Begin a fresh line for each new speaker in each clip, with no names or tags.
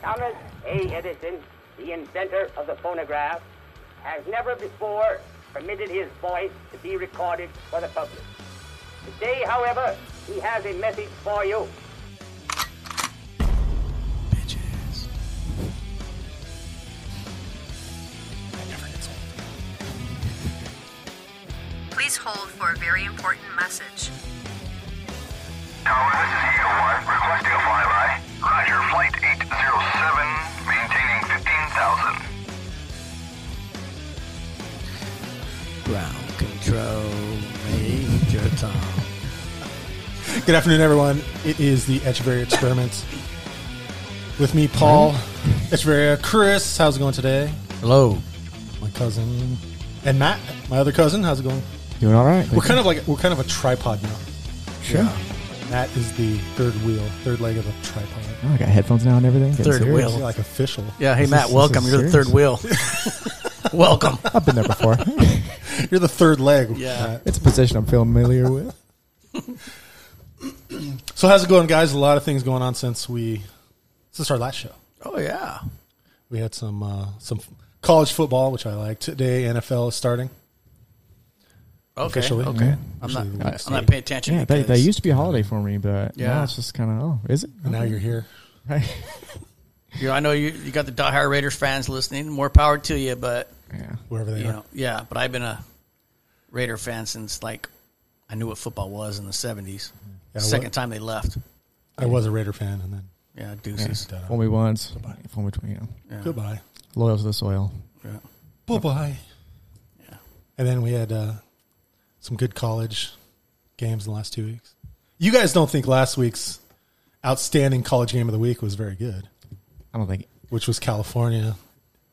Thomas A. Edison, the inventor of the phonograph, has never before permitted his voice to be recorded for the public. Today, however, he has a message for you.
Bitches. That never gets old.
Please hold for a very important message.
Tower, this is Eagle One, requesting a flyby. Roger, flight 807, maintaining 15,000.
Ground control, Major Tom. Good afternoon, everyone. It is the Echeverria Experiments. With me, Paul Echeverria, Chris. How's it going today?
Hello.
My cousin and Matt, my other cousin. How's it going?
Doing all right.
We're kind of like we're kind of a tripod now.
sure.
Matt is the third wheel, third leg of a tripod.
Oh, I got headphones now and everything. Getting
Third
serious.
You're
wheel.
like official.
Yeah, hey
This
Matt,
is-
welcome.
this is
You're the
serious.
third wheel. welcome.
I've been there before.
You're the third leg.
Yeah.
Matt.
it's a position I'm familiar with.
So how's it going, guys? A lot of things going on since we since our last show.
Oh yeah.
We had some uh, some college football, which I like. Today, NFL is starting
Okay.
officially.
okay.
Yeah.
I'm not.
Officially the league
I'm not
started.
paying attention.
Yeah, they, they
because-
used to be a holiday for me, but
Yeah.
yeah. now it's just kind of, oh, is it?
And now
Mm-hmm.
you're here.
Right.
You know, I know you. You got the Die Hard Raiders fans listening. More power to you, but
yeah.
wherever they
you
are.
know, yeah. But I've been a Raider fan since like I knew what football was in the '70s.
Yeah,
Second
what-
time they left.
I was a Raider fan, and then
Yeah, deuces.
Duh.
Fool me once. Fool me twice. You know.
goodbye,
Loyal to the soil.
Yeah.
bye bye. And then we had uh, some good college games in the last two weeks. You guys don't think last week's outstanding college game of the week was very good,
I don't think.
which was California,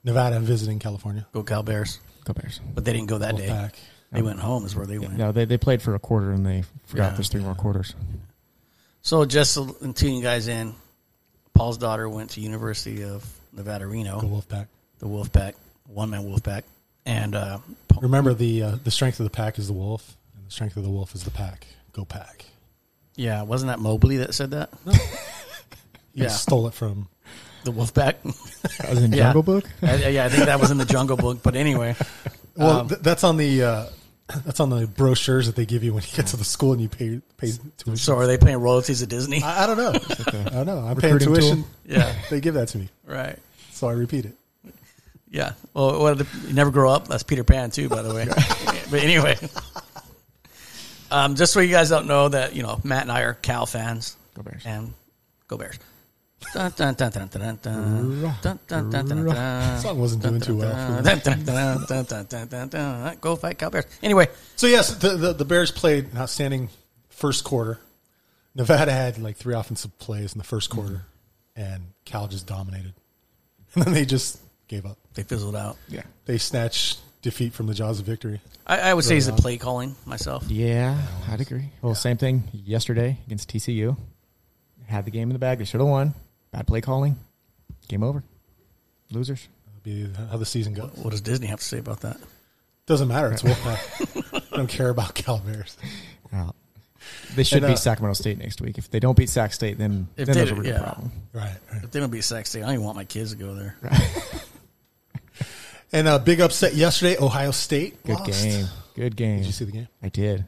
Nevada visiting California.
Go Cal Bears,
Go Bears.
but they didn't go that
Wolfpack.
day. They went home. Is where they went.
No, they, they played for a quarter and they forgot
Yeah.
there's three more quarters.
So just to tune you guys in, Paul's daughter went to University of Nevada Reno.
Go Wolfpack.
the wolf pack, one man wolf pack, and uh, Paul-
Remember the uh, the strength of the pack is the wolf, and the strength of the wolf is the pack. Go pack.
yeah, wasn't that Mobley that said that?
You
Yeah.
stole it from.
The wolf pack.
That was in
Yeah.
Jungle Book?
I, yeah, I think that was in the Jungle Book. But anyway, Um,
Well, th- that's on the uh, that's on the brochures that they give you when you get to the school and you pay pay tuition.
so are they paying royalties at Disney?
I, I don't know. I don't know. I'm paying
Recruiting
tuition.
tool?
Yeah,
They give that to me,
right.
so I repeat it.
Yeah. Well, what are the, you never grow up. That's Peter Pan too, by the way. but anyway, um, just so you guys don't know that you know Matt and I are Cal fans.
Go Bears.
And go Bears. Dun, dun, dun, dun, dun, dun. Dun, dun, dun, dun, dun.
Song wasn't doing too well.
Dun, dun, dun, dun, dun, dun, dun, dun. Go fight Cal Bears. Anyway,
So yes, the, the the Bears played an outstanding first quarter. Nevada had like three offensive plays in the first quarter, and Cal just dominated, and then they just gave up.
they fizzled out.
Yeah.
They snatched defeat from the jaws of victory.
I, I would say he's the play calling myself.
Yeah, I'd agree. Well, same thing yesterday against TCU. Had the game in the bag. They should have won. Bad play calling. Game over. Losers.
That'd be how the season goes.
What does Disney have to say about that?
Doesn't matter. It's Wolfpack. I don't care about Cal Bears.
Out. They should
And, uh,
beat Sacramento State next week. If they don't beat Sac State, then,
If
then
they
there's a
do-
real
yeah.
problem.
Right. right.
If they don't be sexy, I don't even want my kids to go there.
And a big upset yesterday. Ohio State
Good
lost.
game. Good game.
Did you see the game?
I did.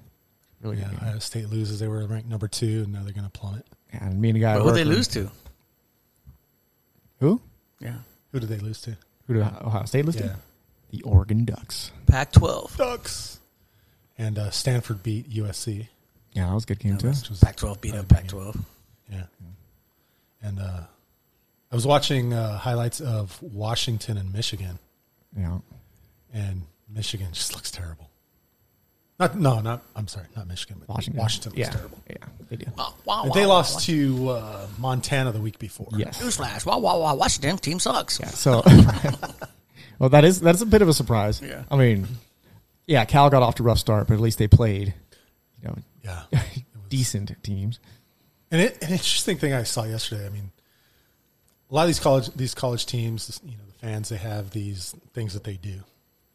Really
Yeah,
good game.
Ohio State loses. They were ranked number two, and now they're going to plummet.
And me and a guy.
But
at
who'd
work
they
were-
lose to?
Who?
Yeah.
Who did they lose to?
Who did Ohio State lose
Yeah,
to? The Oregon Ducks.
Pac 12.
Ducks. And uh, Stanford beat USC.
Yeah, that was a good game, too.
Which was,
Pac 12 beat up Pac 12.
yeah. And uh, I was watching uh, highlights of Washington and Michigan,
Yeah.
and Michigan just looks terrible. Not no, not I'm sorry, not Michigan, but Washington.
Washington.
Washington looks
yeah.
terrible.
Yeah, they do.
Wow, wow,
And
wow,
they
wow,
lost
wow.
to uh, Montana the week before.
Yes.
Newsflash. Wow, wow, wow. Washington team sucks.
Yeah. So, well, that is that's a bit of a surprise.
Yeah.
I mean, yeah, Cal got off to a rough start, but at least they played, you know,
Yeah.
decent teams.
And it, an interesting thing I saw yesterday. I mean, a lot of these college these college teams, you know, the fans they have these things that they do.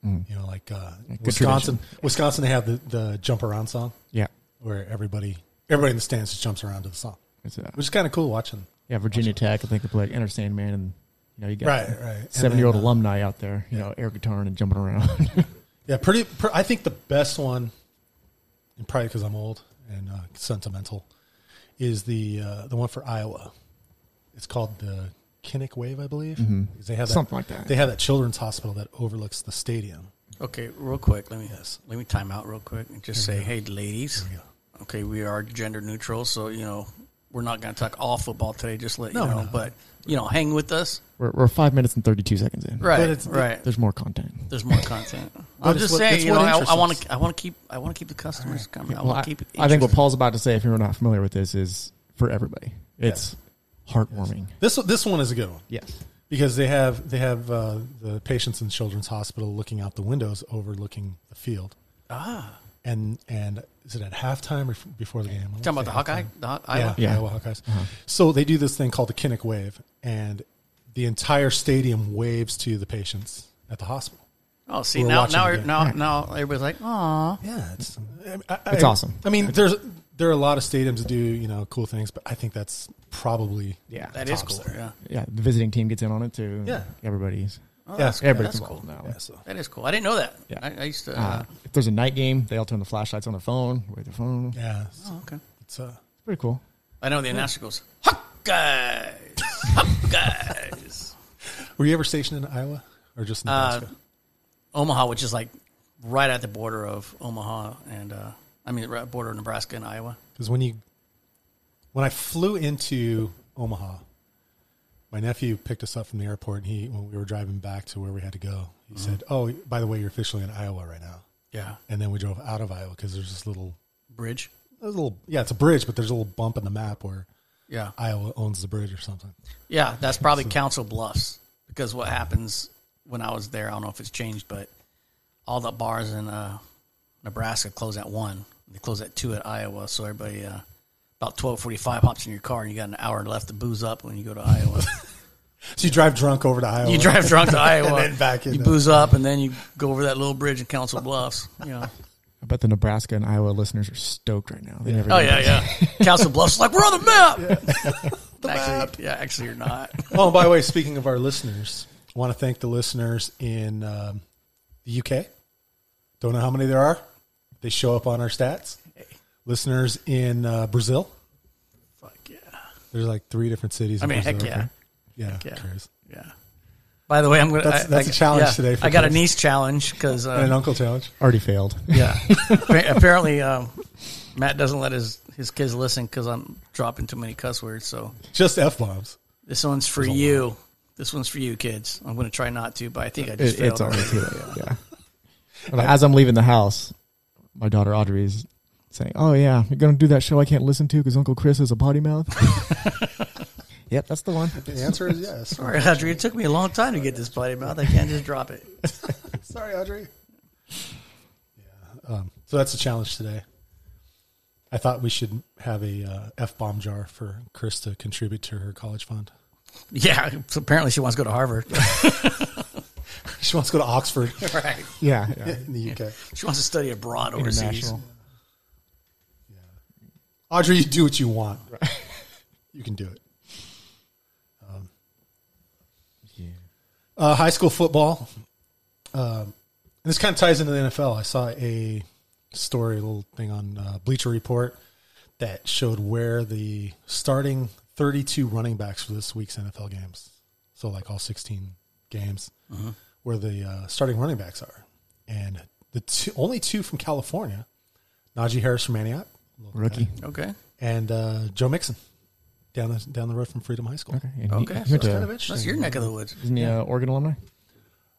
You know, like uh,
Like good
Wisconsin. Wisconsin, they have the, the jump around song
Yeah.
where everybody everybody in the stands just jumps around to the song,
It's, uh,
which is kind of cool watching.
Yeah, Virginia Tech. I think they played Enter Sandman, and you know you got
Right, right. And
seven year old
then, uh,
alumni out there, you know, air guitar and jumping around.
Yeah, pretty. Pr- I think the best one, and probably because I'm old and uh, sentimental, is the uh, the one for Iowa. It's called the Kinnick Wave, I believe. Because They have that,
Mm-hmm. Something like that.
They have that children's hospital that overlooks the stadium.
Okay, real quick, let me
Yes.
let me time out real quick and just say, hey, ladies.
Here we go.
Okay, we are gender neutral, so you know we're not going to talk all football today. Just let
No,
you know,
no.
but you know, hang with us.
we're, we're five minutes and thirty two seconds in.
Right,
it's-
right.
There's more content.
There's more content. I'm
But it's
just
what- it's
saying, you know,
what
I, I
interests
want
us.
to, I want to keep, I want to keep the customers coming. I
Well,
want
I,
to keep. it
I think what
interesting.
Paul's about to say, if you're not familiar with this, is for everybody. It's heartwarming.
This this one is a good one
Yes.
because they have they have uh, the patients in children's hospital looking out the windows overlooking the field. Ah. And and is it at halftime or f- before the game? I wanna
talking about the
say
Hawkeye,
halftime.
the Hawkeye.
Yeah, Uh-huh.
Yeah.
Iowa Hawkeyes. So they do this thing called the Kinnick Wave, and the entire stadium waves to the patients at the hospital.
Oh, see
We're
now,
watching
now,
it.
now, now, everybody's like, oh,
Yeah, it's
It's awesome.
I mean, there's there are a lot of stadiums that do you know cool things, but I think that's probably
Yeah.
that is
Top
cool.
star.
Yeah,
yeah. The visiting team gets in on it too.
Yeah.
Everybody's
yeah,
everybody's
that's
involved
cool.
now.
yeah, so.
that is cool. I didn't know that.
Yeah.
Oh, I, I used to.
Uh,
Uh,
if there's a night game, they all turn the flashlights on their phone, with their phone. It's
yeah, it's,
oh, okay.
it's, uh,
pretty cool.
I know the announcer goes, Hawkeyes, Hawkeyes.
were you ever stationed in Iowa or just in
Uh,
Nebraska?
Omaha, which is like right at the border of Omaha and uh, I mean right at the border of Nebraska and Iowa.
Because when you when I flew into Omaha, my nephew picked us up from the airport, and he when we were driving back to where we had to go, he said, "Oh, by the way, you're officially in Iowa right now."
Mm-hmm. Yeah,
And then we drove out of Iowa because there's this little,
bridge.
there's a little, yeah, it's a bridge, but there's a little bump in the map where
Yeah,
Iowa owns the bridge or something.
yeah. That's probably Council Bluffs because what happens when I was there, I don't know if it's changed, but all the bars in uh, Nebraska close at one. They close at two at Iowa, so everybody uh, about twelve forty five hops in your car and you got an hour left to booze up when you go to Iowa.
So you drive drunk over to Iowa.
you drive drunk to Iowa,
then back in
you
the-
booze up, and then you go over that little bridge in Council Bluffs. You know.
I bet the Nebraska and Iowa listeners are stoked right now. They never
Oh
get
yeah,
it.
yeah. Council Bluffs is like we're on the map. actually, yeah, actually you're not.
Oh, by the way, speaking of our listeners, I want to thank the listeners in um, the UK. Don't know how many there are. They show up on our stats. Listeners in uh, Brazil.
Fuck yeah,
There's like three different cities.
I
in
mean, heck
Brazil,
yeah.
right? Yeah.
yeah.
curious.
yeah. By the way, I'm gonna.
That's-
I-
that's
I-
a challenge
yeah,
today for
I got a
kids.
niece challenge because
And an
uh,
uncle challenge.
Already failed.
yeah, Appa- apparently um, Matt doesn't let his his kids listen because I'm dropping too many cuss words. So
Just F bombs.
this one's for you. This one's for you, kids. I'm gonna try not to, but I
Uh,
think I just
It-
failed.
it's already too late. Yeah. But as I'm leaving the house, my daughter Audrey is saying, "Oh yeah, you're gonna do that show I can't listen to because Uncle Chris is a potty mouth." yep, that's the one.
The answer is yes.
Sorry, Audrey. It took me a long time to get this bloody mouth. I can't just drop it.
Sorry, Audrey. Yeah. Um, so that's the challenge today. I thought we should have a uh, F bomb jar for Chris to contribute to her college fund.
Yeah, so apparently she wants to go to Harvard.
She wants to go to Oxford
right.
Yeah, yeah.
in the UK.
She wants to study abroad overseas.
international.
Audrey, you do what you want. You can do it. Um, Uh, high school football. Um, and this kind of ties into the NFL. I saw a story, a little thing on uh, Bleacher Report that showed where the starting 32 running backs for this week's NFL games, so like all 16 games, where the uh, starting running backs are. And the two, only two from California, Najee Harris from Antioch
Rookie.
Okay.
and uh, Joe Mixon down the, down the road from Freedom High School.
Okay. And
Okay,
He,
so
he went
it's
to,
Kind of interesting.
That's your neck of the woods.
isn't he a Oregon alumni?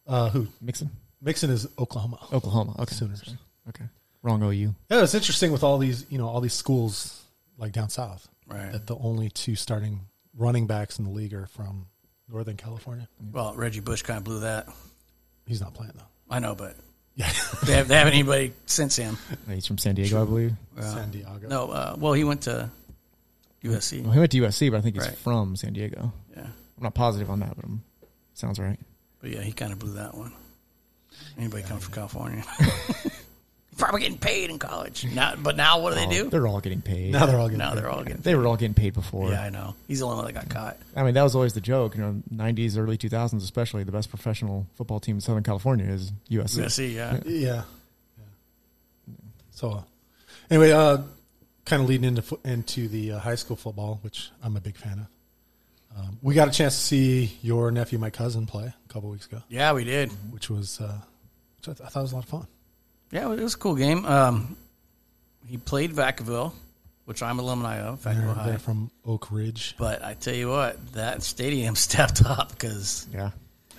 Uh, who
Mixon,
Mixon is Oklahoma.
Oh.
Oklahoma. Okay.
Sooners.
Sorry. Okay. Wrong OU.
Yeah, it's interesting with all these you know all these schools like down south
Right.
that the only two starting running backs in the league are from Northern California.
Well, Reggie Bush kind of blew that.
He's not playing though.
I know, but
Yeah,
they, have, they haven't anybody since him.
He's from San Diego, I believe.
San Diego.
No, uh, well, he went to USC.
Well, he went to USC, but I think he's
Right.
from San Diego.
Yeah.
I'm not positive on that, but i sounds right.
But yeah, he kind of blew that one. Anybody come from California? probably getting paid in college. Now, but now what do they do?
They're all getting paid.
Now they're all getting
Now
paid.
they're all Oh, getting.
They were all getting paid before.
Yeah, I know. He's the only one that got caught.
I mean, that was always the joke. You know, '90s, early 2000s, especially the best professional football team in Southern California is USC.
Yeah, see, yeah.
Yeah. yeah. So, uh, anyway, uh, kind of leading into fo- into the uh, high school football, which I'm a big fan of. Um, we got a chance to see your nephew, my cousin, play a couple weeks ago,
Yeah, we did.
which was uh, which I, th- I thought was a lot of fun.
Yeah, it was a cool game. Um, he played Vacaville, which I'm alumni of,
They're,
Vacaville High.
they're from Oak Ridge.
But I tell you what, that stadium stepped up because
Yeah.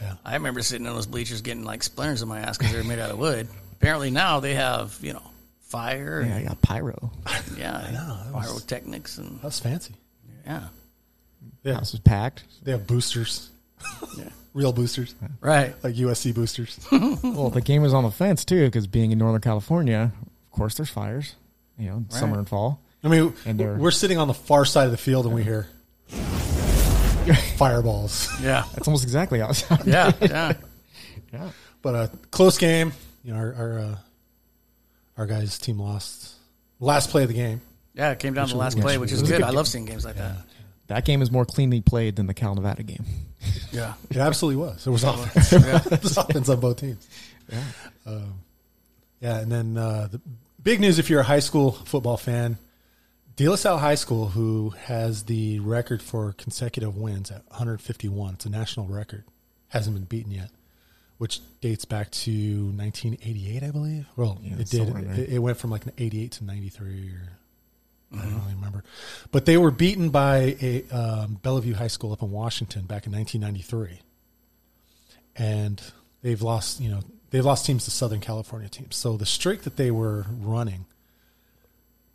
Yeah,
I remember sitting on those bleachers getting like splinters in my ass because they were made out of wood. Apparently now they have, you know, fire
Yeah, I
and
got pyro.
yeah,
know, that was-
pyrotechnics and
that was fancy.
yeah.
House was packed.
They have boosters,
Yeah.
real boosters,
Right.
like USC boosters.
Well, the game was on the fence too, because being in Northern California, of course, there's fires. You know, summer and fall.
I mean,
And they're-
we're sitting on the far side of the field and we hear fireballs.
Yeah.
That's almost exactly how it sounded.
Yeah. Yeah.
Yeah.
But a close game. You know, our our, uh, our guys' team lost last play of the game.
Yeah. It came down to the last
yeah,
play, which is
it was a
good.
good
I
game.
love seeing games like that.
That game is more cleanly played than the Cal Nevada game.
Yeah.
It absolutely was. There was offense. there was offense on both teams. Yeah, um, yeah. And then uh, the big news if you're a high school football fan, De La Salle High School, who has the record for consecutive wins at 151, it's a national record, hasn't been beaten yet, which dates back to 1988, I believe. Well, it did.
somewhere in there.
It, it went from like an 88 to 93 or. I
Mm-hmm.
don't really remember, but they were beaten by a um, Bellevue High School up in Washington back in 1993 and they've lost you know they've lost teams to southern california teams so the streak that they were running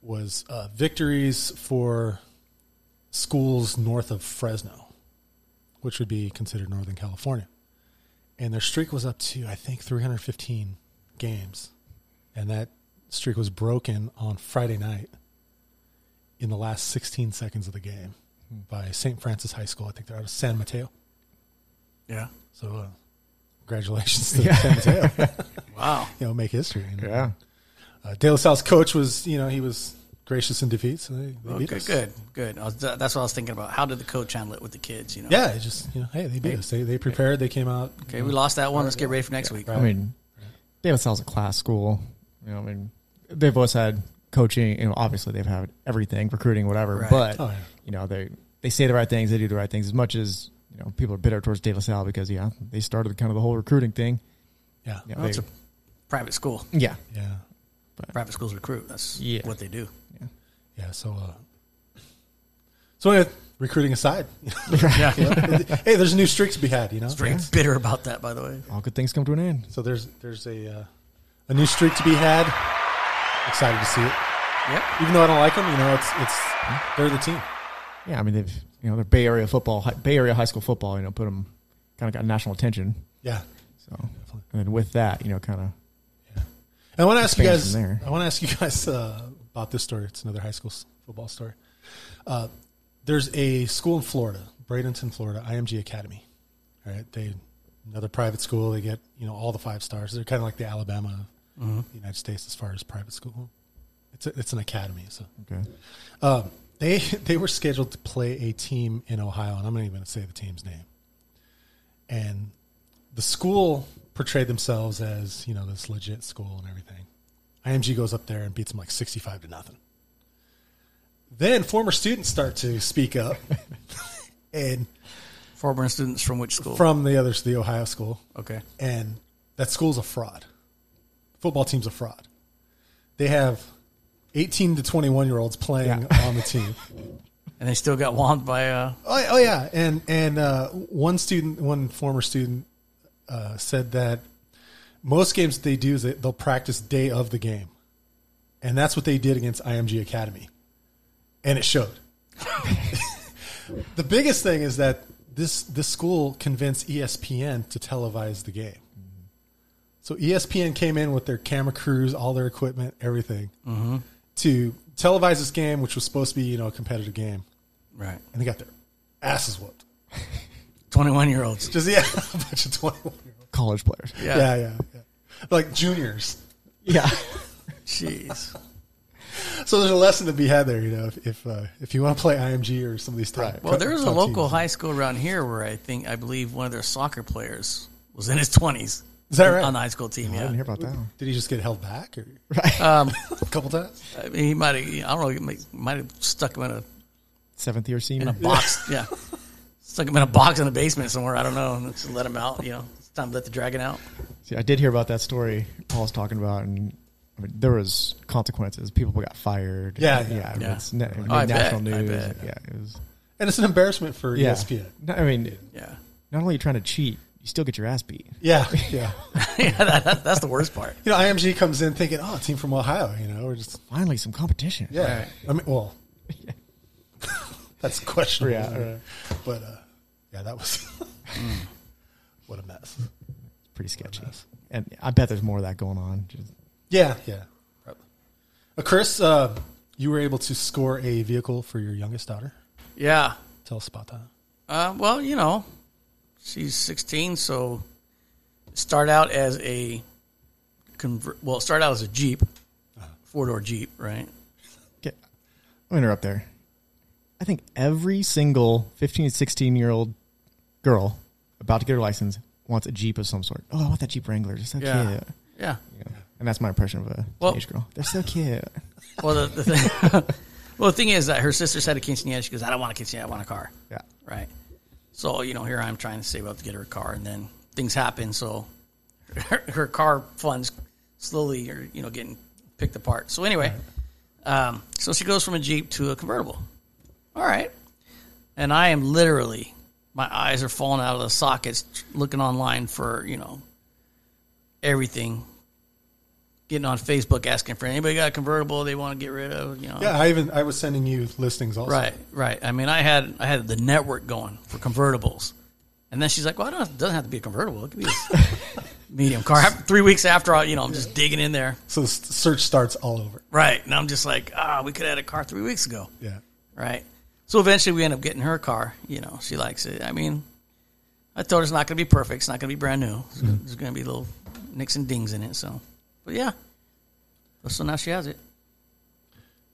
was uh, victories for schools north of fresno which would be considered northern california and their streak was up to i think 315 games and that streak was broken on friday night in the last 16 seconds of the game by st francis high school i think they're out of san mateo
Yeah.
so, uh, congratulations to San Mateo.
Wow.
you know, make history. you know. Uh, De La Salle's coach was, you know, he was gracious in defeat, so they, they
Oh,
beat
good,
us.
good, good. I was, that's what I was thinking about. How did the coach handle it with the kids? You know,
Yeah, it just you know, hey, they beat us. They they prepared. They came out.
Okay, we lost that one. Let's get ready for next week.
I mean, De La Salle's a class school. You know, I mean, they've always had coaching. You know, obviously they've had everything, recruiting, whatever.
Right.
But
Oh, yeah.
you know, they they say the right things, they do the right things. As much as you know, people are bitter towards De La Salle because yeah, they started kind of the whole recruiting thing.
Yeah,
Yeah,
yeah,
Well,
they-
it's a private school.
yeah.
yeah.
Private schools recruit. That's
Yeah.
what they do.
so, uh, so anyway, recruiting aside,
Yeah,
hey, there's new streaks to be had. You know,
I was very bitter about that, by the way.
All good things come to an end.
so there's there's a uh, a new streak to be had. Excited to see it.
Yep.
Even though I don't like them, you know, it's it's they're the team.
Yeah, I mean they've you know they're Bay Area football, hi- Bay Area high school football. You know, put them kind of got national attention.
Yeah,
So and then with that, you know, kind of
I want to ask you
Expand
guys.
from there.
I want to ask you guys uh, about this story. It's another high school s- football story. Uh, there's a school in Florida, Bradenton, Florida, IMG Academy. All right, they another private school. They get you know all the five stars. They're kind of like the Alabama of the United States as far as private school. It's a, it's an academy. So
okay.
um, they they were scheduled to play a team in Ohio, and I'm not even going to say the team's name. And the school portrayed themselves as you know this legit school and everything. IMG goes up there and beats them like 65 to nothing. Then former students start to speak up, and
Former students from which school?
from the others, the Ohio school,
okay.
and that school's a fraud. Football team's a fraud. They have 18 to 21 year olds playing on the team.
And they still got walled by uh,
Oh, yeah, oh yeah, and and uh, one student, one former student, uh, said that most games they do is they, they'll practice day of the game, and that's what they did against IMG Academy, and it showed. the biggest thing is that this this school convinced E ESPN to televise the game. So E ESPN came in with their camera crews, all their equipment, everything, to televise this game, which was supposed to be you know a competitive game
right
and they got their asses whooped.
twenty-one year olds.
Just yeah, a bunch of twenty-one.
college players.
Yeah, yeah, yeah. Like juniors.
Yeah.
Jeez.
So there's a lesson to be had there, you know, if if, uh, if you want to play IMG or some of these top.
Well, there was a
top
local
teams.
high school around here where I think, I believe one of their soccer players was in his 20s.
Is that right?
On the high school team,
I didn't
yeah.
hear about that. one.
Did he just get held back or
Um,
a couple times?
I mean, he might have, I don't know, he might- might have stuck him in a
Seventh year
in
senior.
a box. yeah. Stuck him in a box in the basement somewhere. I don't know. And just let him out. You know, it's time to let the dragon out.
See, I did hear about that story Paul's talking about, and I mean, there was consequences. People got fired.
Yeah,
yeah.
yeah.
I mean,
Yeah. Oh,
It's na- it made
I bet,
national
I
news.
bet.
Yeah, it was.
And it's an embarrassment for E
Yeah.
ESPN.
No, I mean,
Yeah.
not only are you trying to cheat, you still get your ass beat.
Yeah, yeah.
yeah that, that- that's the worst part.
You know, IMG comes in thinking, oh, a team from Ohio, you know, or just
Finally, some competition.
yeah. I mean, well, that's questionable,
Yeah.
uh, but uh, yeah, that was
Mm.
what a mess.
pretty sketchy.
mess.
And I bet there's more of that going on. Just,
Yeah, yeah. Uh, Chris, uh, you were able to score a vehicle for your youngest daughter.
Yeah.
Tell us about that.
Uh, well, you know, she's 16, so start out as a convert. Well, start out as a Jeep, four door Jeep, right?
get, I'm interrupt there. I think every single 15 and 16 year old girl about to get her license wants a Jeep of some sort. Oh, I want that Jeep Wrangler. They're so
Yeah.
cute.
Yeah.
You know, And that's my impression of a
Well-
teenage girl. They're so cute.
Well, the, the thing, well, the thing is that her sister's had a quinceanera. She goes, "I don't want a quinceanera. I want a car."
Yeah.
Right. So you know, here I'm trying to save up to get her a car, and then things happen. So her, her car funds slowly are you know getting picked apart. So anyway, um, so she goes from a Jeep to a convertible. All right, and I am literally my eyes are falling out of the sockets looking online for you know everything. Getting on Facebook asking for anybody got a convertible they want to get rid of, you know.
Yeah, I even I was sending you listings also.
Right, right. I mean, I had I had the network going for convertibles, and then she's like, "Well, I don't, it doesn't have to be a convertible. It could be a medium car." After- Three weeks after, I, you know, I'm just digging in there.
So the s- search starts all over.
Right, and I'm just like, "Ah, we could have had a car three weeks ago."
Yeah.
Right. So eventually, we end up getting her car. You know, she likes it. I mean, I told her it's not going to be perfect. It's not going to be brand new. It's gonna- There's going to be little nicks and dings in it. So, but yeah. So now she has it.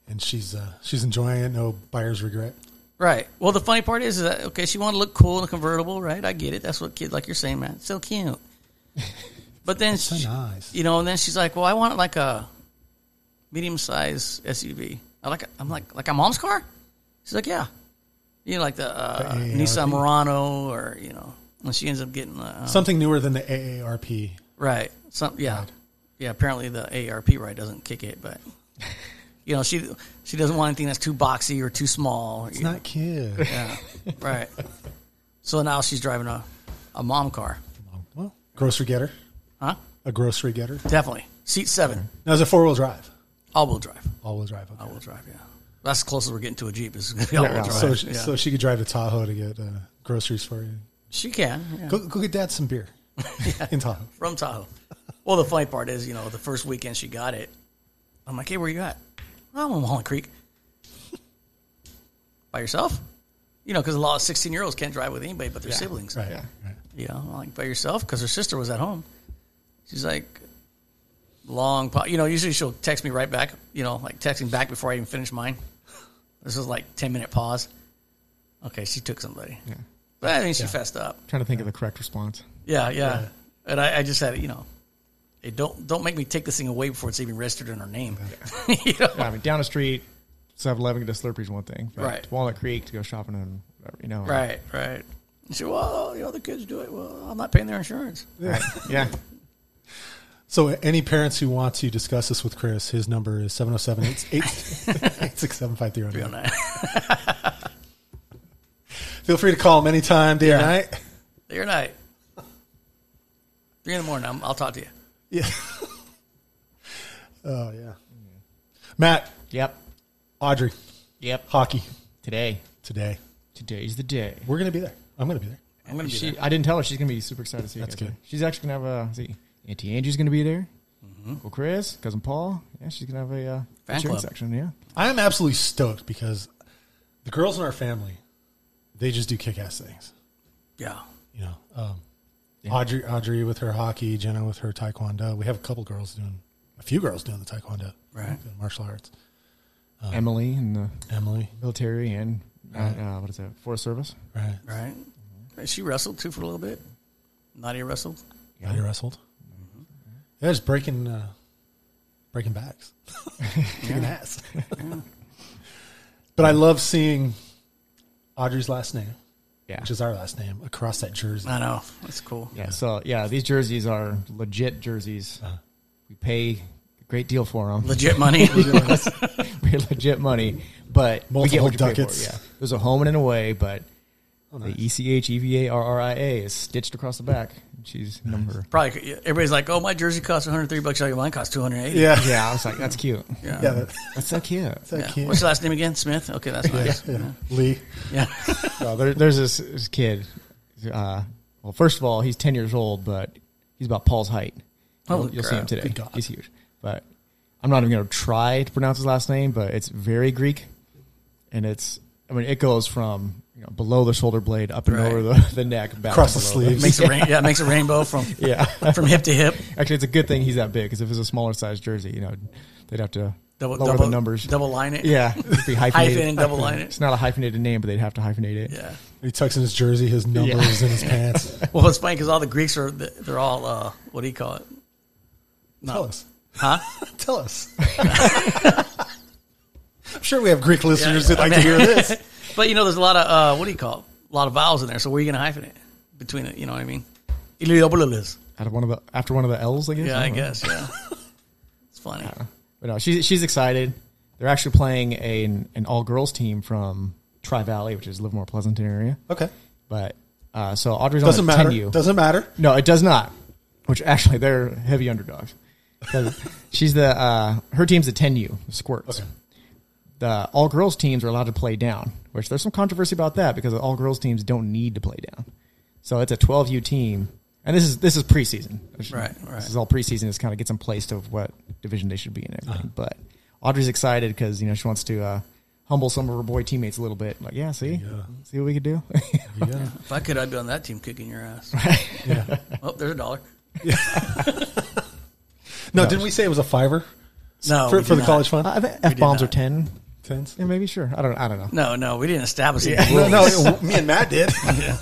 And she's uh, she's enjoying it. No buyer's regret.
Right. Well, the funny part is, is that okay? She wanted to look cool in a convertible, right? I get it. That's what kid like you're saying, man. So cute. But then,
So
she-
nice.
you know, and then she's like, "Well, I want like a medium sized SUV. I like. A, I'm like like a mom's car." She's like, "Yeah." You know, like the, uh,
The AARP?
Nissan Murano, or you know, and she ends up getting uh,
Something newer than the AARP.
Right. Some yeah. Yeah, apparently the ARP right doesn't kick it, but you know, she she doesn't want anything that's too boxy or too small.
It's not kid.
yeah. Right. So now she's driving a, a mom car.
well, grocery getter.
Huh?
A grocery getter.
Definitely. Seat seven.
Now, is it four wheel drive?
All wheel drive.
All wheel drive. Okay.
All wheel drive, yeah. That's the closest we're getting to a Jeep is gonna be all wheel
yeah.
drive.
So, she,
yeah.
so she could drive to Tahoe to get uh, groceries for you.
she can. yeah.
Go, go get dad some beer in Tahoe.
From Tahoe. Well the funny part is, you know, the first weekend she got it, I'm like, Hey, where you at? "Oh, I'm in Walnut Creek. By yourself? You know, because a lot of 16 year olds can't drive with anybody but their siblings.
Right. right.
you know, like by yourself because her sister was at home. She's like, long, po- you know, usually she'll text me right back, you know, like texting back before I even finish mine. This was like 10 minute pause. Okay, she took somebody. But I mean, she fessed up.
trying to think of the correct response.
Yeah, yeah. And I, I just had, you know, hey, don't don't make me take this thing away before it's even registered in her name. you know?
Yeah, I mean, down the street, 7 Eleven to Slurpee's one thing. but
Right.
to Walnut Creek to go shopping and whatever, you know. uh,
Right, right. She said, well, the other kids do it. Well, I'm not paying their insurance.
Right. Yeah.
So, any parents who want to discuss this with Chris, his number is 707 867
And I-
Feel free to call him anytime, day or
Yeah.
night.
Day or night. Three in the morning. I'm, I'll talk to you.
Yeah. oh, yeah. Matt,
Yep.
Audrey,
Yep.
hockey
Today.
today.
Today's the day.
We're going to be there. I'm going to be there.
I'm gonna be
She,
there.
I didn't tell her she's gonna be super excited to see. you
That's
guys.
good.
She's actually gonna have a let's see. Auntie Angie's gonna be there. Uncle Chris, cousin Paul. Yeah, she's gonna have a uh,
Fan
cheering
club.
section. Yeah,
I am absolutely stoked because the girls in our family, they just do kick ass things.
Yeah.
You know, um, Audrey, Audrey with her hockey, Jenna with her taekwondo. We have a couple girls doing a few girls doing the taekwondo,
Right.
doing martial arts.
Oh. Emily and the
Emily,
military and uh, uh, what is that? Forest Service.
right?
right? Mm-hmm. She wrestled too for a little bit. Nadia wrestled.
Yeah. Mm-hmm. you wrestled. Yeah, just breaking, uh, breaking backs, kicking ass. but I love seeing Audrey's last name,
Yeah.
which is our last name, across that jersey.
I know that's cool.
yeah. So yeah, these jerseys are legit jerseys. We pay a great deal for them.
Legit money.
pay legit money, but we get
Multiple
what you pay for,
ducats.
Yeah, there's a home and an away, but the E C H E V A R R I A is stitched across the back. She's number.
Probably everybody's like, "Oh, my jersey costs 103 bucks. Oh, your mine costs 280."
Yeah,
Yeah, I was like, that's cute.
yeah.
yeah, that,
That's so cute.
that
Yeah.
kid.
What's your last name again? Smith. Okay, that's nice. Yeah.
Lee.
No, there, there's this, this kid. Uh, well, first of all, he's 10 years old, but he's about Paul's height. You'll,
Holy
you'll see him
crap.
today.
Good God.
He's huge. But I'm not even going to try to pronounce his last name, but it's very Greek. And it's, I mean, it goes from you know, below the shoulder blade up and
Right.
over the, the neck, back
Across
to
the
below
sleeves.
Makes a rain, yeah, makes a rainbow from
Yeah.
from hip to hip.
Actually, it's a good thing he's that big because if it's a smaller size jersey, you know, they'd have to
Double
lower
double
the numbers.
Double line it.
yeah. it'd Be hyphenated.
Hyphen and double line it.
It's not a hyphenated name, but they'd have to hyphenate it.
Yeah.
He tucks in his jersey, his number
Yeah.
is in his pants.
Well, it's funny because all the Greeks are they're all uh, what do you call it?
Tell us.
Huh?
Tell us. I'm sure we have Greek listeners that like to hear this.
But you know, there's a lot of uh, what do you call it? A lot of vowels in there. So where are you going to hyphenate between it? You know what I mean? Iliopoulos.
Out of one of the after one of the L's, I guess.
Yeah, I
don't know.
guess. Yeah, it's funny.
But no, she's she's excited. They're actually playing a, an, an all girls team from Tri Valley, which is Livermore Pleasanton area.
Okay.
But uh, so Audrey's
Doesn't
on a
matter.
10U.
Doesn't matter.
No, it does not. Which actually, they're heavy underdogs. 'Cause she's the uh, her team's the 10U the Squirts.
Okay.
The all girls teams are allowed to play down, which there's some controversy about that because the all girls teams don't need to play down. So it's a 12U team, and this is this is preseason.
Right, right.
This is all preseason. It's kind of gets them placed of what division they should be in. and Everything.
Uh-huh.
But Audrey's excited because you know she wants to uh, humble some of her boy teammates a little bit. Like, yeah, see, see what we could do.
Yeah.
If I could, I'd be on that team kicking your ass.
yeah.
oh, there's a dollar.
No, Uh, didn't we say it was a fiver
No,
for,
we
for
did
the
not.
college fund?
F bombs are
not.
ten.
Tens?
Yeah, maybe sure. I don't. I don't know.
No, no, we didn't establish it.
No, no, it- me and Matt did.
Yeah,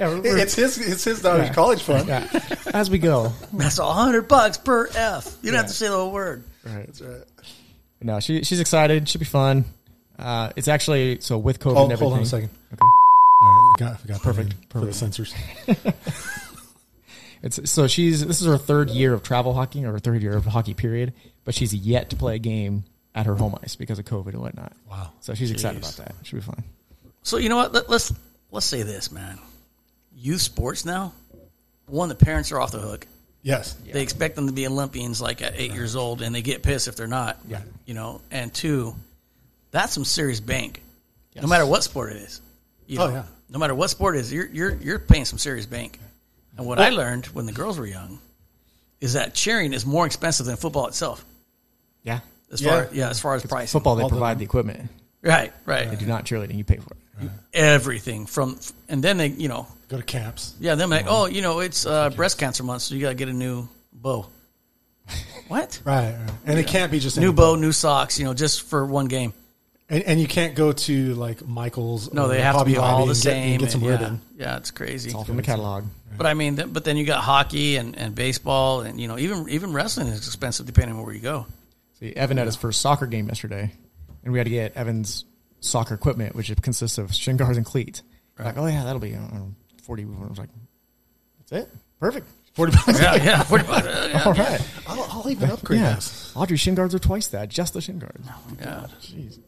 we're- we're-
It's his. It's his daughter's
Yeah.
college fund.
yeah. As we go.
That's a hundred bucks per f. You don't have to say the whole word.
Right. That's right. No, she she's excited. Should be fun. Uh, it's actually so with COVID.
Oh,
and
hold on a
everything-
second. Okay. All right, got, got perfect,
Perfect,
for the sensors.
It's so she's this is her third year of travel hockey or her third year of hockey period, but she's yet to play a game at her home ice because of COVID and whatnot.
Wow.
So she's excited
Jeez.
about that. Should be fun.
So you know what? Let, let's let's say this, man. Youth sports now. One, the parents are off the hook.
Yes.
They expect them to be Olympians like at eight years old, and they get pissed if they're not.
Yeah.
You know, and two, that's some serious bank. No
Yes.
matter what sport it is. You
Oh,
know,
yeah.
No matter what sport it is, you're you're you're paying some serious bank. And what I learned when the girls were young is that cheering is more expensive than football itself.
Yeah.
As
Yeah.
far yeah, as far as price.
Football they
All the-
provide the equipment.
Right, right.
They do not cheerleading, you pay for it.
Everything from and then they you know
Go to camps.
Yeah, they're like,
Uh-huh.
oh, you know, it's uh, breast cancer month, so you got to get a new bow. what?
Right. right. And it can't be just
New
any-
bow, new socks, you know, just for one game.
And, and you can't go to like Michael's.
No,
or
they have to
Hobby
be all
Lobby
the same.
and get- and Get, some
and yeah,
ribbon.
yeah, it's crazy.
All from the catalog.
But I mean, th- but then you got hockey and, and baseball, and you know, even even wrestling is expensive depending on where you go.
See, Evan had his first soccer game yesterday, and we had to get Evan's soccer equipment, which consists of shin guards and cleats. Like, oh yeah, that'll be um, forty. I was like, that's it, perfect. Forty bucks.
Yeah, yeah. What about, uh, yeah,
All right.
I'll, I'll even upgrade
Yeah.
this.
Audrey shin guards are twice that. Just the shin guards.
yeah.
Jeez.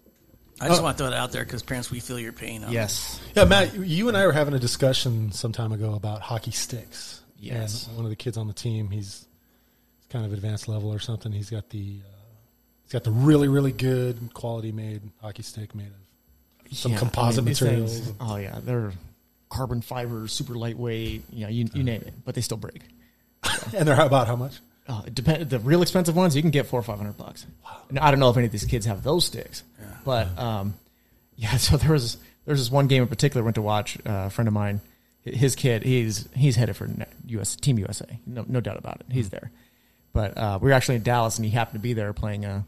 I just want to throw that out there because parents, we feel your pain. On
Yes.
Yeah, Matt, you and I were having a discussion some time ago about hockey sticks.
Yes.
And one of the kids on the team, he's, he's kind of advanced level or something. He's got the uh, he's got the really really good quality made hockey stick made of some
Yeah,
composite
I mean, these
materials.
things- oh yeah, they're carbon fiber, super lightweight. You know, you, you name it, but they still break.
and they're about how much?
Uh, it depend the real expensive ones you can get four or five hundred bucks. And I don't know if any of these kids have those sticks, but um, yeah. So there was there's this one game in particular I went to watch. Uh, a friend of mine, hi- his kid, he's he's headed for ne- U.S. Team USA, no no doubt about it. He's there, But uh, we were actually in Dallas, and he happened to be there playing a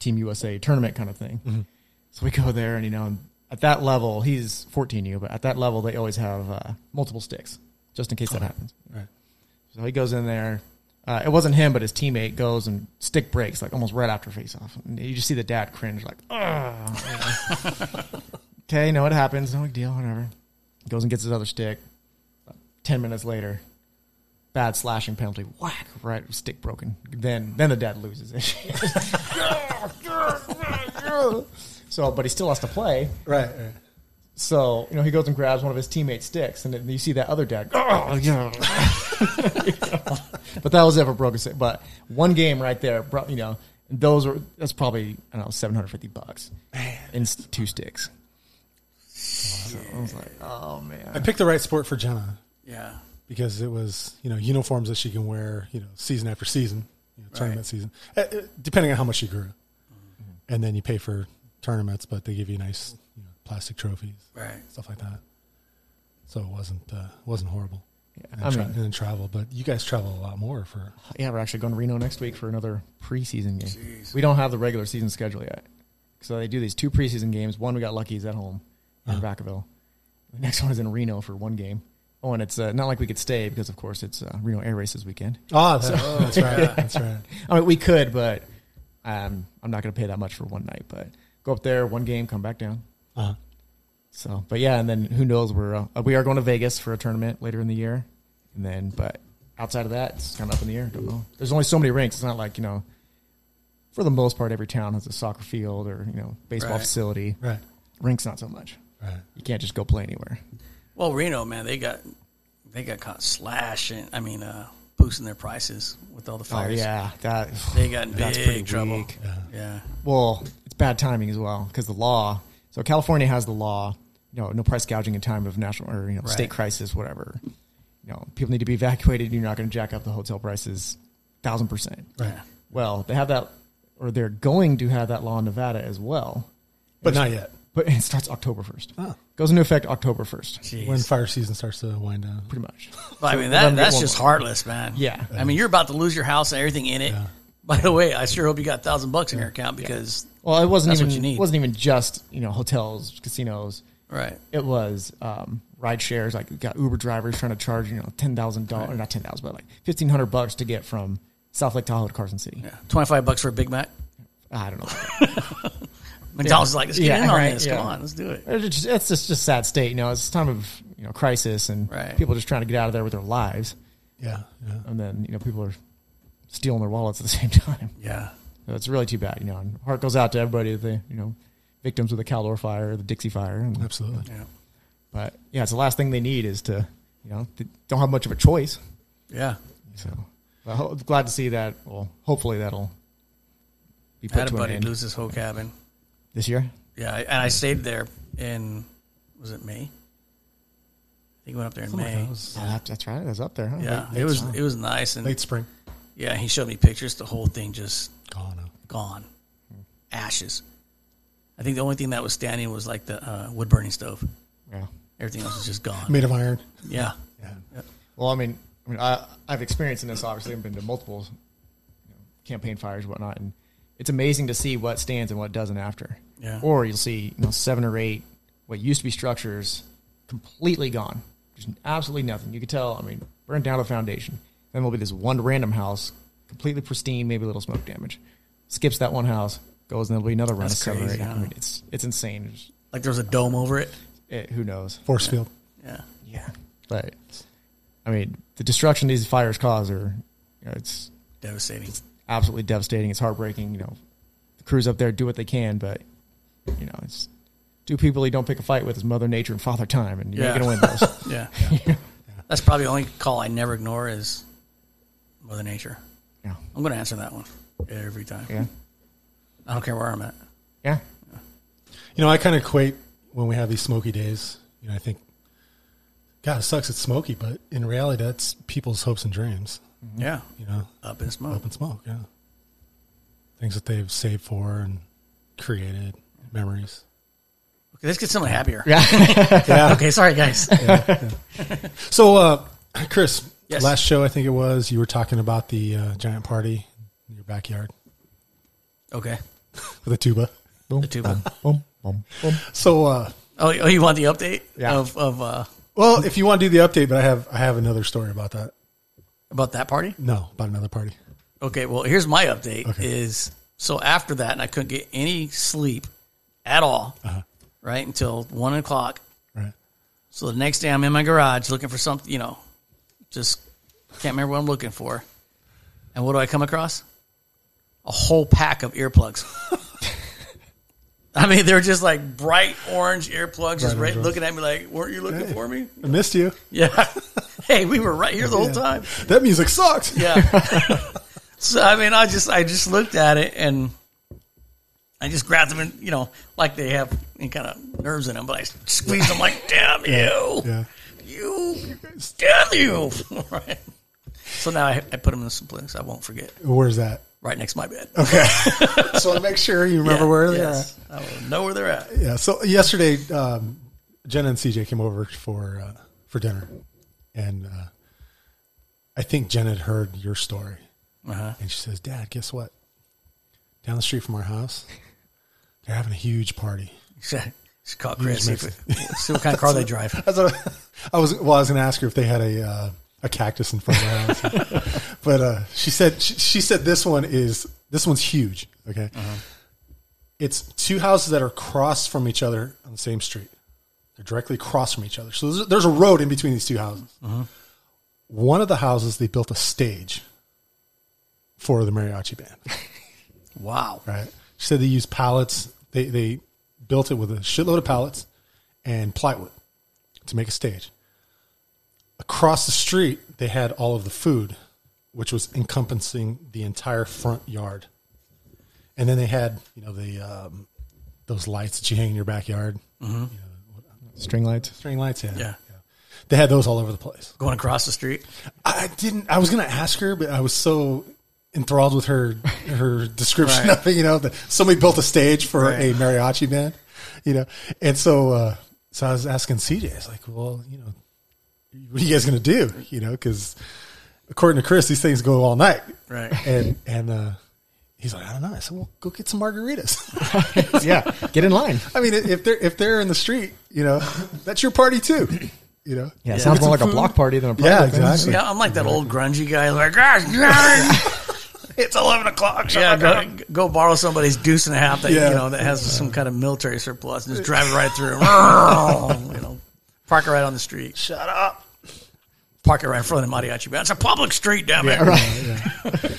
Team USA tournament kind of thing. So we go there, and you know, at that level, he's 14U, but at that level, they always have uh, multiple sticks just in case that happens.
Right.
So he goes in there. Uh, it wasn't him, but his teammate goes and stick breaks like almost right after faceoff. And you just see the dad cringe, like, okay, no, it happens. No big deal, whatever. Goes and gets his other stick. Ten minutes later, bad slashing penalty, whack, right, stick broken. Then, then the dad loses it. so, but he still has to play.
Right. right.
So, you know, he goes and grabs one of his teammates' sticks, and then you see that other dad. Oh, yeah. but that was ever broken. stick. But one game right there, bro- you know, those are that's probably I don't know seven hundred fifty bucks in s- two sticks. So I was like, oh
I
man,
picked the right sport for Jenna
Yeah.
because it was you know uniforms that she can wear you know season after season, you know, tournament season, Uh, uh, depending on how much she grew, and then you pay for tournaments, but they give you nice you know, plastic trophies,
Right.
stuff like that. So it wasn't uh, wasn't horrible. And
I
tra-
mean-
and then travel, but you guys travel a lot more for ah,
yeah, we're actually going to Reno next week for another preseason game. We don't have the regular season schedule yet, so they do these two preseason games. One we got lucky is at home in Vacaville. The next one is in Reno for one game. Oh, and it's uh, not like we could stay because, of course, it's uh, Reno Air Races weekend.
Oh,
ah that, that's right that's right
I mean, we could, but um, I'm not going to pay that much for one night. But go up there, one game, come back down.
uh,
So, but yeah, and then who knows? We're uh, we are going to Vegas for a tournament later in the year, and then but outside of that, it's kind of up in the air. Don't know. There's only so many rinks. It's not like you know. For the most part, every town has a soccer field or you know baseball
Right.
facility.
right
Rinks not so much.
right
You can't just go play anywhere.
Well, Reno, man, they got they got caught slashing. I mean, uh, boosting their prices with all the
Oh
fires.
yeah, that
They got in
That's pretty
big trouble.
weak.
Yeah.
well, it's bad timing as well because the law. So California has the law, you know, no price gouging in time of national or you know state crisis, whatever. You know, people need to be evacuated. You're not going to jack up the hotel prices, thousand percent.
right
Well, they have that, or they're going to have that law in Nevada as well.
but not yet
But it starts October first.
Oh.
Goes into effect October first,
Jeez.
when fire season starts to wind down
pretty much.
Well, I mean,
let
that,
them get
that's
one
just
more.
heartless, man.
Yeah.
I mean, you're about to lose your house and everything in it.
Yeah.
By the way, I sure hope you got a thousand bucks in your account because,
Well, it wasn't
That's what
even
you need.
wasn't even just you know hotels, casinos.
right.
it was um, ride shares. Like we got Uber drivers trying to charge you know ten thousand dollars, not ten thousand, but like fifteen hundred bucks to get from South Lake Tahoe to Carson City.
Yeah. 25 bucks for a Big Mac.
I don't know.
McDonald's is like, let's get
Yeah,
in on
right,
this.
yeah.
Come on, let's do it.
it's just, it's just just sad state. You know, it's a time of you know crisis and
Right.
people just trying to get out of there with their lives,
yeah yeah
and then you know people are stealing their wallets at the same time.
Yeah.
So it's really too bad. You know, and heart goes out to everybody. The you know victims of the Caldor fire, the Dixie fire, and,
absolutely
Yeah.
but yeah, it's the last thing they need is to you know they don't have much of a choice.
Yeah.
So but ho- glad to see that. Well, hopefully that'll be
I
put
had a
to an
buddy
end
lose his whole cabin.
this year.
Yeah. I- And I stayed there in, was it May? I think I went up there in May.
Oh, that, that's right. It was up there. Huh?
Yeah.
Late-
it was,
late
it was nice. And
late spring
yeah, he showed me pictures. The whole thing just
gone uh,
gone, ashes. I think the only thing that was standing was like the uh, wood burning stove.
summer. Yeah.
Everything else was just gone.
made of iron
Yeah,
Well, I mean, I mean, I, I've experienced in this. Obviously, I've been to multiple you know, campaign fires, and whatnot, and it's amazing to see what stands and what doesn't after.
Yeah.
Or you'll see, you know, seven or eight what used to be structures completely gone. Just absolutely nothing. You could tell. I mean, burned down to the foundation. Then there'll be this one random house, completely pristine, maybe a little smoke damage. Skips that one house, goes, and there'll be another run
That's
of seven
crazy,
or eight. I
huh?
mean, it's it's insane. It's-
like there was a dome over it.
it, who knows?
force field
Yeah,
Yeah. But I mean, the destruction these fires cause are you know, it's
devastating.
absolutely devastating. It's heartbreaking. You know, the crews up there do what they can, but you know, it's two people you don't pick a fight with is Mother Nature and Father Time, and you're
Yeah.
not gonna win those.
Yeah. that's probably the only call I never ignore is Mother Nature.
yeah.
I'm going to answer that one every time.
Yeah. Mm-hmm.
I don't care where I'm at.
Yeah.
You know, I kind of equate when we have these smoky days. You know, I think, God, it sucks it's smoky, but in reality, that's people's hopes and dreams.
Yeah,
You know,
up in smoke.
up in smoke, yeah. Things that they've saved for and created memories.
Okay, let's get someone happier.
Yeah.
Okay, sorry guys.
So, uh, Chris,
Yes.
Last show, I think it was, you were talking about the uh, giant party in your backyard
Okay.
with a tuba.
Boom,
The tuba.
Boom, boom, boom, boom.
So, uh,
Oh, oh, you want the update
Yeah.
of of uh,
well, if you want to do the update, but I have I have another story about that.
about that party?
No, about another party.
Okay, well, here's my update
Okay.
is so after that, and I couldn't get any sleep at all, right
Uh-huh.
until one o'clock.
Right.
So the next day, I'm in my garage looking for something, you know, just can't remember what I'm looking for. And what do I come across? A whole pack of earplugs. I mean, they're just like bright orange earplugs, just
Bright
right,
orange.
looking at me like, "Weren't you looking
Hey.
for me?"
I missed you.
Yeah. hey, we were right here the whole
Yeah.
time.
That music sucked.
Yeah. so I mean, I just I just looked at it and I just grabbed them and you know like they have any kind of nerves in them, but I squeezed them like damn you,
Yeah.
you, damn you. right. So now I, I put them in some place I won't forget.
Where's that?
Right next to my bed.
Oh, Just want to make sure you remember where they
yes. I will know where they're at.
are. Yeah. So yesterday, um, Jenna and CJ came over for uh, for dinner, and uh, I think Jenna had heard your story,
Uh-huh.
and she says, "Dad, guess what? Down the street from our house, they're having a huge party."
Just call Chris. See,
just
if, see what kind of car they drive.
That's what I, I was. Well, I was going to ask her if they had a uh, a cactus in front of their house, but uh, she said she, she said this one is this one's huge. Okay, it's two houses that are crossed from each other on the same street. They're directly across from each other. So there's, there's a road in between these two houses. One of the houses they built a stage for the mariachi band.
Wow.
Right. She said they used pallets. They they built it with a shitload of pallets and plywood to make a stage. Across the street, they had all of the food, which was encompassing the entire front yard. And then they had you know the um, those lights that you hang in your backyard,
String lights.
string lights. Yeah.
Yeah.
They had those all over the place.
Going across the street.
I didn't. I was gonna ask her, but I was so enthralled with her her description
Right.
of it. You know, that somebody built a stage for
Right.
a mariachi band. You know, and so uh, so I was asking CJ. I was like, well, you know, what are you guys gonna do? You know, because according to Chris, these things go all night.
Right.
And and uh, he's like, I don't know. I said, well, go get some margaritas.
Yeah, get in line.
I mean, if they're if they're in the street, you know, that's your party too. You know.
Yeah, it
Go
sounds
get some
more like a
food.
block party than a party.
Yeah, exactly.
Yeah, I'm like that old grungy guy. Like, "Ah, gosh, darn, it's eleven o'clock. Yeah, go, go borrow somebody's deuce and a half that
Yeah. Uh,
you know that has some kind of military surplus and just drive it right through. you know, park it right on the street. Shut up. Park it right in front of the mariachi band. It's a public street, damn it.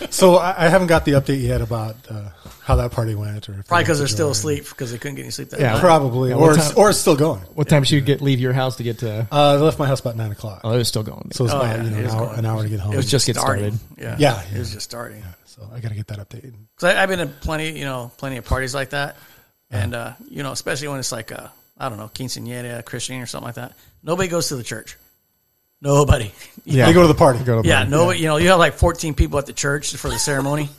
So I, I haven't got the update yet about uh, how that party went, or if
Probably because
they
they're still
enjoyed it.
asleep because they couldn't get any sleep that
Yeah.
night.
Probably,
Yeah, what
or it's,
time-
or it's still going.
What time should you get leave your house to get to?
Uh, I left my house about nine o'clock,
Oh, it was still going.
so it's about
yeah,
you know
it
an
was
hour,
going.
an hour to get home.
It was
Just get
starting.
started.
Yeah.
Yeah, yeah.
It was just starting.
so I got to get that updated.
Because I've been in plenty, you know, plenty of parties like that, and uh, you know, especially when it's like I I don't know, quinceanera, Christian, or something like that. Nobody goes to the church. Nobody.
Yeah.
They go to the party.
Go to the
yeah.
party.
Nobody. You know, you have like fourteen people at the church for the ceremony,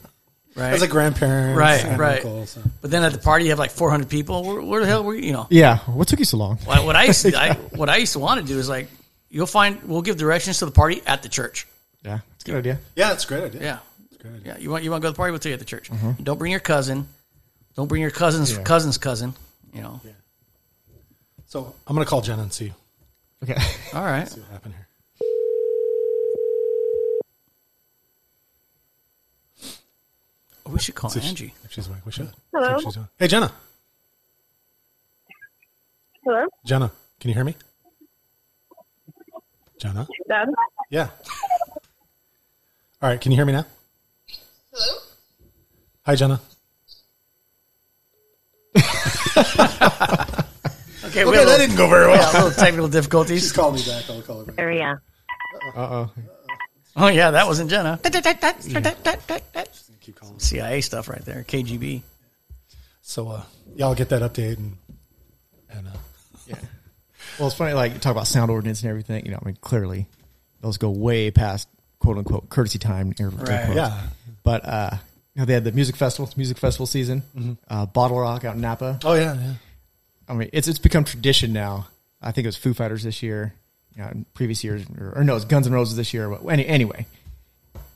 right?
As a grandparents,
Right,
and
right.
uncles.
but then at the party, you have like four hundred people. Where, where the hell were you? You know,
Yeah, what took you so long?
Like, what I used to, I, what I used to want to do is like, you'll find we'll give directions to the party at the church.
Yeah, it's a good idea.
Yeah, that's a great idea.
Yeah.
Good idea.
Yeah, you want you want to go to the party? We'll take you at the church.
Mm-hmm.
Don't bring your cousin. Don't bring your cousin's
Yeah.
cousin's cousin. You know.
So I'm gonna call Jenna and see
Okay,
All right.
what happened here.
We should call
See if she-
Angie.
if she's awake, we should.
Hello?
See what she's doing. Hey, Jenna.
Hello,
Jenna, can you hear me? Jenna.
Dad.
Yeah. All right. Can you hear me now?
Hello.
Hi, Jenna.
Okay, we had a little,
didn't go very well.
a little technical difficulties.
Call me back. I'll call her back.
Area.
Oh yeah, that wasn't Jenna.
Keep calling.
CIA stuff right there. KGB.
So, uh, yeah, I'll get that update and and uh,
well, it's funny. Like you talk about sound ordinance and everything. You know, I mean, clearly those go way past "quote unquote" courtesy time. air- air
Right.
quotes.
yeah.
But uh, you know, they had the music festival, music festival season, uh, Bottle Rock out in Napa.
Oh yeah, yeah.
I mean, it's it's become tradition now. I think it was Foo Fighters this year. you know, in previous years, or, or no, it's Guns N' Roses this year. But any, anyway,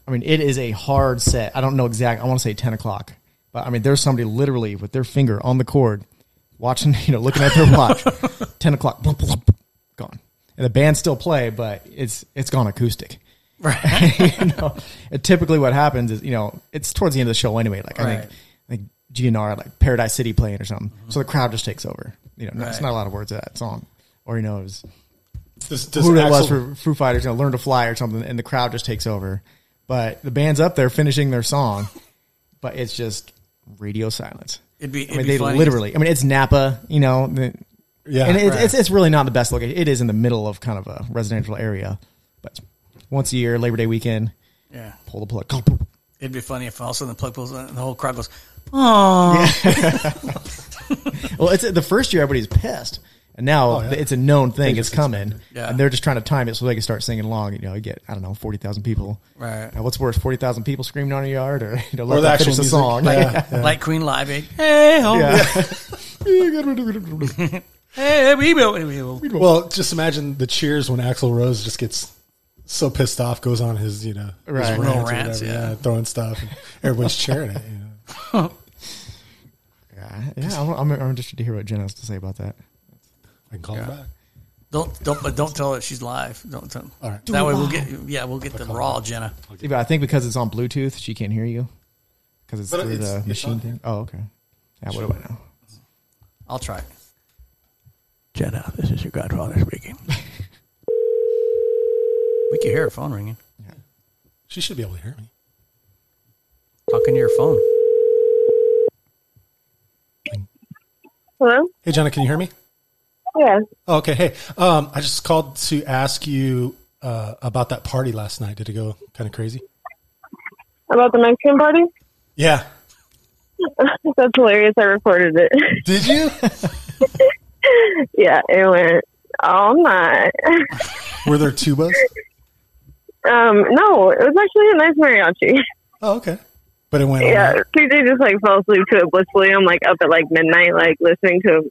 I mean, it is a hard set. I don't know exact. I want to say ten o'clock, but I mean, there's somebody literally with their finger on the cord, watching, you know, looking at their watch. ten o'clock, blump, blump, gone, and the band still play, but it's it's gone acoustic. Right. you know, and typically what happens is you know it's towards the end of the show anyway. Like I
Right. Mm-hmm.
think I think GNR had, like Paradise City playing or something, so the crowd just takes over. You know, it's
Right.
not a lot of words to that song, or you know, it was
Does, does
who
Axl-
that was for Foo Fighters, you know, learn to fly or something, and the crowd just takes over. But the band's up there finishing their song, but it's just radio silence.
It'd be-
I mean,
it'd be
they
funny.
literally. I mean, it's Napa, you know, the,
Yeah,
and it's,
right.
it's it's really not the best location. It is in the middle of kind of a residential area, but once a year, Labor Day weekend,
Yeah.
pull the plug.
It'd be funny if all of a sudden the plug pulls and the whole crowd goes, oh.
Well, it's the first year everybody's pissed, and now
yeah.
it's a known thing. It's
just
coming,
Oh, Yeah.
and they're just trying to time it so they can start singing along. You know, you get I don't know forty thousand people.
Right.
Now, what's worse, forty thousand people screaming on a yard, or you know,
or
let
the
them
actual
finish the
music.
song?
Yeah, yeah.
Like Queen Live eh?" Aid. Hey, ho,
Yeah.
hey, we will. we will.
Well, just imagine the cheers when Axl Rose just gets so pissed off, goes on his you know his
Right.
rants or
Rants,
whatever,
yeah.
throwing stuff, and everybody's cheering it. You know.
yeah, I'm, I'm, I'm interested to hear what Jen has to say about that.
I can call him back.
Don't don't but don't tell her she's live. Don't tell.
All right.
That way we'll get yeah we'll get the raw Jenna.
See, but I think because it's on Bluetooth, she can't hear you because it's
But
through
it's-
the
it's
machine
on.
thing. Oh, okay. Yeah, what do I know?
I'll try. Jenna, this is your godfather speaking. we can hear her phone ringing.
She should be able to hear me.
Talking to your phone.
Hello?
Hey, Jenna, can you hear me?
Yeah.
Oh, okay. Hey, um, I just called to ask you uh, about that party last night. Did it go kind of crazy?
About the Mexican party?
Yeah.
That's hilarious. I recorded it.
Did you?
yeah, it went all night.
Were there tubas?
Um, no, it was actually a nice mariachi.
Oh, okay. But it went. all
Yeah,
Uh-huh.
right.
PJ just like fell asleep to it blissfully. I'm like up at like midnight, like listening to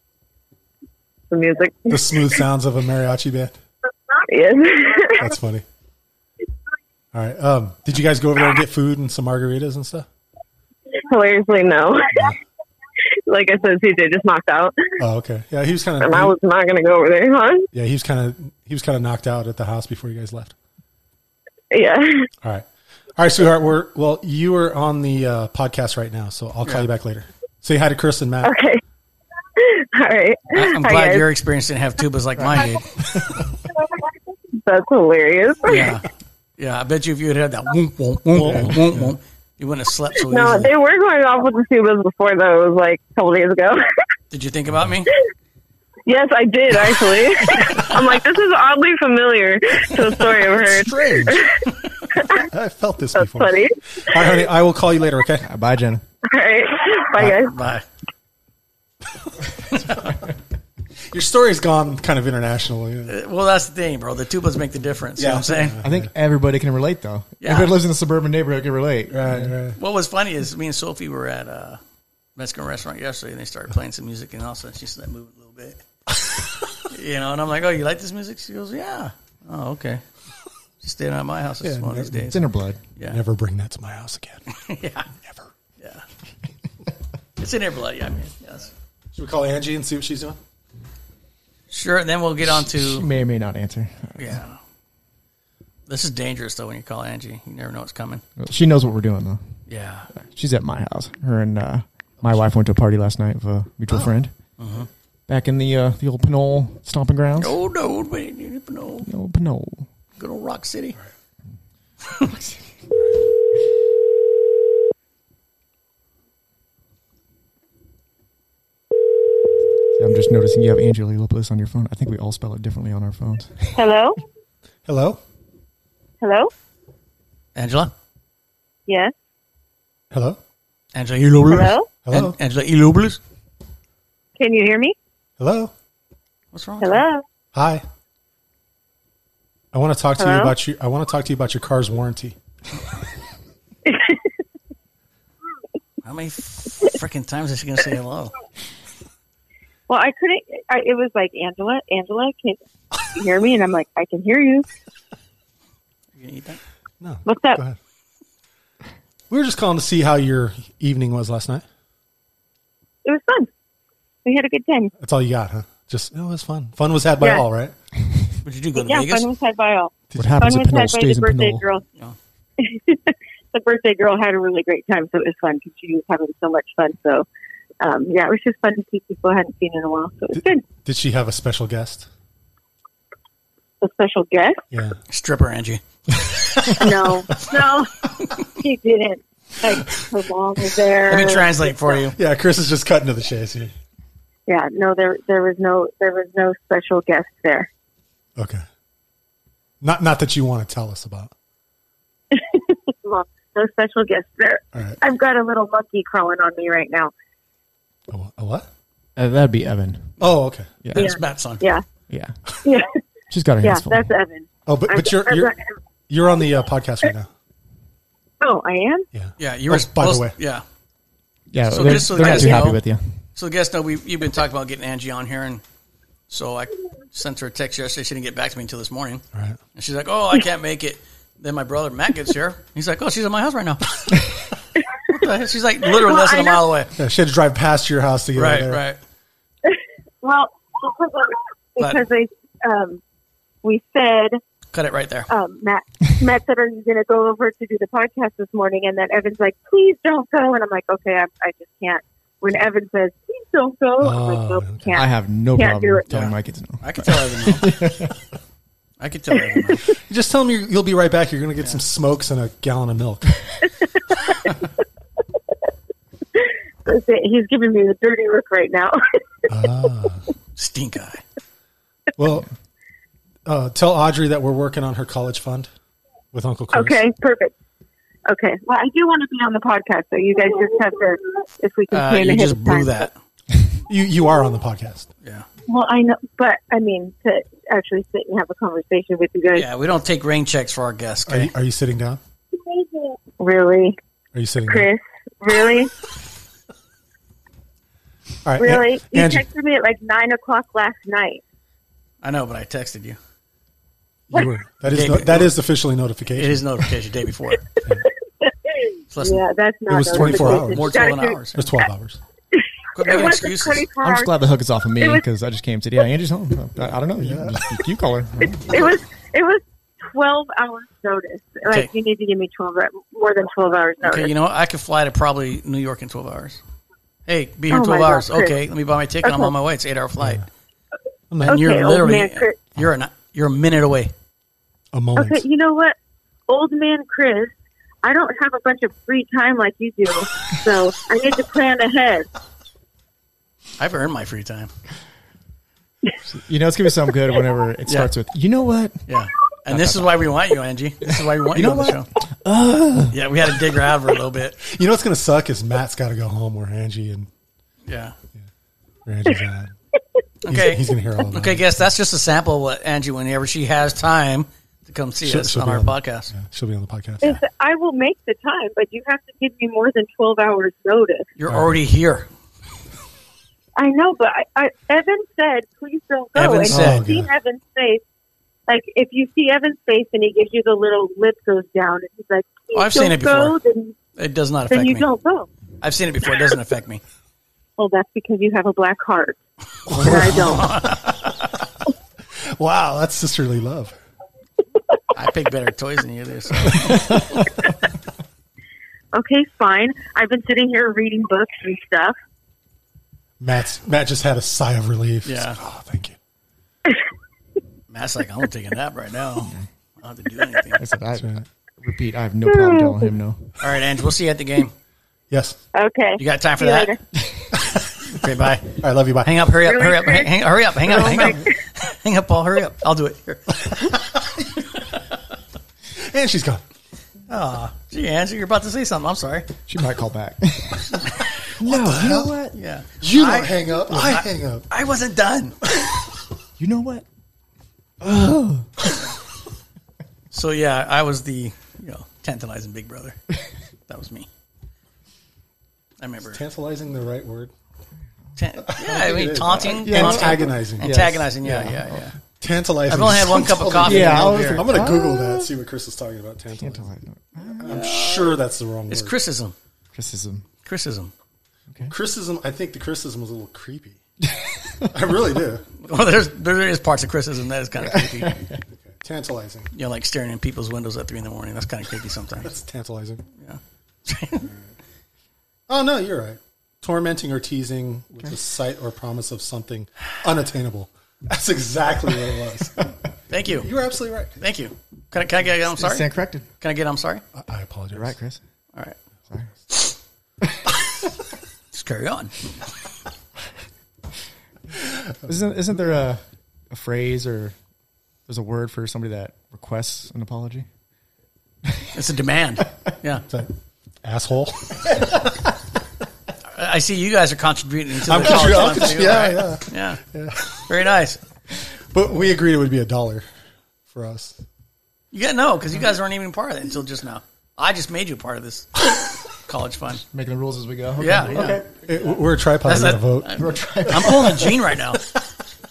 the music.
The smooth sounds of a mariachi band.
Uh-huh.
yes.
That's funny. All right. Um, did you guys go over there and get food and some margaritas and stuff?
Hilariously, no. like I said, PJ just knocked out,
Oh, okay. Yeah, he was kind
and I
Uh-huh.
of.
was not going to go over there, huh?
Yeah, he was kind of. He was kind of knocked out at the house before you guys left.
Yeah.
All right. All right, sweetheart. We're well. You are on the uh, podcast right now, so I'll call you back later. Say hi to Chris and Matt.
Okay. All right.
I, am
Hi,
glad
guys.
your experience didn't have tubas like mine did.
That's hilarious.
Yeah, yeah. I bet you if you had had that, whoomp, whoomp, whoomp, whoomp, whoomp, whoomp, you wouldn't have slept so
No,
easily.
they were going off with the tubas before though. It was like a couple days ago.
Did you think about me?
yes, I did actually. I'm like, this is oddly familiar to a story I've heard.
Strange. I felt this
That's
before.
funny.
All right, honey. I will call you later. Okay.
Uh, Bye, Jenna.
All right, bye guys.
Bye.
Your story's gone kind of international. you know.
Well, that's the thing, bro. The tubas make the difference. You know what I'm saying?
I think everybody can relate though.
Yeah.
Everybody lives in a suburban neighborhood can relate.
Right, right.
What was funny is me and Sophie were at a Mexican restaurant yesterday, and they started playing some music, and all of a sudden she said, "Move it a little bit," you know. And I'm like, "Oh, you like this music?" She goes, "Yeah." Oh, okay. She stayed out at my house
Yeah,
one of these
never-
days.
It's in her blood.
yeah,
Never bring that to my house again.
yeah,
Never.
yeah. it's in her blood. Yeah, I mean, yes.
Should we call Angie and see what she's doing?
Sure. And then we'll get on
She
to
may or may not answer.
yeah. This is dangerous though when you call Angie. You never know what's coming.
She knows what we're doing though.
Yeah.
She's at my house. Her and uh, my wife went to a party last night with a
Oh.
mutual friend. Back in the uh, the old Pinole stomping grounds.
Uh-huh. Oh no, we need to know.
The old Pinole.
Good old Rock City.
See, I'm just noticing you have Angelopoulos on your phone. I think we all spell it differently on our phones.
Hello.
Hello.
Hello.
Angela.
Yes.
Hello.
Angela Ilobulus.
Hello?
Hello.
An- Angela Ilobulus.
Can you hear me?
Hello.
What's wrong?
Hello.
Hi. I want to talk to you
Hello?
about your. I want to talk to you about your car's warranty.
How many freaking times is she gonna say hello?
Well, I couldn't. I, it was like Angela. Angela, can you hear me? And I'm like, I can hear you.
You gonna eat that?
No.
What's up?
Go ahead. We were just calling to see how your evening was last night.
It was fun. We had a good time.
That's all you got, huh? Just oh, it was fun. Fun was had by
Yeah.
all, right?
Would you do go to
yeah,
Vegas?
fun was had by all.
What happens
fun
at
was
Pinole
had by
stays
the
in
birthday
Pinole.
girl.
Yeah.
the birthday girl had a really great time, so it was fun because she was having so much fun. So, um, yeah, it was just fun to see people I hadn't seen in a while. So it was good.
Did she have a special guest?
A special guest?
Yeah.
Stripper Angie.
No, no, she didn't. Like her mom was there.
Let me translate for you.
Yeah, Chris is just cutting to the chase here.
Yeah, no, there there was no there was no special guest there.
Okay. Not not that you want to tell us about.
Well, no special guest there.
All right.
I've got a little monkey crawling on me right now.
A, wha- a what?
Uh, that'd be Evan.
Oh, okay.
Yeah.
That's Bat's son.
Yeah,
Yeah,
yeah,
she's got her
yeah.
hands full.
That's Evan.
Oh, but,
I'm-
but you're
I'm
you're
not-
you're on the uh, podcast right now.
oh, I am.
Yeah.
Yeah, you
Oh,
were.
by the
supposed-
way.
Yeah.
yeah,
So
they're,
just so
they're not
guys
too happy
know-
with you.
So, guess no, we you've been talking about getting Angie on here, and so I sent her a text yesterday. She didn't get back to me until this morning,
All right.
and she's like, "Oh, I can't make it." Then my brother Matt gets here. He's like, "Oh, she's at my house right now." what the heck? She's like literally less than a mile away.
Yeah, she had to drive past your house to get
Right,
over there.
right.
Well, because, I- because I um, we said
Cut it right there.
um, Matt Matt said, "Are you going to go over to do the podcast this morning?" And then Evan's like, "Please don't go," and I'm like, "Okay, I, I just can't." When Evan says, "Please don't go," I'm like,
Oh,
"Nope,
okay.
can't."
I have no
Can't do
problem
it.
telling my kids no.
I could tell everyone. I could tell everyone.
You just tell them you you'll be right back. You're going to get some smokes and a gallon of milk.
That's it. He's giving me the dirty look right now.
Ah.
Stink eye.
Well, uh, tell Audrey that we're working on her college fund with Uncle Chris.
okay, perfect. Okay. Well, I do want to be on the podcast, so you guys just have to, if we can
Uh,
plan
you
ahead
just
of time.
blew that.
You you are on the podcast.
Yeah.
Well, I know, but I mean, to actually sit and have a conversation with you guys,
Yeah, we don't take rain checks for our guests.
Are you,
Okay?
are you sitting down?
really,
Are you sitting down?
Chris, really.
All right.
Really?
An-
you
Angie,
texted me at like nine o'clock last night.
I know, but I texted you.
you were, that is no, that is officially notification.
It is notification day before. So listen,
Yeah, that's not.
It was
a
24
notification.
hours.
more
You gotta
twelve
do-
hours.
There's 12 hours.
Quit
It
making
was
excuses.
24
I'm
hours.
just glad the hook is off of me
It was-
because I just came to yeah, Angie's home. I, I don't know. You, you- you call her.
It was. It was twelve hours notice. Like
Okay.
you need to give me twelve hou- more than twelve hours notice.
Okay, you know what? I could fly to probably New York in 12 hours. Hey, be here in
Oh
12
my
hours.
God, Chris.
okay, let me buy my ticket. I'm
Okay.
on my way. It's an eight hour flight.
Okay,
And
old
you're literally,
man, Chris.
you're, an, you're a minute away.
A moment.
okay, you know what, old man Chris. I don't have a bunch of free time like you do, so I need to plan ahead.
I've earned my free time.
You know, it's gonna be something good whenever it starts with. You know what?
Yeah. And this is why we want you, Angie. This is why we want you,
You know
on the show. yeah, we had to dig her out of her a little bit.
You know what's going to suck is Matt's got to go home where Angie and
Yeah.
where Angie's at. He's-
Okay.
He's, going to hear all about
Okay,
it.
guess that's just a sample of what Angie, whenever she has time to come see
She'll-
us
she'll
on
be
our
on.
podcast.
Yeah, she'll be on the podcast.
Is- I will make the time, but you have to give me more than twelve hours notice.
You're already here.
I know, but I, I, Evan said, "Please don't go."
Evan
and
said.
if you see Evan's face, like if you see Evan's face and he gives you the little lip goes down, and he's like, "Please
Oh, I've
don't
seen it
go," then,
It does not affect
then you
me.
don't go.
I've seen it before. It doesn't affect me.
Well, that's because you have a black heart, and I don't.
Wow, that's sisterly love.
I pick better toys than you do. So.
Okay, fine. I've been sitting here reading books and stuff.
Matt's Matt just had a sigh of relief. He's
Yeah.
like, oh, thank you.
Matt's like, I'm gonna take a nap right now. I don't have to do anything.
I said, I repeat, I have no problem telling him no.
All right, Ange, we'll see you at the game.
Yes.
Okay,
You got time for
See you
that?
later.
Okay, bye.
All right, love you. Bye.
Hang up, hurry up,
Really, Oh
hurry up, hang,
Chris?
hang, hurry up, hang up, hang up, hang up, Paul, hurry up. I'll do it. Here.
And she's gone.
Gee, Ange, you're about to say something. I'm sorry.
She might call back.
No, you know what?
Yeah,
You don't
I-
hang up. I, hang up.
I wasn't done.
you know what?
So yeah, I was the you know tantalizing big brother. That was me. I remember.
Tantalizing the right word.
Tan- yeah, I mean taunting,
Yeah,
taunting,
antagonizing.
antagonizing. Yeah, yeah, yeah.
Tantalizing.
I've only had one cup of coffee.
Yeah,
and
I
no
was
beer.
like-
I'm going to Google that, see what Chris is talking about. Tantalizing. I'm sure that's the wrong
It's
word.
criticism.
Criticism.
Criticism.
criticism, I think the criticism was a little creepy. I really do.
Well, there's there is parts of criticism that is kind of creepy. you
Okay. Tantalizing.
know, like staring in people's windows at three in the morning. That's kind of creepy sometimes.
That's tantalizing.
Yeah.
Oh, no, you're right. Tormenting or teasing with the sight or promise of something unattainable. That's exactly what it was.
Thank you.
you were absolutely right.
Thank you. Can I, can I get? I'm sorry.
Stand corrected.
Can I get? I'm sorry.
I, I apologize.
Right, Chris.
All right.
Sorry.
Just carry on.
Isn't isn't there a, a phrase or there's a word for somebody that requests an apology?
It's a demand. Yeah.
Is that asshole?
I I see you guys are contributing to
I'm
the college fund
contributing.
too,
Yeah,
Oh, right?
yeah.
yeah, Very nice.
But we agreed it would be a dollar for us.
You got no, because you guys weren't even part of it until just now. I just made you part of this college fund.
Making the rules as we go. Okay.
Yeah, yeah.
Okay.
It- we're a tripod
That's
not a
not-
vote.
I'm, I'm pulling a Gene right now.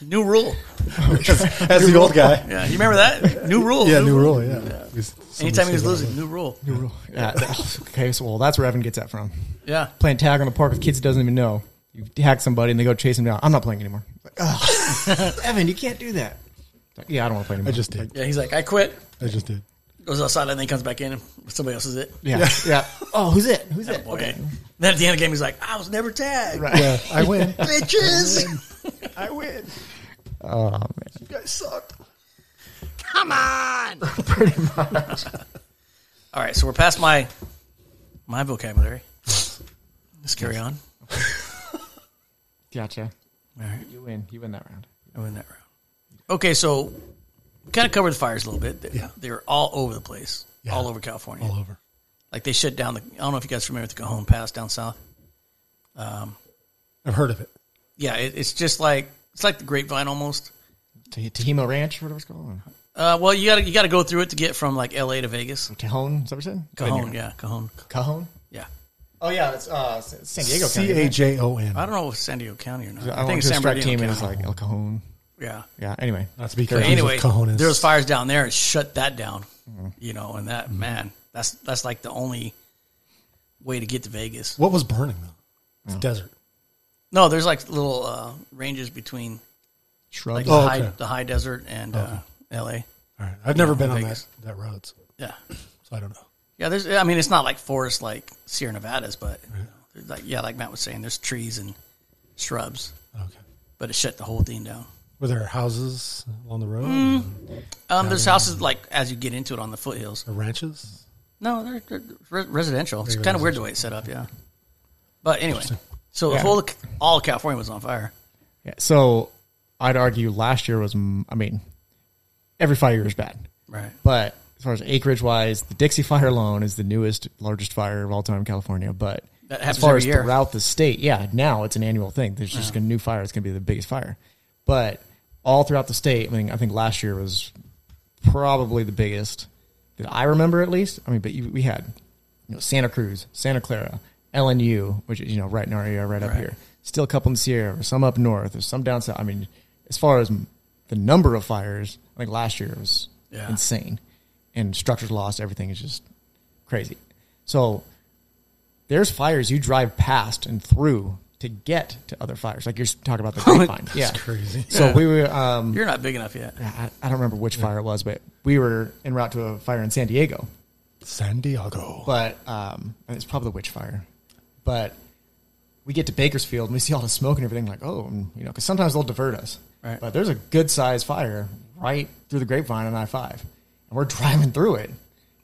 New rule.
As the old guy.
Yeah, you remember that? New rule.
Yeah, new rule. Yeah. He's-
Anytime he was
someone said
losing, new rule.
New rule. Yeah. okay. So well, that's where Evan gets that from.
Yeah.
Playing tag on the park with kids he doesn't even know. You hack somebody and they go chase him down. I'm not playing anymore. Like, ugh. Evan, you can't do that. Like, yeah, I don't want to play
I
anymore.
just did.
Yeah, he's like, I quit.
I just did.
Goes outside and then comes back in and somebody else is it.
yeah, yeah. Oh, who's it? Who's it?
Boy. Then at the end of the game, he's like, I was never tagged.
Right.
Yeah, I win.
Bitches.
I win.
Oh man.
You guys sucked.
Come on. Pretty much. All right, so we're past my my vocabulary. Let's carry on.
Gotcha.
All right.
You win. You win that round.
I win that round. Okay, so we kind of covered the fires a little bit. They're,
Yeah.
they're all over the place,
Yeah.
all over California.
All over.
Like they shut down the. I don't know if you guys are familiar with the Cajon Pass down south.
I've heard of it.
Yeah, it, it's just like it's like the Grapevine almost.
T- Tahima Ranch, whatever it's called.
Uh, well, you got to you got to go through it to get from like L.A. to Vegas.
Cajon, is that what you said?
Cajon, yeah, Cajon,
Cajon?
yeah.
Oh yeah, it's uh, San Diego
C A J O N.
I don't know if it's San Diego County or not.
I, think
it's San
strike
Bernardino
team
County.
is like El Cajon.
yeah.
Yeah. Anyway,
Not to be
But
confused
anyway,
with cojones.
there was fires down there. It shut that down. You know, and that man, that's that's like the only way to get to Vegas.
what was burning though? It's desert.
No, there's like little uh, ranges between
shrubs.
the,
Oh,
high,
okay.
the high desert and uh, LA.
All right. I've never been on
Vegas.
that that road, so
Yeah,
I don't know.
yeah. There's, I mean, it's not like forest like Sierra Nevadas, but you know, there's like yeah, like Matt was saying, there's trees and shrubs,
Okay.
but it shut the whole thing down.
Were there houses along the road?
Um, there's houses like as you get into it on the foothills.
Or ranches?
No, they're, they're re- residential. It's kind of weird the way it's set up. Yeah, but anyway, so the
Yeah.
whole all of California was on fire.
Yeah, so I'd argue last year was, mm, I mean, every fire year is bad,
Right.
but as far as acreage wise, the Dixie Fire alone is the newest, largest fire of all time in California. But
That
as
happens
far
every
as
year.
throughout the state, yeah, now it's an annual thing. There's just a new fire. It's going to be the biggest fire, but all throughout the state. I mean, I think last year was probably the biggest that I remember, at least. I mean, but you, we had you know Santa Cruz, Santa Clara, LNU, which is you know right in our area, right, up
Right.
here. Still a couple in Sierra, or some up north, or some down south. I mean, as far as m- the number of fires, I think last year was
Yeah.
insane, and structures lost. Everything is just crazy. So there's fires you drive past and through to get to other fires. Like you're s- talking about the grapevine. yeah.
Crazy.
So we were um,
You're not big enough yet.
I, I don't remember which fire it was, but we were en route to a fire in San Diego.
San Diego.
But um, it's probably the witch fire. But we get to Bakersfield and we see all the smoke and everything. Like, oh, and, you know, because sometimes they'll divert us.
Right.
But there's a good sized fire right through the grapevine on I five, and we're driving through it.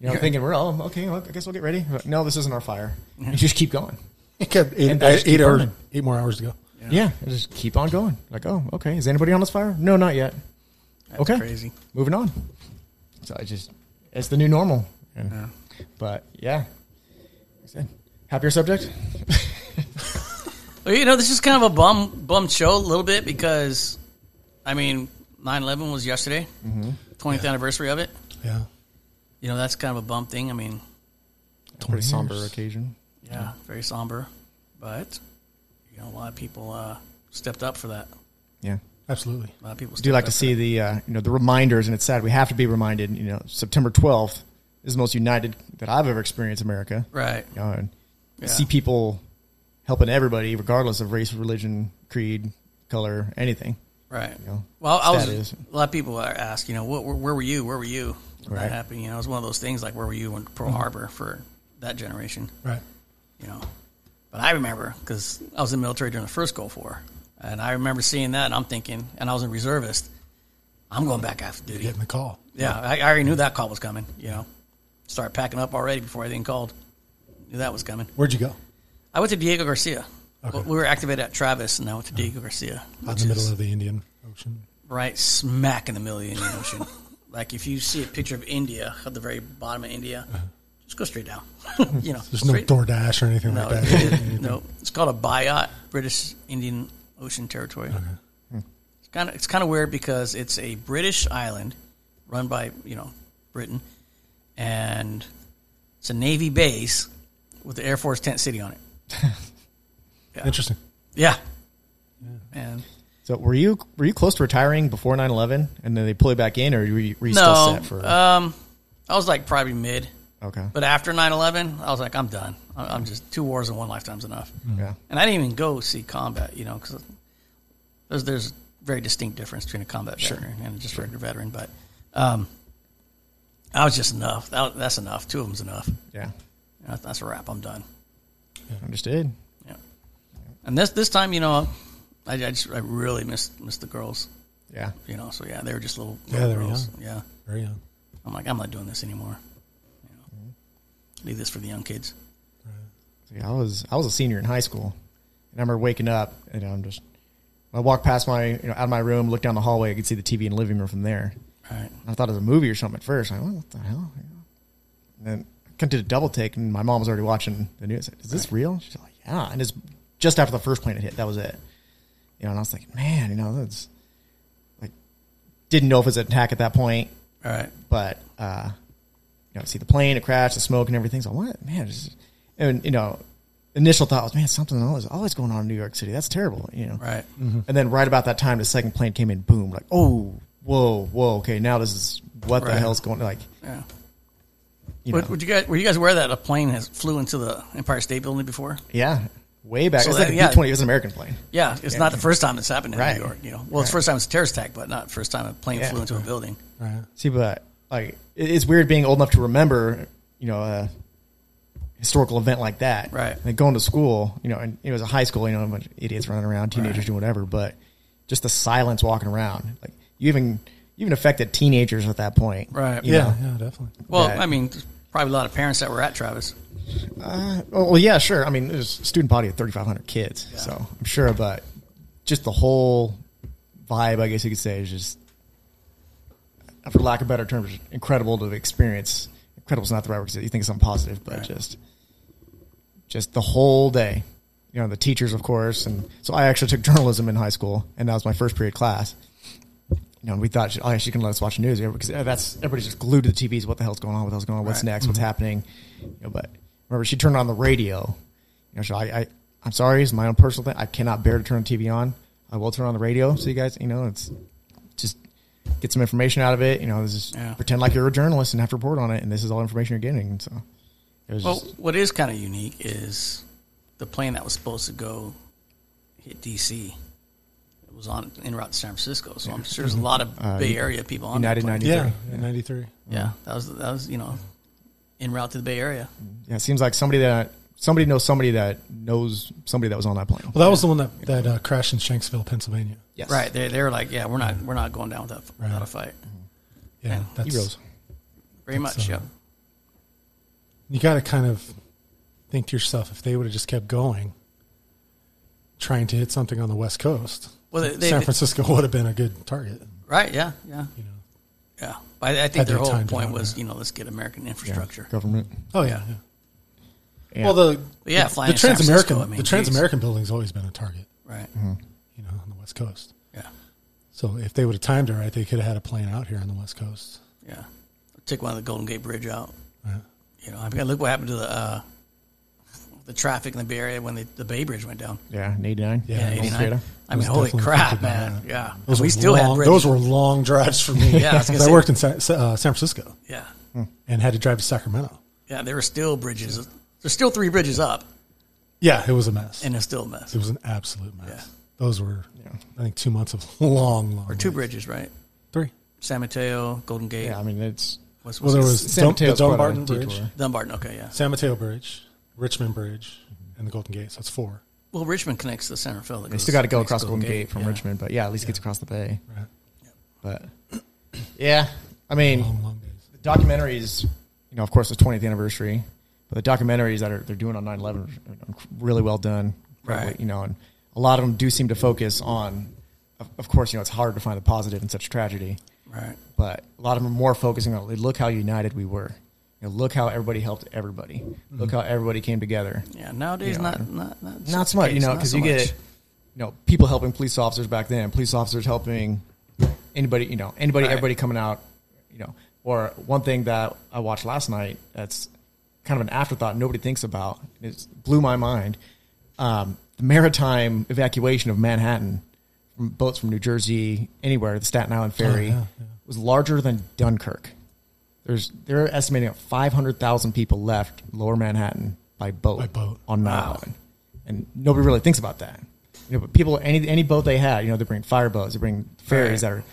You know, thinking we're oh okay. Well, I guess we'll get ready. We're like, no, this isn't our fire. You just keep going.
It kept uh, eight,
And they just
eight,
keep
hours,
burning.
eight more hours to go.
Yeah. and just keep on going. Like, oh, okay. Is anybody on this fire? No, not yet. okay.
crazy.
Moving on. So I just, it's the new normal. And- But yeah. Like I said, Happier subject?
Well, you know, this is kind of a bum bum show a little bit because, I mean, 9-11 was yesterday,
Mm-hmm.
20th anniversary of it.
Yeah.
You know, that's kind of a bum thing. I mean,
Pretty somber occasion.
yeah, very somber, but you know, a lot of people uh, stepped up for that.
Yeah.
I Absolutely.
A lot of people
do
still
you like to
don't.
see the uh, you know the reminders, and it's sad we have to be reminded. You know, September twelfth is the most united that I've ever experienced America.
right.
You know, and you see people helping everybody, regardless of race, religion, creed, color, anything.
Right.
know,
well, I was
that is-
a lot of people are asked, you know, what, where, where were you? Where were you? When
Right. Mm-hmm.
That happened. You know, it was one of those things like where were you in Pearl Harbor for that generation?
Right.
You know, but I remember because I was in the military during the first Gulf War, and I remember seeing that, and I'm thinking, and I was a reservist. I'm going back after duty.
Getting the call.
Yeah, I, I already knew that call was coming. You know, started packing up already before I even called. Knew that was coming.
Where'd you go?
I went to Diego Garcia.
Okay. Uh-huh.
We were activated at Travis, and I went to Diego Garcia.
Out
which
in the middle
is-
of the Indian Ocean.
right smack in the middle of the Indian Ocean. like if you see a picture of India at the very bottom of India, just go straight down. you know,
Uh-huh. There's no
straight-
DoorDash or anything
No,
like
it-
that.
it- no, it's called a Bayat, British Indian Ocean Territory. It's kind of it's kind of weird because it's a British island run by you know Britain, and it's a Navy base with the Air Force tent city on it.
Interesting.
Yeah, and
So were you were you close to retiring before 9-11 and then they pull you back in, or were you, were you still
no,
set for?
um, I was like probably mid.
okay,
But after 9 11, I was like, I'm done. I- I'm just two wars in one lifetime's enough.
yeah,
And I didn't even go see combat, you know, because there's, there's a very distinct difference between a combat veteran and just a regular veteran. But um, I was just enough. That, that's enough. Two of them's enough.
yeah,
That- That's a wrap. I'm done.
understood.
Yeah. And this this time, you know, I, I just I really missed missed the girls,
Yeah,
you know. So yeah, they were just little,
Yeah,
little
they were
girls.
young.
Yeah.
Very young.
I'm like, I'm not doing this anymore. You know?
Mm-hmm.
Leave this for the young kids.
So, yeah, I was I was a senior in high school, and I remember waking up and I'm just I walked past my you know out of my room, looked down the hallway, I could see the TV in the living room from there.
Right.
I thought it was a movie or something at first. Like, well, what the hell? you know? And then I kind of did a double take, and my mom was already watching the news. Is this real? She's like, yeah. And it's just after the first plane had hit. That was it. You know, and I was thinking, man, you know, that's like didn't know if it was an attack at that point,
All right.
but uh, you know, see the plane, it crashed, the smoke, and everything. So what, man? This is- and you know, initial thought was, man, something always always going on in New York City. That's terrible. You know,
Right.
and then right about that time, the second plane came in. Boom! Like, oh, whoa, whoa. Okay, now this is what the
Right.
hell's going? Like,
Yeah.
you know,
Would, would you guys, were you guys aware that a plane has flew into the Empire State Building before?
yeah, way back.
So
it's
that-
like a
yeah.
twenty. It was an American plane.
Yeah, it's not the first time it's happened in
Right.
New York. You know, well, it's the first time it's a terrorist attack, but not the first time a plane
Yeah.
flew into a building.
Right.
See, but like, it- it's weird being old enough to remember, you know, a historical event like that.
Right.
Like going to school, you know, and it was a high school, you know, a bunch of idiots running around, teenagers doing whatever. But just the silence walking around, like you even you even affected teenagers at that point.
Right.
You
Yeah,
know?
yeah, definitely.
Well,
That-
I mean, there's probably a lot of parents that were at Travis.
Well, well, yeah, sure. I mean, there's a student body of 3,500 kids, so I'm sure, but just the whole vibe, I guess you could say, is just, for lack of better terms, incredible to experience. Incredible is not the right word because you think it's something positive, but just, just the whole day. You know, the teachers, of course, and so I actually took journalism in high school, and that was my first period class. You know, we thought, oh, yeah, she can let us watch the news because that's everybody's just glued to the TVs. What the hell's going on? What the hell's going on? What's
Right. Mm-hmm.
next? What's happening? You know, but remember, she turned on the radio. You know, so I, I, I'm sorry, it's my own personal thing. I cannot bear to turn the TV on. I will turn on the radio, so you guys, you know, it's just get some information out of it. You know, just
Yeah.
pretend like you're a journalist and have to report on it, and this is all information you're getting. So, it was
Well,
just,
what is kind of unique is the plane that was supposed to go hit DC. It was on en route to San Francisco, so I'm sure there's a lot of Bay Area people on
Mm-hmm. Uh, United
that plane.
90.
Yeah, in 93.
Yeah, that was that was you know, en route to the Bay Area.
yeah, it seems like somebody that somebody knows somebody that knows somebody that was on that plane.
Well, that was the one that, that uh, crashed in Shanksville, Pennsylvania.
yes,
Right. They they were like, yeah, we're not we're not going down without, without a fight.
Yeah, that's,
Heroes.
Very much.
uh,
yeah.
you got to kind of think to yourself if they would have just kept going, trying to hit something on the West Coast,
Well, they- they-
San Francisco would have been a good target.
Right. Yeah. Yeah.
You know.
Yeah. But I, I
Had
think their
their
whole
time
point
down,
was,
yeah.
you know, let's get American infrastructure.
government.
Oh yeah. yeah.
Yeah.
Well, the
But yeah,
the,
flying
the
to San
Transamerican
Francisco, I mean,
the
geez.
Transamerican building's always been a target,
Right.
Mm-hmm. you know, on the West Coast.
Yeah.
So if they would have timed it right, they could have had a plane out here on the West Coast.
Yeah.
Uh-huh.
Took one of the Golden Gate Bridge out. You know, I mean, look what happened to the, uh, the traffic in the Bay Area when the, the Bay Bridge went down.
Yeah, in 89.
Yeah,
Yeah, 89. I mean,
was
holy
definitely
crap,
affected by
man.
that.
Yeah.
Those
we
were
still
long,
had bridges.
those were long drives for me.
Yeah, I was gonna
'Cause I
say-
worked in Sa- Sa- uh, San Francisco
Yeah.
and had to drive to Sacramento.
Yeah, there were still bridges. There's still three bridges up,
Yeah, it was a mess.
and it's still a mess.
it was an absolute mess.
Yeah.
Those were, I think, two months of long, long.
Or two
days.
bridges, right?
three.
San Mateo, Golden Gate.
Yeah, I mean, it's.
What's, what's
Well, there
it?
was Dom, the
Mateo's quite a
Dumbarton
detour.
Bridge,
Dumbarton. Okay, yeah.
San Mateo Bridge, Richmond Bridge, and the Golden Gate. So that's four.
Well, Richmond connects to Santa Fe.
They still got to go across Golden Gate, from Richmond, but yeah, at least it gets across the bay.
Right.
But yeah, I mean,
Long, long days.
the documentaries, you know, of course, the 20th anniversary, but the documentaries that are they're doing on 9/11 are really well done,
Right.
You know, and a lot of them do seem to focus on, of, of course, you know, it's hard to find the positive in such tragedy,
Right.
but a lot of them are more focusing on look how united we were. You know, look how everybody helped everybody. Look how everybody came together
Yeah, nowadays,
Yeah.
not, not, not,
not
the
so much,
case,
you know,
not
because
so
you
much.
get, you know, people helping police officers back then, police officers helping anybody, you know, anybody,
Right.
everybody coming out, you know. Or one thing that I watched last night that's kind of an afterthought nobody thinks about, it blew my mind. Um, the maritime evacuation of Manhattan from boats from New Jersey, anywhere, the Staten Island Ferry,
yeah, yeah.
was larger than Dunkirk. There's they're estimating that 500,000 people left Lower Manhattan by boat,
By boat.
on 9 11, and nobody really thinks about that. You know, but people any any boat they had, you know, they bring fire boats, they bring ferries that are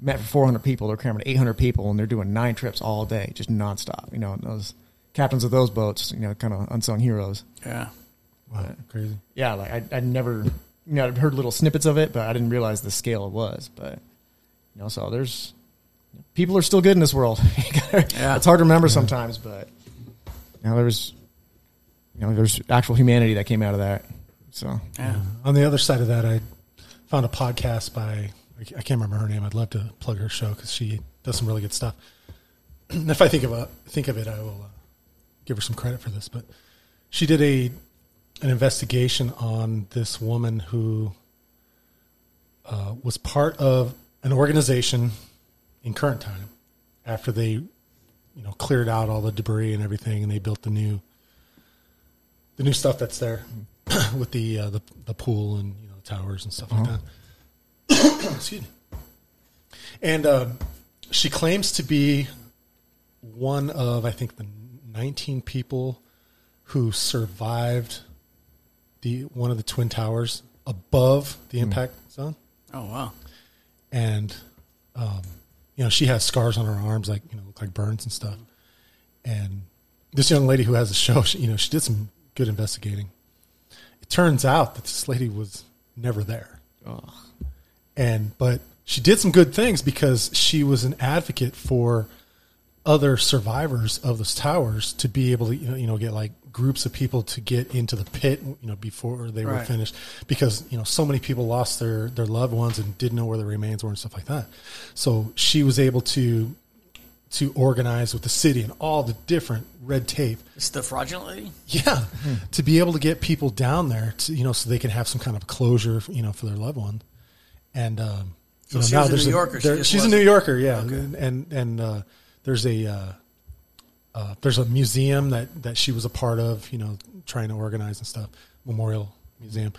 meant for 400 people. They're cramming 800 people, and they're doing nine trips all day, just nonstop. You know, and those captains of those boats, you know, kind of unsung heroes.
Yeah.
Wow, crazy.
Yeah, like I I never you know I'd heard little snippets of it, but I didn't realize the scale it was. But you know, so there's people are still good in this world.
Yeah.
It's hard to remember sometimes, but you know, there was you know there's actual humanity that came out of that. So
Yeah.
On the other side of that, I found a podcast by I ca- I can't remember her name. I'd love to plug her show because she does some really good stuff. And if I think of a, think of it, I will uh, give her some credit for this. But she did a an investigation on this woman who uh, was part of an organization in current time after they you know cleared out all the debris and everything and they built the new the new stuff that's there with the uh, the the pool and you know towers and stuff like that. Excuse me. And um, she claims to be one of I think the 19 people who survived the one of the twin towers above the impact zone
Oh, wow.
and um, you know she has scars on her arms like you know look like burns and stuff and this young lady who has a show she, you know she did some good investigating it turns out that this lady was never there and but she did some good things because she was an advocate for other survivors of those towers to be able to you know, you know get like groups of people to get into the pit you know before they were
Right.
finished because you know so many people lost their their loved ones and didn't know where their remains were and stuff like that so she was able to to organize with the city and all the different red tape
It's the fraudulent lady?
yeah,
Hmm.
to be able to get people down there, to, you know, so they can have some kind of closure, you know, for their loved one. And um, you know,
she
now
was a
there's
New Yorker, she
there-
just
she's a
wasn't-
New Yorker, yeah. And and, and uh, there's a uh, uh, there's a museum that that she was a part of, you know, trying to organize and stuff. Memorial Museum.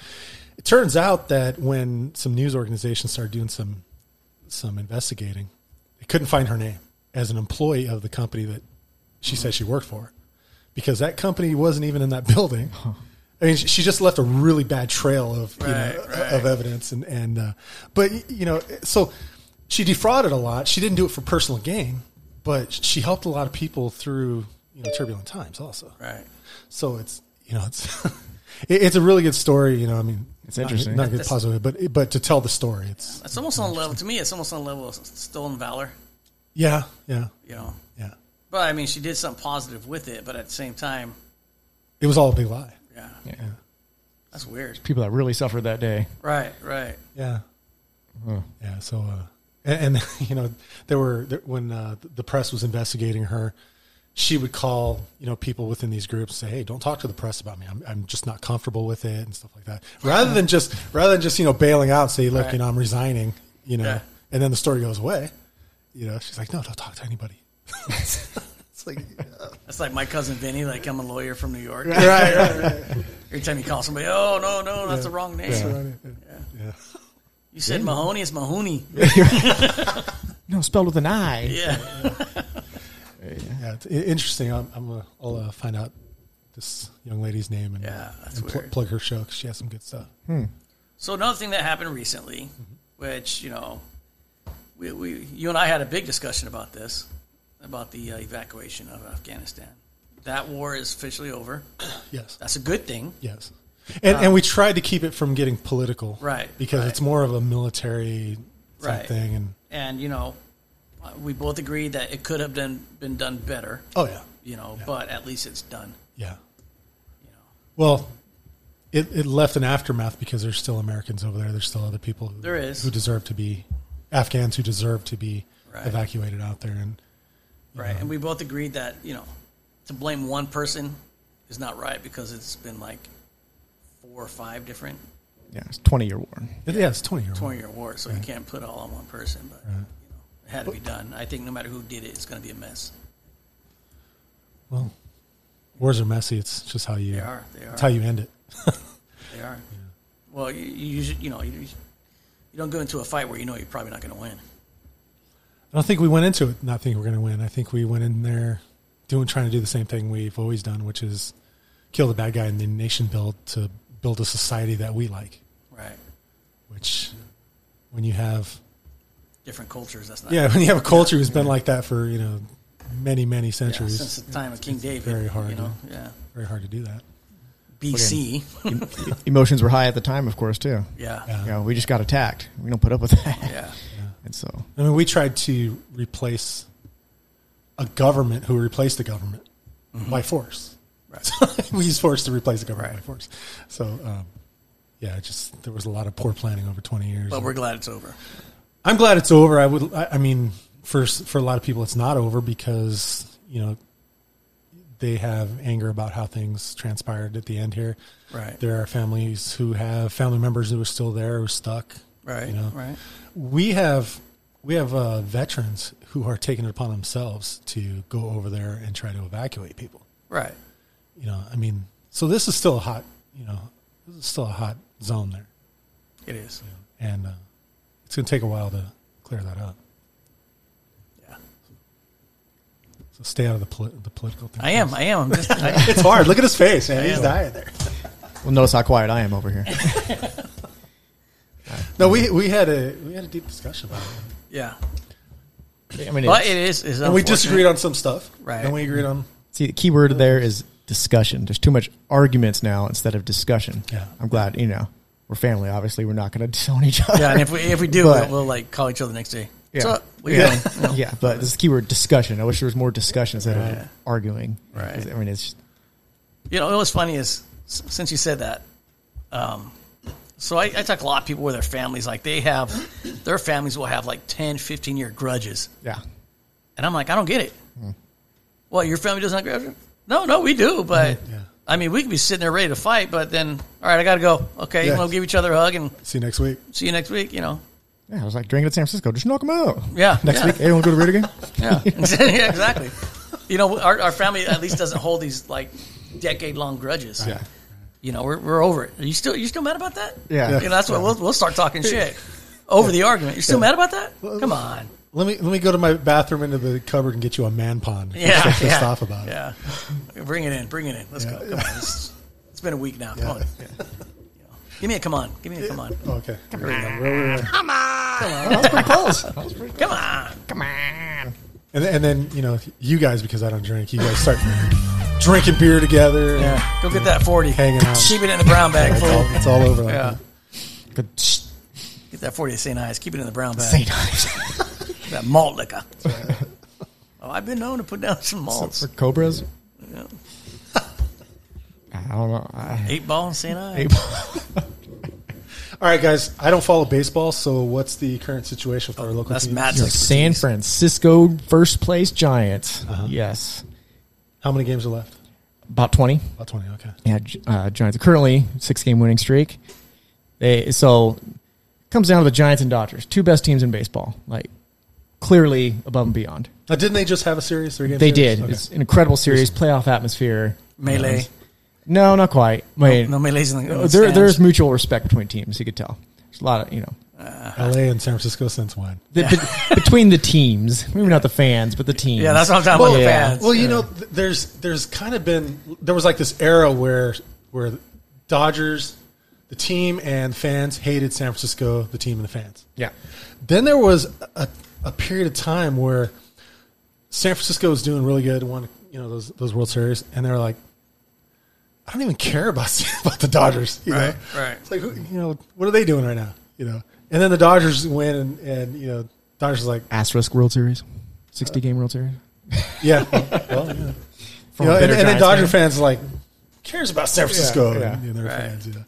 It turns out that when some news organizations started doing some some investigating, they couldn't find her name as an employee of the company that she said she worked for because that company wasn't even in that building. I mean, she she just left a really bad trail of you know,
Right, right.
of evidence, and and uh, but you know, so she defrauded a lot. She didn't do it for personal gain, but she helped a lot of people through you know turbulent times also.
Right.
So it's you know it's it, it's a really good story. You know, I mean,
It's interesting.
not, not good positive, but but to tell the story, it's
It's almost on a level, to me, it's almost on a level of stolen valor,
yeah, yeah,
you know.
yeah.
But I mean, she did something positive with it, but at the same time,
It was all a big lie.
yeah,
yeah.
that's weird.
people that really suffered that day.
Right, right.
Yeah. Yeah. So, uh, and, and you know, there were there, when uh, the press was investigating her, she would call you know people within these groups and say, "Hey, don't talk to the press about me. I'm, I'm just not comfortable with it and stuff like that." Rather than just rather than just you know bailing out, and say, "Look, you know, I'm resigning," you know,
Yeah.
and then the story goes away. You know, she's like, "No, don't talk to anybody." it's like, yeah.
That's like my cousin Vinny. Like I'm a lawyer from New York.
right, right, right.
Every time you call somebody, oh no, no, that's the wrong name. You said Mahoney, it's Mahoney.
No, spelled with an I.
Yeah,
Yeah, it's i- interesting. I'm, I'm uh, I'll uh, find out this young lady's name and,
Yeah, that's
and pl-
weird.
plug her show because she has some good stuff.
So another thing that happened recently, which you know, we, we you and I had a big discussion about this, about the uh, evacuation of Afghanistan. That war is officially over.
Yes,
That's a good thing.
yes. And and we tried to keep it from getting political,
Right,
Because it's more of a military type
Right.
thing. And
And you know, uh, we both agreed that it could have been been done better.
oh yeah,
You know, but at least it's done.
yeah. Well, it it left an aftermath because there's still Americans over there. There's still other people who,
There is.
who deserve to be Afghans who deserve to be
Right.
evacuated out there. And
Right. And we both agreed that, you know, to blame one person is not right because it's been like four or five different
Yeah, it's twenty year war.
it, yeah, it's twenty year old.
20 year wars, so you can't put it all on one person. But, you know, it had to be done. I think no matter who did it, it's going to be a mess.
Well, wars are messy. It's just how you
They are. They are.
It's how you end it.
They are. Well, you, you, usually- you know, you, you don't go into a fight where you know you're probably not going to win.
I don't think we went into it not thinking we're going to win. I think we went in there doing trying to do the same thing we've always done, which is kill the bad guy and then nation build to build a society that we like.
Right.
Which, when you have
Different cultures. That's not.
yeah, when you have a culture who's been like that for you know many many
Yeah,
centuries,
since the time of King David.
very hard,
You know, yeah.
very hard to do that.
BC.
E, Emotions were high at the time, of course, too.
yeah.
Yeah.
Yeah.
You know, we just got attacked. We don't put up with that.
Yeah.
And so,
I mean, we tried to replace a government who replaced the government by force. we used force to replace the government by force. So, um, yeah, it just there was a lot of poor planning over twenty years.
But we're glad it's over.
I'm glad it's over. I would. I, I mean, for s- for a lot of people, it's not over because you know they have anger about how things transpired at the end here.
Right.
There are families who have family members who are still there who are stuck.
Right.
You know.
Right.
We have we have uh, veterans who are taking it upon themselves to go over there and try to evacuate people.
Right.
You know, I mean, so this is still a hot, you know, this is still a hot zone there,
It is.
and uh, it's going to take a while to clear that up.
Yeah.
So stay out of the polit- the political thing.
I am. I am. I'm just, I,
It's hard. Look at his face, man. He's
am.
dying there.
well, notice how quiet I am over here.
No, we we had a we had a deep discussion about it,
yeah.
I mean,
But
it's-
it is. It's
and we
unfortunate.
disagreed on some stuff,
Right.
And we agreed on
see, the key word there is discussion. There's too much arguments now instead of discussion.
Yeah.
I'm glad. You know, we're family. Obviously, we're not going to disown each other.
Yeah, and if we if we do,
But-
we'll, we'll like call each other the next day.
Yeah.
So, what you
yeah.
doing? You know?
yeah, but this is the keyword discussion. I wish there was more discussion instead
Right.
of arguing.
Right.
'Cause, I mean, it's
You know, what's funny is s- since you said that, um, so I, I talk a lot of people with their families. Like they have, their families will have like 10, 15 year grudges,
yeah,
and I'm like, I don't get it.
Hmm.
Well, your family doesn't have grudges? No, no, we do, but
yeah.
I mean, we could be sitting there ready to fight, but then, all right, I got to go. Okay,
Yeah.
we'll give each other a hug and
see you next week.
see you next week. You know,
yeah. I was like drinking at San Francisco. Just knock them out.
yeah.
Next
yeah.
week, everyone go to Root again.
Yeah, yeah, exactly. You know, our, our family at least doesn't hold these like decade long grudges.
Yeah.
You know, we're, we're over it. Are you still you still mad about that?
Yeah.
You know, that's what we'll, we'll start talking shit over the argument. You're still mad about that? Come on.
Let me let me go to my bathroom into the cupboard and get you a man pond. if you're
Yeah.
so pissed
yeah.
off about it.
Yeah. Bring it in. Bring it in. Let's go. Come on. It's, it's been a week now. Come on. You know, Give me a come on. Give me a come on.
Oh, okay. Where were we?
Come on.
And, and then you know you guys because I don't drink. You guys start drinking beer together. and
Yeah. Go get that 40.
Hanging out.
Keep it in the brown bag,
It's all,
fool.
it's all over. Like
Yeah.
that.
Good.
Get that 40 to St. Ives. Keep it in the brown bag.
Say nice.
That malt liquor. oh, I've been known to put down some malts.
For cobras.
Yeah.
I don't know. I,
Eight ball and St. Ives.
All right, guys. I don't follow baseball, so what's the current situation for our local
Oh, That's
teams?
Matt's expertise.
San Francisco first place Giants.
Uh-huh.
Yes,
How many games are left?
about twenty.
About twenty. Okay.
Yeah, Gi- uh, Giants are currently six game winning streak. They so comes down to the Giants and Dodgers, two best teams in baseball. Like clearly above and beyond.
Now, didn't they just have a series? Three game
They
series?
did.
Okay.
It's an incredible series, playoff atmosphere.
Melee.
No, not quite. Wait, Uh,
No melee's in the, in the
there,
stands.
there's mutual respect between teams. You could tell. There's a lot of you know
Uh-huh.
LA and San Francisco since when?
the, be- between the teams. Maybe not the fans, but the teams.
yeah, that's what I'm talking about. The
yeah.
fans.
Well, you know, th- there's there's kind of been there was like this era where where Dodgers, the team and fans hated San Francisco, the team and the fans.
yeah.
Then there was a, a period of time where San Francisco was doing really good, won you know those those World Series, and they were like, I don't even care about about the Dodgers, you
Right,
know?
right.
It's like who, you know what are they doing right now, you know? And then the Dodgers win, and, and you know Dodgers is like,
Asterisk World Series, sixty game World Series.
yeah, well, yeah.
From
You
a
know, and,
bitter
and then
Giants
Dodger
fan.
fans like cares about San Francisco
yeah.
and their
Right.
fans. You know.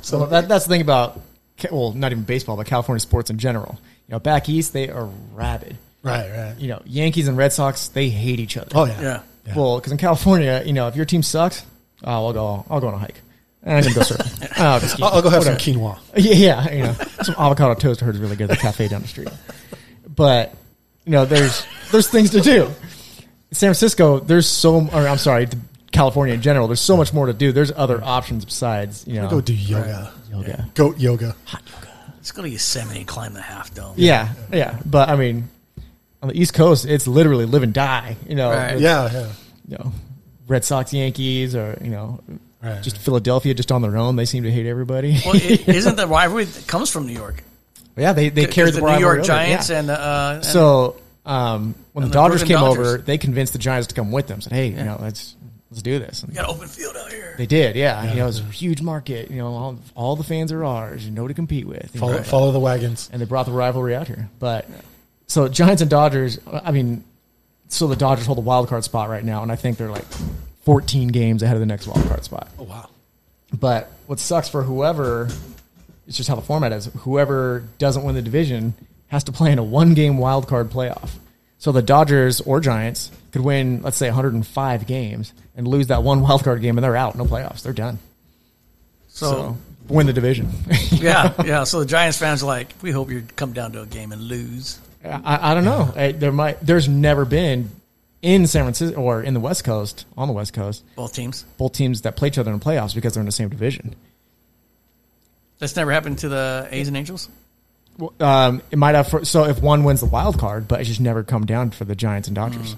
So
Well, that, that's the thing about Ca- well, not even baseball, but California sports in general. You know, back east they are rabid.
right, right.
You know, Yankees and Red Sox they hate each other.
Oh yeah,
yeah.
yeah.
Well, because in California, you know, if your team sucks, oh, I'll go. I'll go on a hike. And I can go surfing. Oh, I'll go skiing.
I'll, I'll go have some quinoa.
Yeah, yeah, you know, some avocado toast I heard is really good at the cafe down the street. But you know, there's there's things to do. San Francisco, there's so or I'm sorry, to California in general, there's so much more to do. There's other options besides you know
Go do yoga.
Oh, yoga.
Goat yoga.
Let's go to Yosemite and climb the half dome.
Yeah, yeah, but I mean, on the East Coast, it's literally live and die. You know,
Right.
with,
Yeah, yeah.
you know, Red Sox, Yankees, or you know,
Right,
just
right.
Philadelphia, just on their own, they seem to hate everybody.
Well, is isn't the rivalry that comes from New York?
yeah, they they carry
Because the,
the,
New
rivalry
York
over,
Giants
yeah.
and, uh, and
So um, when the,
And the
Dodgers
Brooklyn
came
Dodgers.
over, they convinced the Giants to come with them. Said, "Hey, you know, let's let's do this." And
got open field out here.
they did. Yeah, you know, it was a huge market. You know, all, all the fans are ours. You know to compete with. you
Follow,
know.
follow the wagons.
And they brought the rivalry out here. But so Giants and Dodgers. I mean, so the Dodgers hold the wild card spot right now, and I think they're like 14 games ahead of the next wild card spot.
Oh wow.
But what sucks for whoever, it's just how the format is. Whoever doesn't win the division has to play in a one game wild card playoff. So the Dodgers or Giants could win, let's say, 105 games and lose that one wild card game, and they're out. No playoffs. They're done.
So,
So win the division.
yeah, yeah. So the Giants fans are like, we hope you come down to a game and lose.
I, I don't know. I, there might. There's never been in San Francisco or in the West Coast on the West Coast
Both teams.
both teams that play each other in the playoffs because they're in the same division.
That's never happened to the A's and Angels.
um, it might have for, so if one wins the wild card, but it's just never come down for the Giants and Dodgers.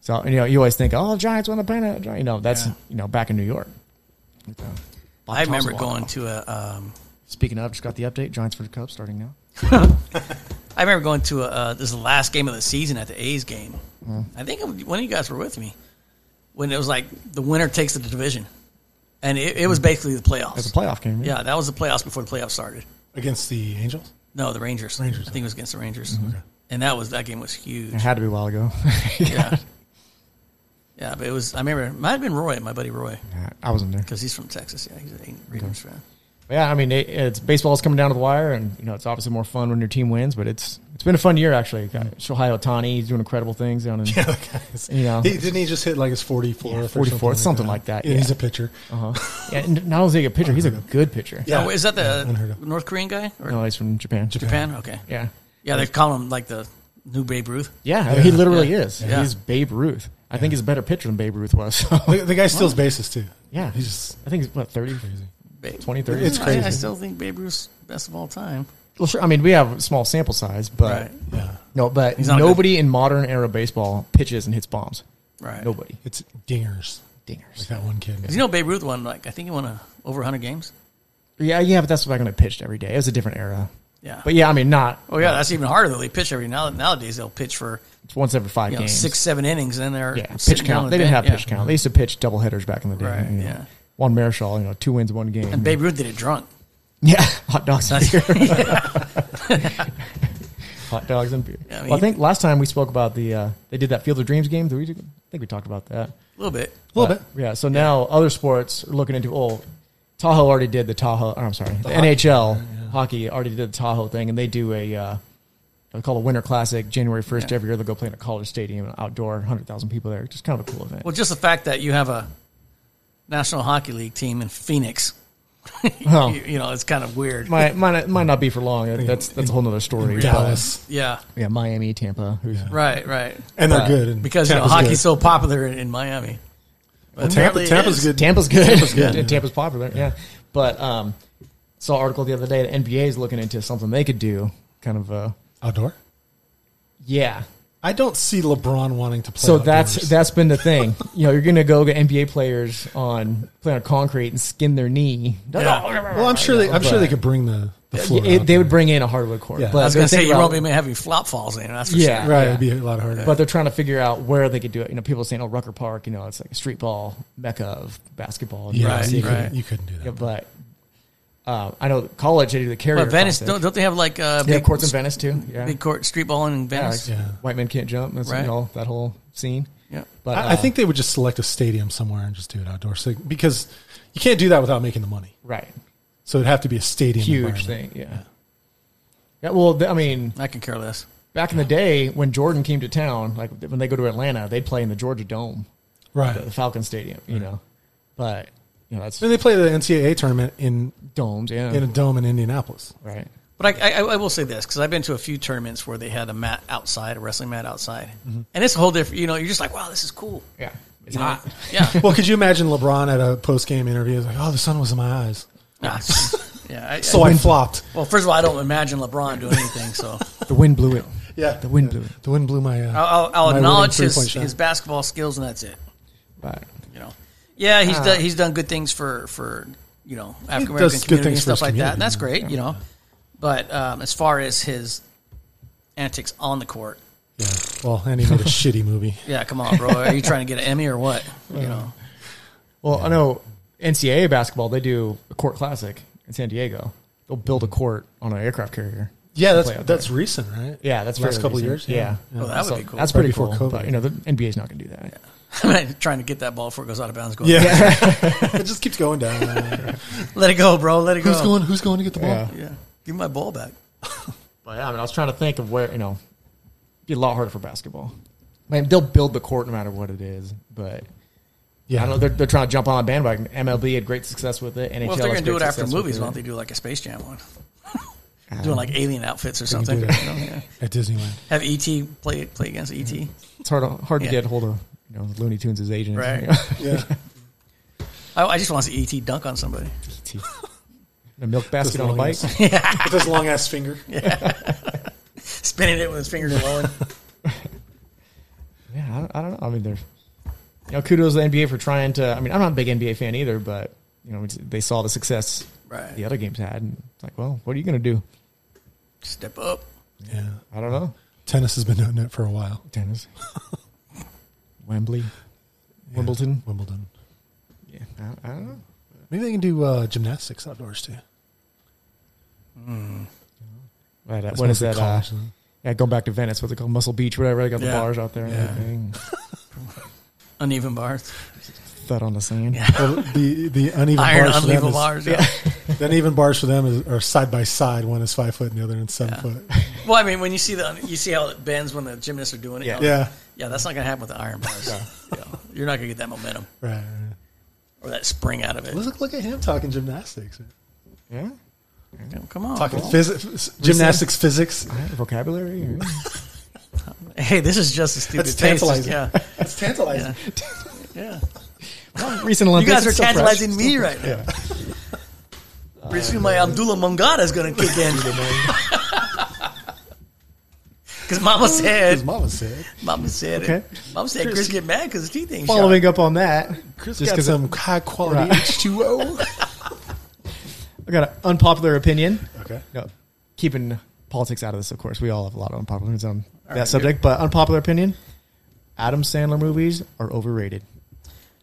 So you know you always think, oh, Giants won the pennant. You know that's
Yeah.
you know back in New York.
I remember
Thompson, wow.
going to a. Um,
Speaking of, just got the update. Giants for the Cubs starting now.
I remember going to a, uh, this is the last game of the season at the A's game. I think it was- one of you guys were with me when it was like the winner takes the division, and it, it was basically the playoffs.
It's a playoff game.
Yeah, that was the playoffs before the playoffs started.
Against the Angels.
No, the Rangers.
Rangers,
I think it was against the Rangers, and that was that game was huge.
it had to be a while ago.
Yeah. Yeah, but it was. I remember. It might have been Roy, my buddy Roy,
I wasn't there.
because he's from Texas. Yeah, he's a Rangers fan.
But yeah, I mean, it, it's baseball's coming down to the wire, and you know it's obviously more fun when your team wins. But it's it's been a fun year actually. Got Shohei Otani, he's doing incredible things down in You know.
he, didn't he just hit like his forty four,
44, something like that, yeah. Oh.
He's a pitcher.
Uh-huh. Yeah, and not only is he a good pitcher, he's a good pitcher.
Yeah.
Oh, is that the
unheard of.
North Korean guy or
No, he's from Japan.
Japan? Okay.
Yeah.
Yeah, they call him like the new Babe Ruth.
Yeah, he literally
Yeah.
is.
Yeah.
He's Babe Ruth. I think he's a better pitcher than Babe Ruth was.
The, the guy steals bases too.
yeah,
he's just
I think he's what 30,
Babe.
20, 30.
It's
I-
crazy.
I, still think Babe Ruth's best of all time.
Well, sure. I mean, we have a small sample size, but
Right.
yeah.
no, but
He's not
nobody in modern era baseball pitches and hits bombs.
Right.
Nobody
It's dingers.
dingers.
Like that one kid.
'Cause You know, Babe Ruth won like I think he won uh over 100 games.
Yeah, yeah, but that's what I'm going to pitch every day. It was a different era.
Yeah.
But yeah, I mean, not
Oh yeah, that's even harder though. They pitch every now nowadays. They'll pitch for
it's once every five
you know,
games.
six, seven innings, and then they're
yeah, pitch
sitting down
count.
at
They
the
didn't have
end.
pitch
Yeah.
count. They used to pitch double hitters back in the day.
Right,
you know.
yeah.
Juan Marichal, you know, two wins, one game.
And Babe Ruth did it drunk.
Yeah, hot dogs and
That's-
beer. hot dogs and beer.
Yeah, I
I,
mean-
well, I think last time we spoke about the uh, they did that Field of Dreams game. Did we? do- I think we talked about that.
A little bit.
a little bit.
Yeah. So now other sports are looking into. Oh, Tahoe already did the Tahoe. Or I'm sorry, the, NHL hockey already did the Tahoe thing, and they do a. Uh, they call the Winter Classic January 1st
Yeah.
every year. They'll go play in a college stadium, outdoor, 100,000 people there. Just kind of a cool event.
Well, just the fact that you have a National Hockey League team in Phoenix
Oh.
you, you know, it's kind of weird.
might, might might not be for long. That's that's a whole nother story.
Dallas,
yeah,
But, yeah, Miami, Tampa. Who's,
right, right.
and they're
Uh,
good and
Because you know,
Tampa's
hockey's
good.
so popular in, in Miami. But
Tampa,
apparently it
Tampa's
is.
good.
Tampa's good. Tampa's
good, yeah.
Tampa's popular. Yeah, but um, saw an article the other day that NBA is looking into something they could do. Kind of uh,
outdoor.
yeah.
I don't see LeBron wanting to play.
So that's
outdoors.
that's been the thing. you know, you're gonna go get NBA players on play on concrete and skin their knee.
Yeah.
Well, I'm sure they. I'm sure they
but-
could bring the, the floor.
It-
out
they would
there.
bring in a hardwood court.
Yeah.
But
I
I was gonna
the thing
say you
about-
won't be having flop falls in. That's for
Yeah.
sure.
Right,
yeah.
it'd be a lot harder.
But they're trying to figure out where they could do it. You know, people are saying, "Oh, Rucker Park," you know, it's like a street ball mecca of basketball.
yeah,
Right,
you,
right.
Couldn't, you couldn't do that.
Yeah, but uh, I know college they do the carrier.
But Venice,
classic.
don't, don't they have like uh,
they
big
have courts in Venice too. Yeah,
Big court street balling in
Yeah,
Venice.
like white men can't jump. That's
Right.
you know, that whole scene.
Yeah.
But
I, I
uh,
think they would just select a stadium somewhere and just do it outdoors so, because you can't do that without making the money.
right,
So it'd have to be a stadium.
huge
environment.
thing. Yeah. Yeah, well, th- I mean,
I can care less.
back in the day when Jordan came to town, like when they go to Atlanta, they'd play in the Georgia Dome,
right?
the Falcon Stadium, you know. But you know that's
And they play the NCAA tournament in
domes, yeah,
in a dome in Indianapolis.
right.
But I, I, I will say this because I've been to a few tournaments where they had a mat outside, a wrestling mat outside,
Mm-hmm.
and it's a whole different. You know, you're just like, wow, this is cool.
Yeah, it's
You know?
hot.
Yeah.
Well, could you imagine LeBron at a post game interview? He's like, "Oh, the sun was in my eyes,
Nah, yeah. I,
so I flopped."
well, first of all, I don't imagine LeBron doing anything, so
The wind blew it.
Yeah,
The wind blew it.
The wind blew my. Uh,
I'll, I'll, I'll
my winning
acknowledge
three-point
his,
shot.
his basketball skills, and that's it.
Right.
You know, yeah, he's done he's done good things for for you know African
Uh, does
American
good
community and
things for his
stuff like that, and that's
community,
great. You know, but um, as far as his antics on the court,
Yeah. Well, and he made a shitty movie.
yeah, come on, bro, are you trying to get an Emmy or what? You know,
Well, I know NCAA basketball. They do a court classic in San Diego. They'll build a court on an aircraft carrier.
Yeah, that's
play out
that's recent, right?
Yeah, that's
last
fairly
couple of years.
recent. Yeah.
Oh, that would
So
be cool.
That's
Right
pretty cool.
before COVID.
But you know, the NBA's not going to do that.
trying to get that ball before it goes out of bounds. Going,
Yeah, it just keeps going down.
let it go, bro, let it go.
Who's going? Who's going to get the ball?
Yeah.
Yeah, give me my ball back.
But yeah, I mean, I was trying to think of where you know, it'd be a lot harder for basketball. I mean, they'll build the court no matter what it is. But
Yeah,
I don't know. They're, they're trying to jump on a bandwagon. MLB had great success with it. NHL
Well, if they're
has
gonna do
great
it after
success with
movies,
it.
why don't they do like a Space Jam one? Doing like alien outfits or
can
something. You
do
know,
that.
yeah.
at Disneyland.
Have ET play play against E ET.
It's hard to, hard
Yeah.
to get hold of you know Looney Tunes' agent.
Right.
Yeah,
I, I just want to see ET dunk on somebody.
a milk basket on a
long
bike.
ass- with his long ass finger.
spinning it with his fingers glowing.
Yeah, I, I don't know. I mean, they're you know kudos to the NBA for trying to. I mean, I'm not a big NBA fan either, but you know it's- they saw the success
Right.
the other games had, and it's like, well, what are you going to do?
Step up.
Yeah,
I don't know.
tennis has been doing that for a while.
Tennis, Wembley, Wimbledon.
Wimbledon.
Yeah, I, I don't know.
Maybe they can do uh, gymnastics outdoors too.
Right, uh,
That's
when is
mostly
that? Uh,
college, isn't
yeah, going back to Venice. What's it called? Muscle Beach, whatever. They got the
Yeah.
bars out there and
Yeah.
everything.
Uneven bars.
Thud on the sand.
Yeah.
Well, the the uneven
Iron
bars for them
uneven
is,
bars. Yeah.
the uneven bars for them is, are side by side. One is five foot and the other is seven foot.
well, I mean, when you see the you see how it bends when the gymnasts are doing it.
Yeah.
you know?
Yeah,
Yeah, that's not gonna happen with the iron bars. You know, You're not gonna get that momentum
right. right.
or that spring out of it.
Look look at him talking gymnastics.
yeah.
Yeah, come on.
Talking phys- gymnastics physics.
All right, Vocabulary. Or,
Hey, this is just a stupid
That's
taste.
tantalizing.
Yeah.
That's tantalizing.
Yeah.
recent
You
Olympics.
guys are
it's still fresh.
tantalizing me right now. Pretty soon my Abdullah Mungada is going to kick in. Because Mama
His
said,
mama said.
Mama said,
Okay.
Mama said, Chris get mad because his teeth ain't shot.
Following up on that,
Chris
Just
got
'cause
some high quality
Right.
H2O.
I got an unpopular opinion.
okay.
No, keeping politics out of this, of course. We all have a lot of unpopular opinions on that subject, but unpopular opinion: Adam Sandler movies are overrated.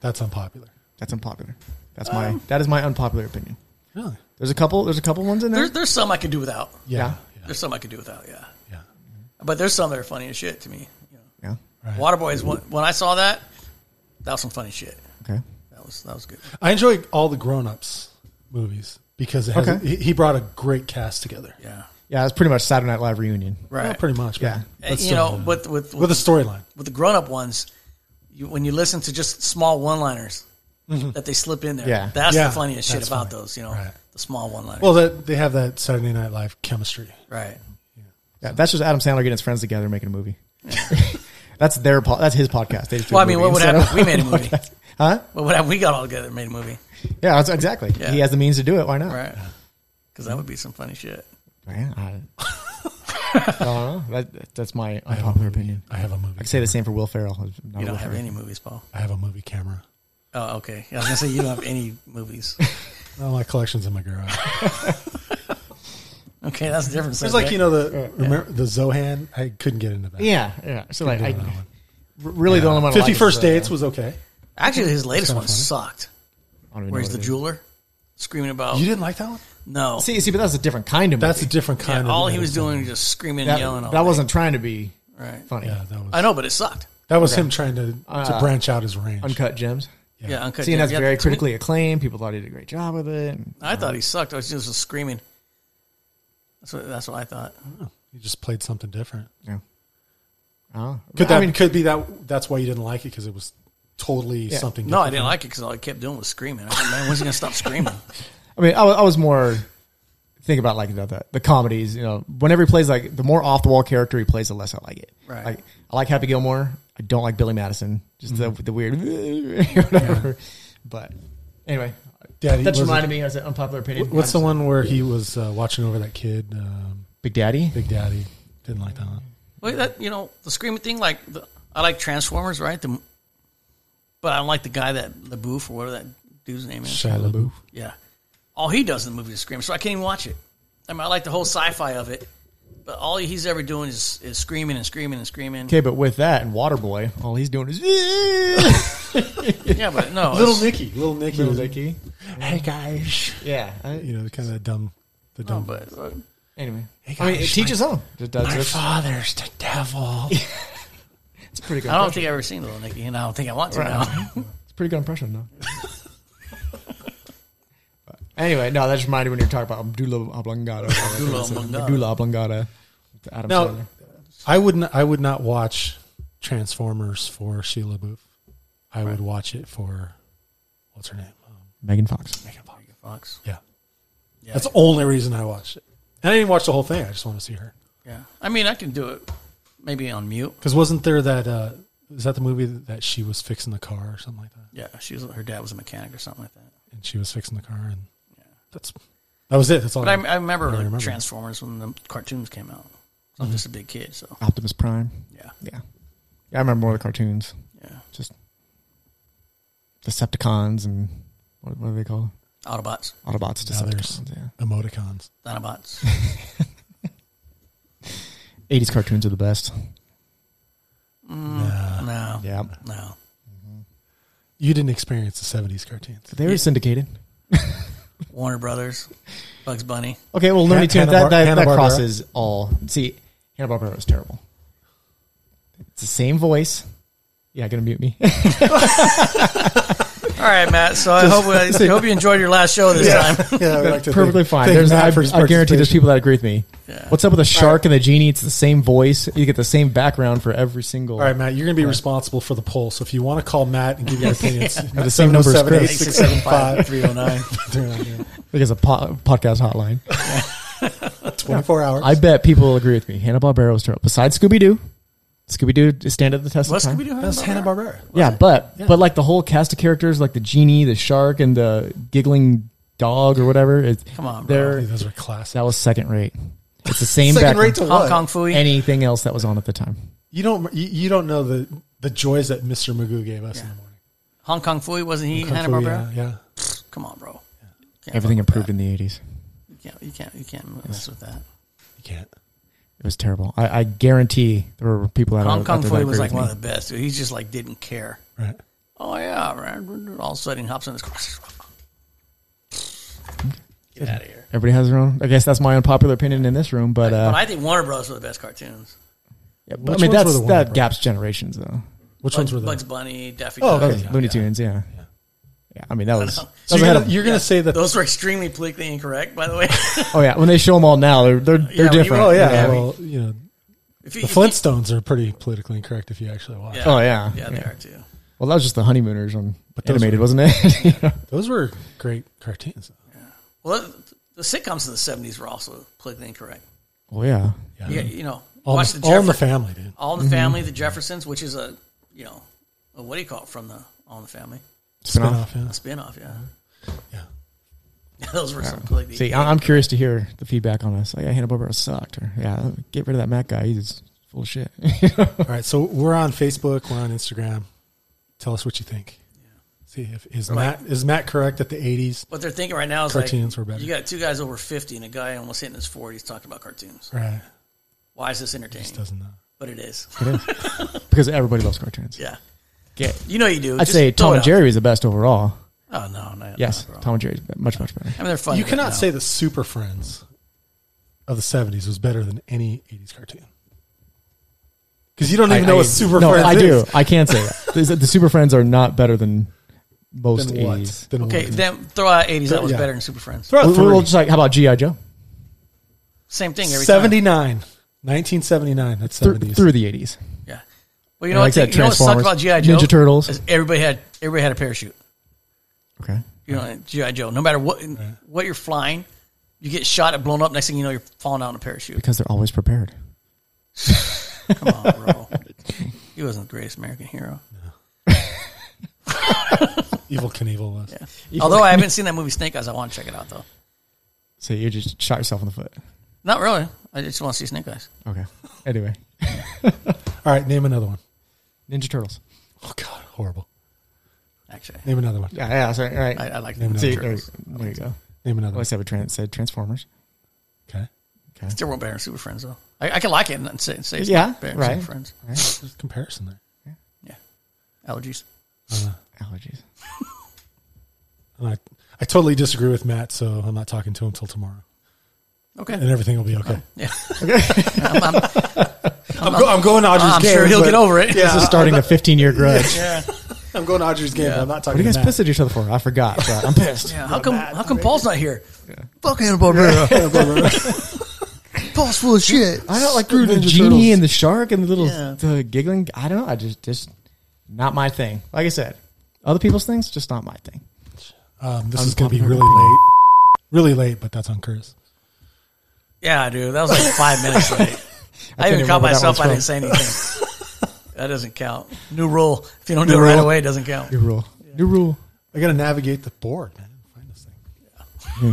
That's unpopular.
That's unpopular. That's my that is my unpopular opinion.
Really?
There's a couple. There's a couple ones in there.
There, there's some I could do without.
Yeah. Yeah.
There's some I could do without, yeah.
yeah.
But there's some that are funny as shit to me. You know.
Yeah.
Right.
Waterboy is one, when I saw that, that was some funny shit.
Okay.
That was that was good.
I enjoy all the grown ups movies because it has,
Okay.
he, he brought a great cast together.
Yeah.
Yeah, it's pretty much Saturday Night Live reunion.
Right.
Well, pretty much.
Yeah.
but
And, you
still,
know,
yeah.
with, with,
with a storyline.
with the grown up ones, you, when you listen to just small one liners, that they slip in there.
Yeah.
That's
Mm-hmm. Yeah,
the funniest shit
that's
about
funny.
those, you know,
Right.
the small one liners.
Well, that they have that Saturday Night Live chemistry.
right.
Yeah, that's just Adam Sandler getting his friends together and making a movie. that's their po- that's his podcast. They just do
Well,
a
I mean,
movie
what would
instead
happen
of-
if we made a movie?
Huh?
What would happen? if We got all together and made a movie.
Yeah, that's exactly.
Yeah.
He has the means to do it. Why not?
Right. Because that would be some funny shit.
Man, I, I don't know. That, that's my unpopular opinion.
I have a movie.
I could say the same for Will Ferrell. I'm not
You
a
don't
Will
have
Ferrell.
any movies, Paul.
I have a movie camera.
Oh, okay. I was going to say you don't have any movies.
All my collection's in my garage.
Okay, that's different.
It's like you know the remember the Zohan. I couldn't get into that.
Yeah, yeah. So like, I,
Couldn't get into that one.
r- really the only one. I like
Fifty
is,
First
uh,
Dates was okay.
Actually, his latest
kinda
one
funny.
sucked.
I don't even know
Where he's
what
the
it is.
jeweler screaming about
You didn't like that one?
no.
See, see, but that's a different kind of.
That's a
movie.
different
Yeah,
kind of.
all he was doing was just screaming and
that,
yelling. All
that
day.
wasn't trying to be
right.
funny.
Yeah, that was.
I know, but it sucked.
That was him trying to, to
Uh,
branch out his range.
Uncut gems.
Yeah, uncut.
See, and
Gems. Yeah,
that's very
to me-
critically acclaimed. People thought he did a great job with it.
I thought he sucked. I was just was screaming. That's what that's what I thought.
He just played something different.
Yeah. Oh,
Could that
I mean,
could be that? That's why you didn't like it because it was totally something.
No, I
Different.
didn't like it because all I kept doing was screaming. I thought, man, when's he gonna stop screaming?
I mean, I, wa- I was more think about like the, the the comedies. You know, whenever he plays like the more off the wall character he plays, the less I like it.
Right.
Like I like Happy Gilmore. I don't like Billy Madison. Just the the weird whatever. But anyway,
Daddy,
that just
was it-
reminded me. That's an unpopular opinion.
What's the one where he was uh, watching over that kid, um,
Big Daddy?
Big Daddy? Didn't like that. one.
Well, that you know the screaming thing. Like the, I like Transformers, right? The, but I don't like the guy that LaBeouf or whatever that dude's name is.
Shia LaBeouf.
Yeah. All he does in the movie is scream, so I can't even watch it. I mean, I like the whole sci-fi of it, but all he's ever doing is, is screaming and screaming and screaming.
Okay, but with that and Waterboy, all he's doing is
Yeah, but no,
Little
it's-
Nicky, Little Nicky,
Little
was-
Nicky.
Hey guys,
Yeah. I,
you know, kind of dumb, the
no,
dumb.
but uh,
anyway,
Hey,
I mean,
gosh,
teach
my-
his own. Just does
My
it.
father's the devil.
It's a pretty good.
I don't
impression.
think I've ever seen Little Nicky, and I don't think I want to now.
It's a pretty good impression, though. But anyway, no, that just reminded me when you were talking about Abdullah Oblongata.
Abdullah Oblongata.
Abdullah Oblongata. Adam
now,
Sandler.
I wouldn't. I would not watch Transformers for Sheila Booth. I would watch it for what's her name? Um,
Megan Fox.
Megan Fox.
Fox.
Yeah. That's the only reason I watched it. And I didn't watch the whole thing. I just want to see her.
Yeah, I mean, I can do it, maybe on mute.
Because wasn't there that, uh, is that the movie that she was fixing the car or something like that?
Yeah, she was. Her dad was a mechanic or something like that.
And she was fixing the car and that's, that was it. That's all.
But I, I remember
I
like,
remember. Mm-hmm.
Transformers when the cartoons came out. So I'm just a big kid, so
Optimus Prime.
yeah,
Yeah. Yeah, I remember more of the cartoons.
yeah.
Just Decepticons and what, what are they called?
Autobots,
Autobots,
Now there's-
Decepticons. Yeah.
Emoticons.
Dinobots.
80s cartoons are the best.
Mm.
Nah.
no,
Yeah.
no.
You didn't experience the 70s cartoons.
They were syndicated.
Warner Brothers, Bugs Bunny.
Okay, well, Looney Tunes,
Hanna-Bar-
that, that, that
Hanna-Barbera.
crosses all. See, Hanna-Barbera was terrible. It's the same voice. Yeah, gonna mute me.
All right, Matt. So I hope I hope you enjoyed your last show this time.
Yeah, I'd like to
perfectly
thank-
fine.
thank
There's,
Matt
I,
for his
I guarantee there's
participation.
people that agree with me.
Yeah.
What's up with the shark and the genie? It's the same voice. You get the same background for every single.
All right, Matt, you're going to be responsible for the poll. So if you want to call Matt and give your opinions, yeah.
the same number as Chris.
8675309.
Like it's a po- podcast hotline.
24 hours.
I bet people will agree with me. Hanna Barbera was terrible. Besides Scooby Doo, Scooby Doo stand up the test
What's
of time.
Scooby Doo?
That's Hanna-Barbera.
Yeah, but but like the whole cast of characters, like the genie, the shark, and the giggling dog or whatever. It's,
Come on, bro.
they're,
Those were classic.
that was second rate. It's the same
Second
background.
rate to
Hong
what?
Kong Fooey.
anything else that was on at the time.
You don't you, you don't know the the joys that Mr. Magoo gave us in the morning.
Hong Kong Fooey, wasn't he
Kung
Hanna
Fu,
Barbera?
Yeah, yeah.
Come on, bro. Can't
Everything
fuck with
improved in the eighties.
that. You can't, you can't, you can't mess with that.
You can't.
It was terrible. I, I guarantee there were people out,
Hong
out
Kong
there that
Fooey was
agreed
like
with
one
me.
of the best. dude. He just like didn't care.
Right.
Oh yeah, man. All of a sudden, he hops in his car.
Uh,
Get out of here.
Everybody has their own. I guess that's my unpopular opinion in this room, but uh,
But I think Warner Bros were the best cartoons.
yeah, but
Which
I mean
ones
that's
were the
that
Warner
gaps generations though.
Which
Bugs,
ones were
Bugs
those?
Bunny, Daffy
Oh,
Duck.
okay. Yeah,
Looney
yeah.
Tunes, yeah. yeah, I mean that was.
know.
that
So
was
you're
ahead
gonna,
of-
you're gonna say that?
Those were extremely politically incorrect, by the way.
oh yeah, when they show them all now, they're they're, they're
when you-
different.
oh yeah.
Yeah,
well, you know,
If you,
the
if you-
Flintstones are pretty politically incorrect if you actually watch.
Yeah.
Oh yeah.
Yeah, they are too.
Well, Well, that was just the honeymooners on
But those
animated,
were-
wasn't it? You know?
Those were great cartoons.
Well, the- the sitcoms of the seventies were also politically incorrect.
Well, yeah.
Yeah,
Yeah.
you know,
All,
watch
in-
the
all in the
Jeffer-
family, dude.
All
Mm-hmm.
in the Family, the Jeffersons, which is a you know, a, what do you call it from the All in the Family,
Spinoff.
a
Spinoff
spinoff. Yeah,
yeah.
those were some politically.
See, I- I'm curious to hear the feedback on this. Like, yeah, Hanna Barbera sucked, or yeah, get rid of that Mac guy. He's full of shit.
yeah. All right. So we're on Facebook. We're on Instagram. Tell us what you think. See if is Matt is Matt correct that the '80s
what they're thinking right now is
Cartoons
like,
were better.
You got two guys over fifty and a guy almost hitting his forties talking about cartoons.
right
Why is this entertaining?
uh, doesn't know.
But it is.
because everybody loves cartoons.
yeah,
Yeah.
you know you do.
I'd
Just
say
throw it
Tom and
out
Jerry is the best overall.
there. Oh no, no
Yes,
no, bro.
Tom and Jerry's be- much much better.
I mean, they're fun.
You
but
cannot
no.
say the Super Friends of the '70s was better than any '80s cartoon because you don't even
I-
know
I-
what Super
no,
Friends
I do.
is.
I can say that the, the Super Friends are not better than most
Then what?
80s.
Then
Okay,
what?
then throw out eighties. That was
Yeah.
better than Super Friends.
Throw out
We'll,
three.
we'll just like how about GI Joe
Same thing every time.
79. 1979. That's
through,
70s.
through the 80s.
Yeah. Well, you know, what,
I like that
you know what sucked
Transformers,
about GI Joe?
Ninja Turtles.
Is everybody had everybody had a parachute.
Okay.
You know, GI Joe. No matter what what you're flying, you get shot and blown up. Next thing you know, you're falling out in a parachute.
Because they're always prepared.
Come on, bro. he wasn't the greatest American hero.
Evil Knievel was.
Although I haven't seen that movie Snake Eyes, I want to check it out though.
So you just shot yourself in the foot.
Not really. I just want to see Snake Eyes.
Okay. Anyway,
All right, name another one.
Ninja Turtles.
Oh, God, horrible.
Actually,
Name another one.
Yeah, yeah, sorry. All right.
I, I like
Name
them.
See,
another
there,
one.
there you go.
Name another one.
Always have a trans- said Transformers.
Okay.
Still weren't better than Super Friends though. I, I can like it and say, say it's
Yeah,
not better than
right.
Super Friends.
There's a comparison there.
Yeah. Allergies.
Allergies.
And I, I totally disagree with Matt, so I'm not talking to him till tomorrow.
Okay.
And everything will be okay.
Yeah.
I'm, go, I'm going to Audrey's
I'm
game.
sure he'll
but-
get over it.
Yeah,
This is starting a 15 year grudge.
I'm going to Audrey's game. but I'm not
What are
talking
you guys
to Matt.
pissed at each other for? I forgot. but I'm pissed.
Yeah, how come how come Paul's not here? Fuck Hanna Barbera. Paul's full of shit.
I don't like
Screw
the
Ninja
genie
Turtles.
and the shark and the little
Yeah.
the giggling. I don't know. I just just not my thing. Like I said, other people's things just not my thing.
Um, this is going to be really late. Really late, but that's on Curtis.
Yeah, dude, that was like five minutes late. I,
can't
even
even
caught
remember that
myself. I didn't
one's
say anything. that doesn't count. New rule: if you don't do it right
rule.
away, it doesn't count.
New rule. New rule.
I got to navigate the board, man. Find this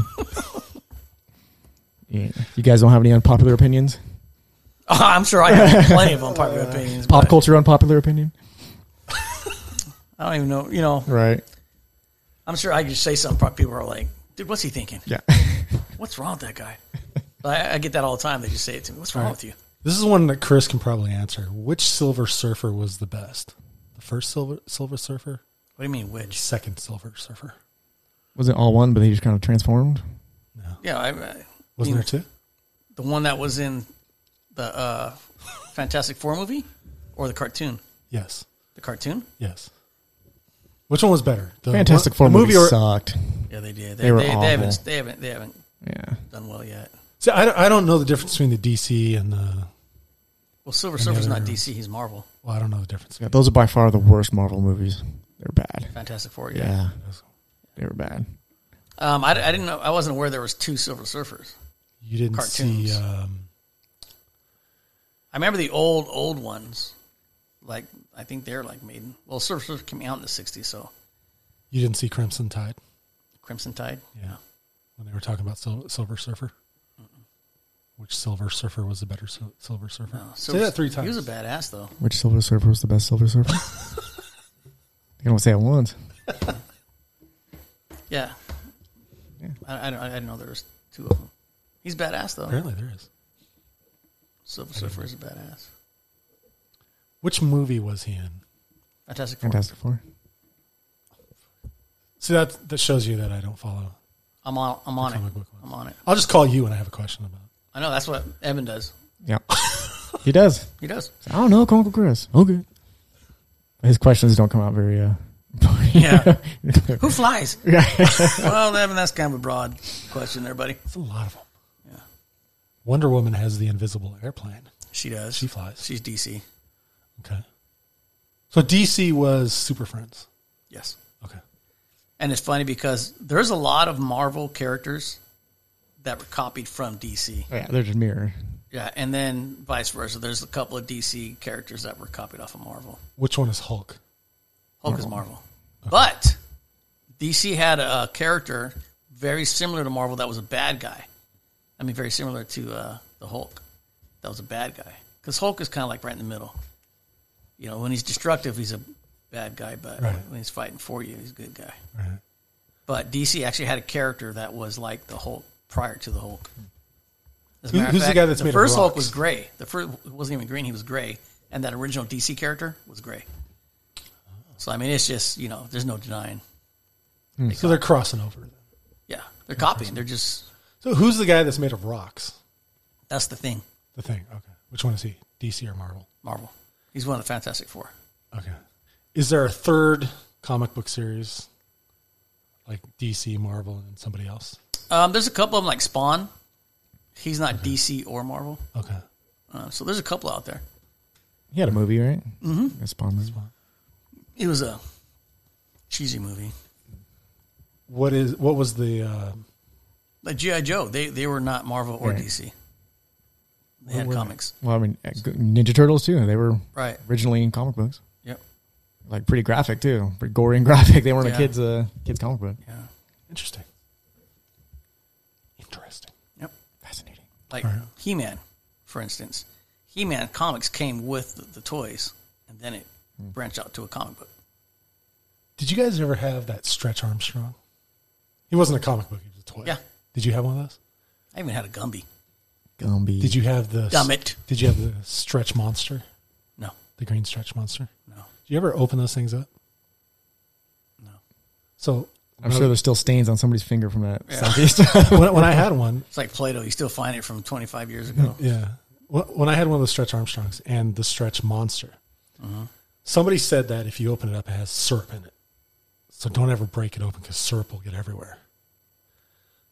thing.
Yeah. You guys don't have any unpopular opinions?
Oh, I'm sure I have plenty of unpopular opinions.
Pop
but
culture unpopular opinion?
I don't even know. You know,
Right.
I'm sure I could say something. Probably people are like, "Dude, what's he thinking?
Yeah.
What's wrong with that guy?" But I, I get that all the time. They just say it to me. What's wrong with you?
This is one that Chris can probably answer. Which Silver Surfer was the best? The first Silver Silver Surfer,
What do you mean, which?
second Silver Surfer.
Was it all one, but they just kind of transformed?
Yeah, I, I, you-
Wasn't there two?
the one that was in the uh, Fantastic Four movie or the cartoon?
Yes,
The cartoon?
yes. Which one was better? The
Fantastic
one-
Four
the
movie
or-
sucked.
Yeah, they did.
They were
haven't.
awful.
They haven't. They haven't
Yeah.
done well yet.
See, I don't, I don't know the difference between the DC and the.
Well, Silver Surfer's
other-
not DC. He's Marvel.
Well, I don't know the difference.
Yeah, those are by far the worst Marvel movies. They're bad.
Fantastic Four. Yeah.
Yeah. They were bad.
Um, I, I didn't know. I wasn't aware there was two Silver Surfers.
You didn't see.
Cartoons.
Um,
I remember the old old ones. Like I think they're like made. Well, Silver Surfer came out in the '60s, so
you didn't see Crimson Tide
Crimson Tide.
Yeah. when they were talking about Sil- Silver Surfer. Which Silver Surfer was the better Sil- Silver Surfer? say
Silver-
that three times.
He was a badass though.
Which Silver Surfer was the best Silver Surfer? you don't say it once.
Yeah. I, I, don't- I didn't know there was two of them. He's badass though.
Apparently, there is.
Silver Surfer is a badass.
Which movie was he in?
Fantastic Four.
Fantastic Four.
See, that that shows you that I don't follow
I'm on. I'm on it.
comic book ones.
I'm on it.
I'll just call you when I have a question about. It.
I know that's what Evan does.
Yeah. he does.
He does.
I don't know, Uncle Chris. Okay. His questions don't come out very. Uh,
Yeah. Who flies?
Yeah.
well, Evan, that's kind of a broad question there, buddy.
It's a lot of them. Wonder Woman has the invisible airplane.
She does.
She flies.
She's DC.
Okay. So DC was Super Friends.
Yes.
Okay.
And it's funny because there's a lot of Marvel characters that were copied from DC.
Oh, yeah, they're just mirror.
Yeah, and then vice versa. There's a couple of DC characters that were copied off of Marvel.
Which one is Hulk?
Hulk is Marvel. But DC had a character very similar to Marvel that was a bad guy. I mean, very similar to uh, the Hulk. That was a bad guy. Because Hulk is kind of like right in the middle. You know, when he's destructive, he's a bad guy, but
Right.
when he's fighting for you, he's a good guy. But DC actually had a character that was like the Hulk prior to the Hulk. As a
Who-
matter of
who's the
fact,
guy that's
the
made of
first Hulk
rocks?
was gray. The first it wasn't even green; he was gray, and that original DC character was gray. So I mean, it's just you know, there's no denying.
So they're crossing over.
Yeah, they're copying. They're just
So who's the guy that's made of rocks?
that's the thing.
The thing. Okay. Which one is he? DC or Marvel?
Marvel. He's one of the Fantastic Four.
Okay. Is there a third comic book series like DC, Marvel, and somebody else?
Um, there's a couple of them like Spawn. He's not
Mm-hmm.
DC or Marvel.
Okay.
Uh, so there's a couple out there.
He had a movie, right? Mm-hmm. A Spawn movie.
It was a cheesy movie.
What is what was the uh,
Like GI Joe. They they were not Marvel or
Right.
DC. They had
were they?
comics.
Well, I mean, uh, Ninja Turtles too. They were
Right.
originally in comic books,
Yep.
like pretty graphic too, pretty gory and graphic. They weren't
Yeah.
a kids uh, kids comic book.
Yeah.
interesting? Interesting.
Yep.
Fascinating.
Like He Man, for instance. He Man comics came with the, the toys, and then it
Hmm.
branched out to a comic book.
Did you guys ever have that Stretch Armstrong? He wasn't a comic book; he was a toy.
Yeah.
Did you have one of those?
I even had a Gumby.
Gumby.
Did you have the
Dumb it.
Did you have the Stretch Monster,
No,
the green Stretch Monster?
no.
Did you ever open those things up?
No.
So
I'm sure there's still stains on somebody's finger from that. Southeast.
when, when I had one,
It's like Play Doh. You still find it from 25 years ago.
yeah, when when I had one of the Stretch Armstrongs and the Stretch Monster, Uh-huh. somebody said that if you open it up, it has syrup in it. So don't ever break it open because syrup will get everywhere.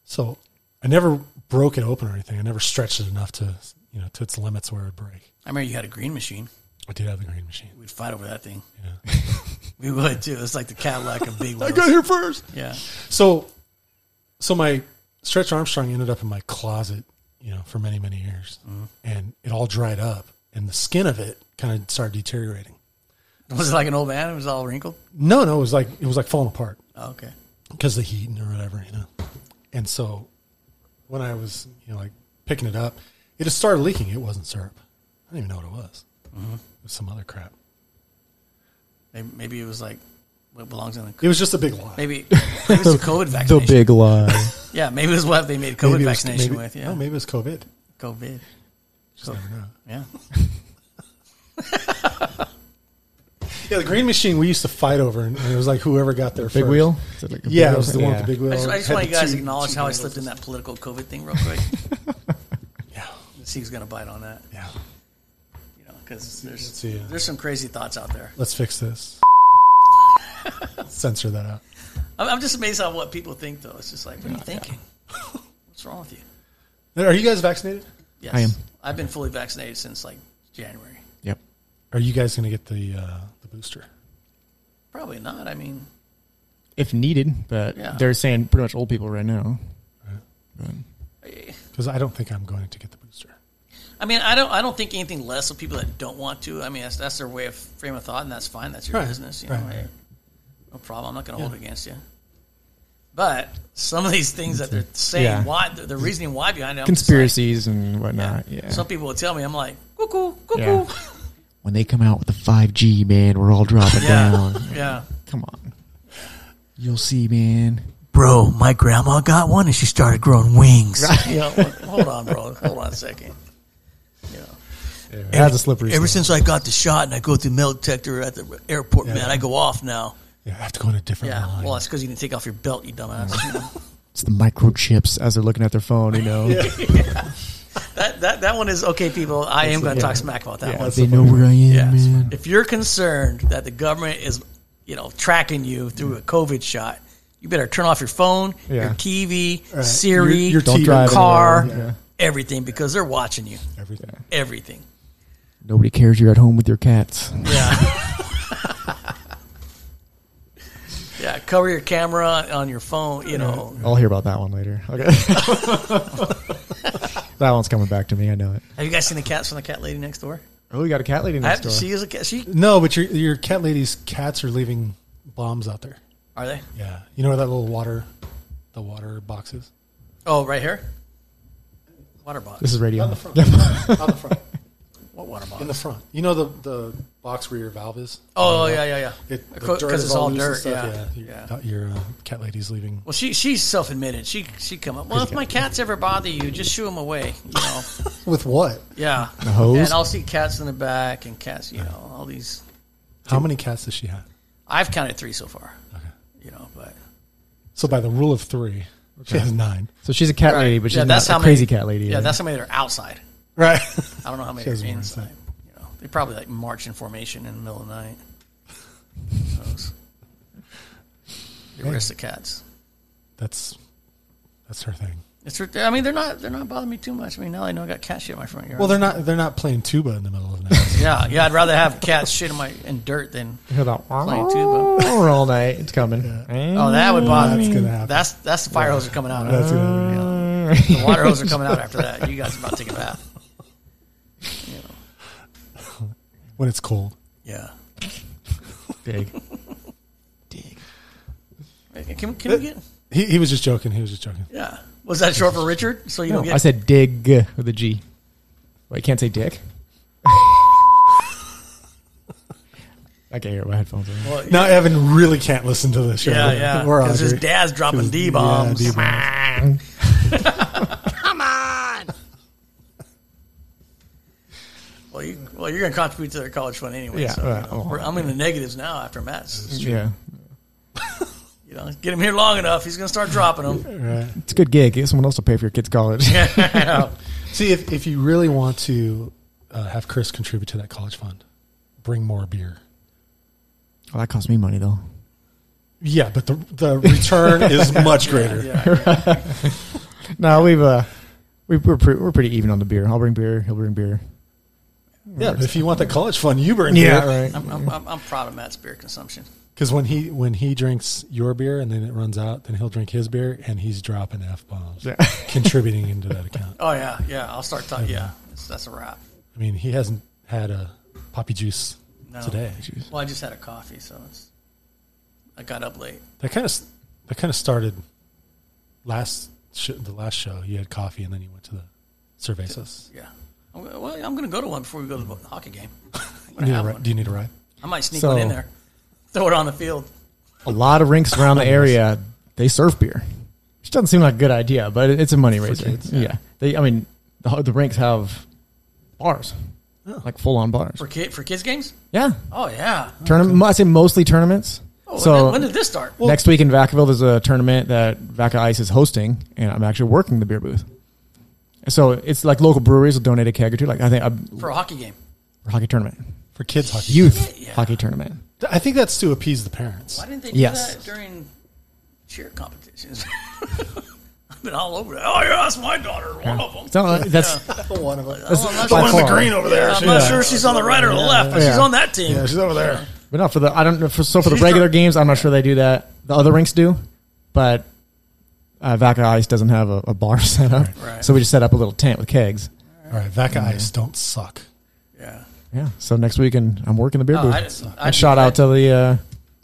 So I never broke it open or anything. I never stretched it enough to you know to its limits where it would break.
I remember you had a green machine.
I did have the green machine.
We'd fight over that thing. we would too. It's like the Cadillac of big ones.
here first.
Yeah.
So, so my Stretch Armstrong ended up in my closet, you know, for many many years, and it all dried up, and the skin of it kind of started deteriorating.
Was it like an old man? It was all wrinkled.
No, no, it was like it was like falling apart
Oh, okay.
because the heat or whatever, you know. And so, when I was you know like picking it up, it just started leaking. It wasn't syrup. I didn't even know what it was.
Mm-hmm.
It was some other crap.
Maybe, maybe it was like what belongs in the.
It was just a big lie.
Maybe, maybe it was the COVID vaccination.
lie.
Yeah, maybe it was what they made COVID
Maybe it was-
vaccination
maybe-
with. Yeah.
no, maybe it was COVID.
COVID.
Just never know.
Yeah.
Yeah, the green machine we used to fight over, and and it was like whoever got there
Big
first.
wheel. Is it like a big
Yeah, it
wheel?
was the one
Yeah.
with the big wheel.
I just, I
It
just
had
want
the
you guys
two-
to acknowledge
two
how I
handles.
slipped in that political COVID thing real quick.
Yeah,
Let's see who's going to bite on that.
yeah.
You know, because there's,
see, yeah.
there's some crazy thoughts out there.
Let's fix this. Censor that out.
I'm, I'm just amazed at what people think, though. It's just like, what are you thinking? What's wrong with you?
Are you guys vaccinated?
Yes.
I am.
I've been fully vaccinated since like January.
Yep.
Are you guys going to get the uh, the booster?
Probably not. I mean,
If needed, but
Yeah.
they're saying pretty much old people right now. But
I
Because I don't think I'm going to get the booster.
I mean, I don't. I don't think anything less of people that don't want to. I mean, that's that's their way of frame of thought, and that's fine. That's your
Right,
business. You know,
right,
hey,
right.
no problem. I'm not going to hold it against you. But some of these things that they're saying,
Yeah.
why the, the reasoning why behind it, I'm just
conspiracies and
like-
whatnot. Yeah.
Some people will tell me, I'm like, cuckoo,
Yeah.
cuckoo.
When they come out with the 5G, man, we're all dropping
Yeah. yeah.
Come on. You'll see, man.
Bro, my grandma got one, and she started growing wings. you know, hold on, bro. Hold on a second. You know.
That's a slippery
Ever
slope.
since I got the shot and I go through metal detector at the airport, man, I go off now.
Yeah, I have to go in a different
Yeah,
line.
well, that's because you didn't take off your belt, you dumbass.
It's the microchips as they're looking at their phone, you know.
that, that that one is okay, people. I am going to talk smack about that one.
They know where I am,
Yes.
man.
If you're concerned that the government is, you know, tracking you through a COVID shot, you better turn off your phone, your
Yeah.
TV,
Right.
Siri, your,
Your- your TV.
drive
car,
anywhere. Yeah.
everything, because they're watching you.
Everything.
Everything.
Nobody cares you're at home with your cats.
Yeah. cover your camera on your phone. You know,
I'll hear about that one later. Okay. that one's coming back to me. I know it.
have you guys seen the cats from the cat lady next door?
Oh, we got a cat lady
I,
next door.
she is a cat. She
No, but your your cat lady's cats are leaving bombs out there.
are they?
Yeah, you know where that little water, the water box is
Oh, right here. Water box.
this is radio.
on the front, on the front,
What water box?
in the front. You know the the box where your valve is.
oh yeah, yeah, yeah.
It the
Co-
dirt is
it's all
loose and
dirt.
stuff.
Yeah,
your,
yeah.
your uh, cat lady's leaving.
Well, she she's self admitted. She she come up. Well, if my cats ever bother you, just shoo them away. You know.
With what?
Yeah.
hose?
And I'll see cats in the back and cats. You know, all these.
How many cats does she have?
I've counted three so far. Okay. You know, but
So by the rule of three, she has nine.
so she's a cat lady, but she's
yeah,
not
that's
a
how many-
crazy cat lady.
Yeah,
either.
that's how many that are outside.
Right.
I don't know how many
She has
are
one
inside.
inside.
You know, they probably like march in formation in the middle of the night. Those. The aristocrats.
that's that's her thing.
It's. ri- I mean, they're not. They're not bothering me too much. I mean, now I know I got cat shit in my front yard.
Well, they're not they're not playing tuba in the middle of the night.
Yeah, yeah. I'd rather have cat shit in my in dirt than.
You hear that
Playing tuba.
all night. It's coming.
Oh, that would bother
That's
me.
gonna happen.
That's that's the fire hose are coming out.
That's gonna happen.
The water hose are coming out after that. You guys are about to take a bath.
when it's cold.
Yeah.
Big.
Hey, Can, can we get?
He, he was just joking. He was just joking.
Yeah. Was that short for Richard? So you
No,
don't get.
I said dig with a G. Wait, you can't say dick. I can't hear it. My headphones are. on.
Well,
Now Evan really can't listen to this show.
yeah, yeah.
Or
Because his
Audrey.
dad's dropping
Yeah,
D bombs.
D-bombs.
Well, you, well, you're going to contribute to their college fund anyway.
Yeah, Mm-hmm.
so, you
well,
know, we're- I'm in the negatives now after Matt's.
Yeah,
You know, get him here long enough, he's going to start dropping them.
it's a good gig. Get someone else to pay for your kid's college.
See, if, if you really want to uh, have Chris contribute to that college fund, bring more beer.
Well, Oh, that cost me money though.
Yeah, but the the return is much greater.
No, we've uh, we, we're pre- we're pretty even on the beer. I'll bring beer. He'll bring beer.
Yeah, but if you want the college fund, you bring beer.
right.
I'm, I'm, I'm, I'm proud of Matt's beer consumption.
Because when he when he drinks your beer and then it runs out, then he'll drink his beer and he's dropping f bombs,
Yeah.
contributing into that account.
Oh, yeah, yeah. I'll start talking. Yeah, that's, that's a wrap.
I mean, he hasn't had a poppy juice
No.
today.
Well, I just had a coffee, so it's. I got up late.
That kind of that kind of started last sh- the last show. You had coffee and then you went to the Cervezas.
Yeah. I'm, gonna- well, I'm going to go to one before we go to
Mm-hmm.
the hockey game. I'm
Do
going to
you need a
have
ri-
one.
do you need a ride?
I might sneak
So-
one in there, throw it on the field.
A lot of rinks around the area they serve beer, which doesn't seem like a good idea, but it, it's a money raiser.
kids,
yeah. they. I mean, the, the rinks have bars, like full on bars.
Oh. For, kid, for kids' games?
yeah,
Oh, yeah.
tournament. I say mostly tournaments.
Oh,
so
when, when did this start?
next week in Vacaville, there's a tournament that Vaca Ice is hosting, and I'm actually working the beer booth. So it's like local breweries will donate a keg or two. Like I think a
for a hockey game.
hockey tournament,
For kids hockey.
youth
Yeah.
hockey tournament.
I think that's to appease the parents.
Why didn't they
Yes.
do that during cheer competitions? I've been all over that. Oh, yeah, that's my daughter. One of them.
So uh, that's
One of them.
Oh, I'm not
by
sure-
far.
the green over there.
I'm not sure if she's on the right or the left, but she's
Yeah.
on that team.
Yeah, she's over there.
But not for the I don't know for so for the
She's
regular
dr-
games I'm not sure they do that. The other rinks do, but uh, Vaca Ice doesn't have a, a bar set up,
Right.
so we just set up a little tent with kegs.
All right, Vaca Ice don't suck.
Yeah.
Yeah. So next weekend I'm working the beer
Oh,
booth.
I-
and
I'd be
shout out to the uh,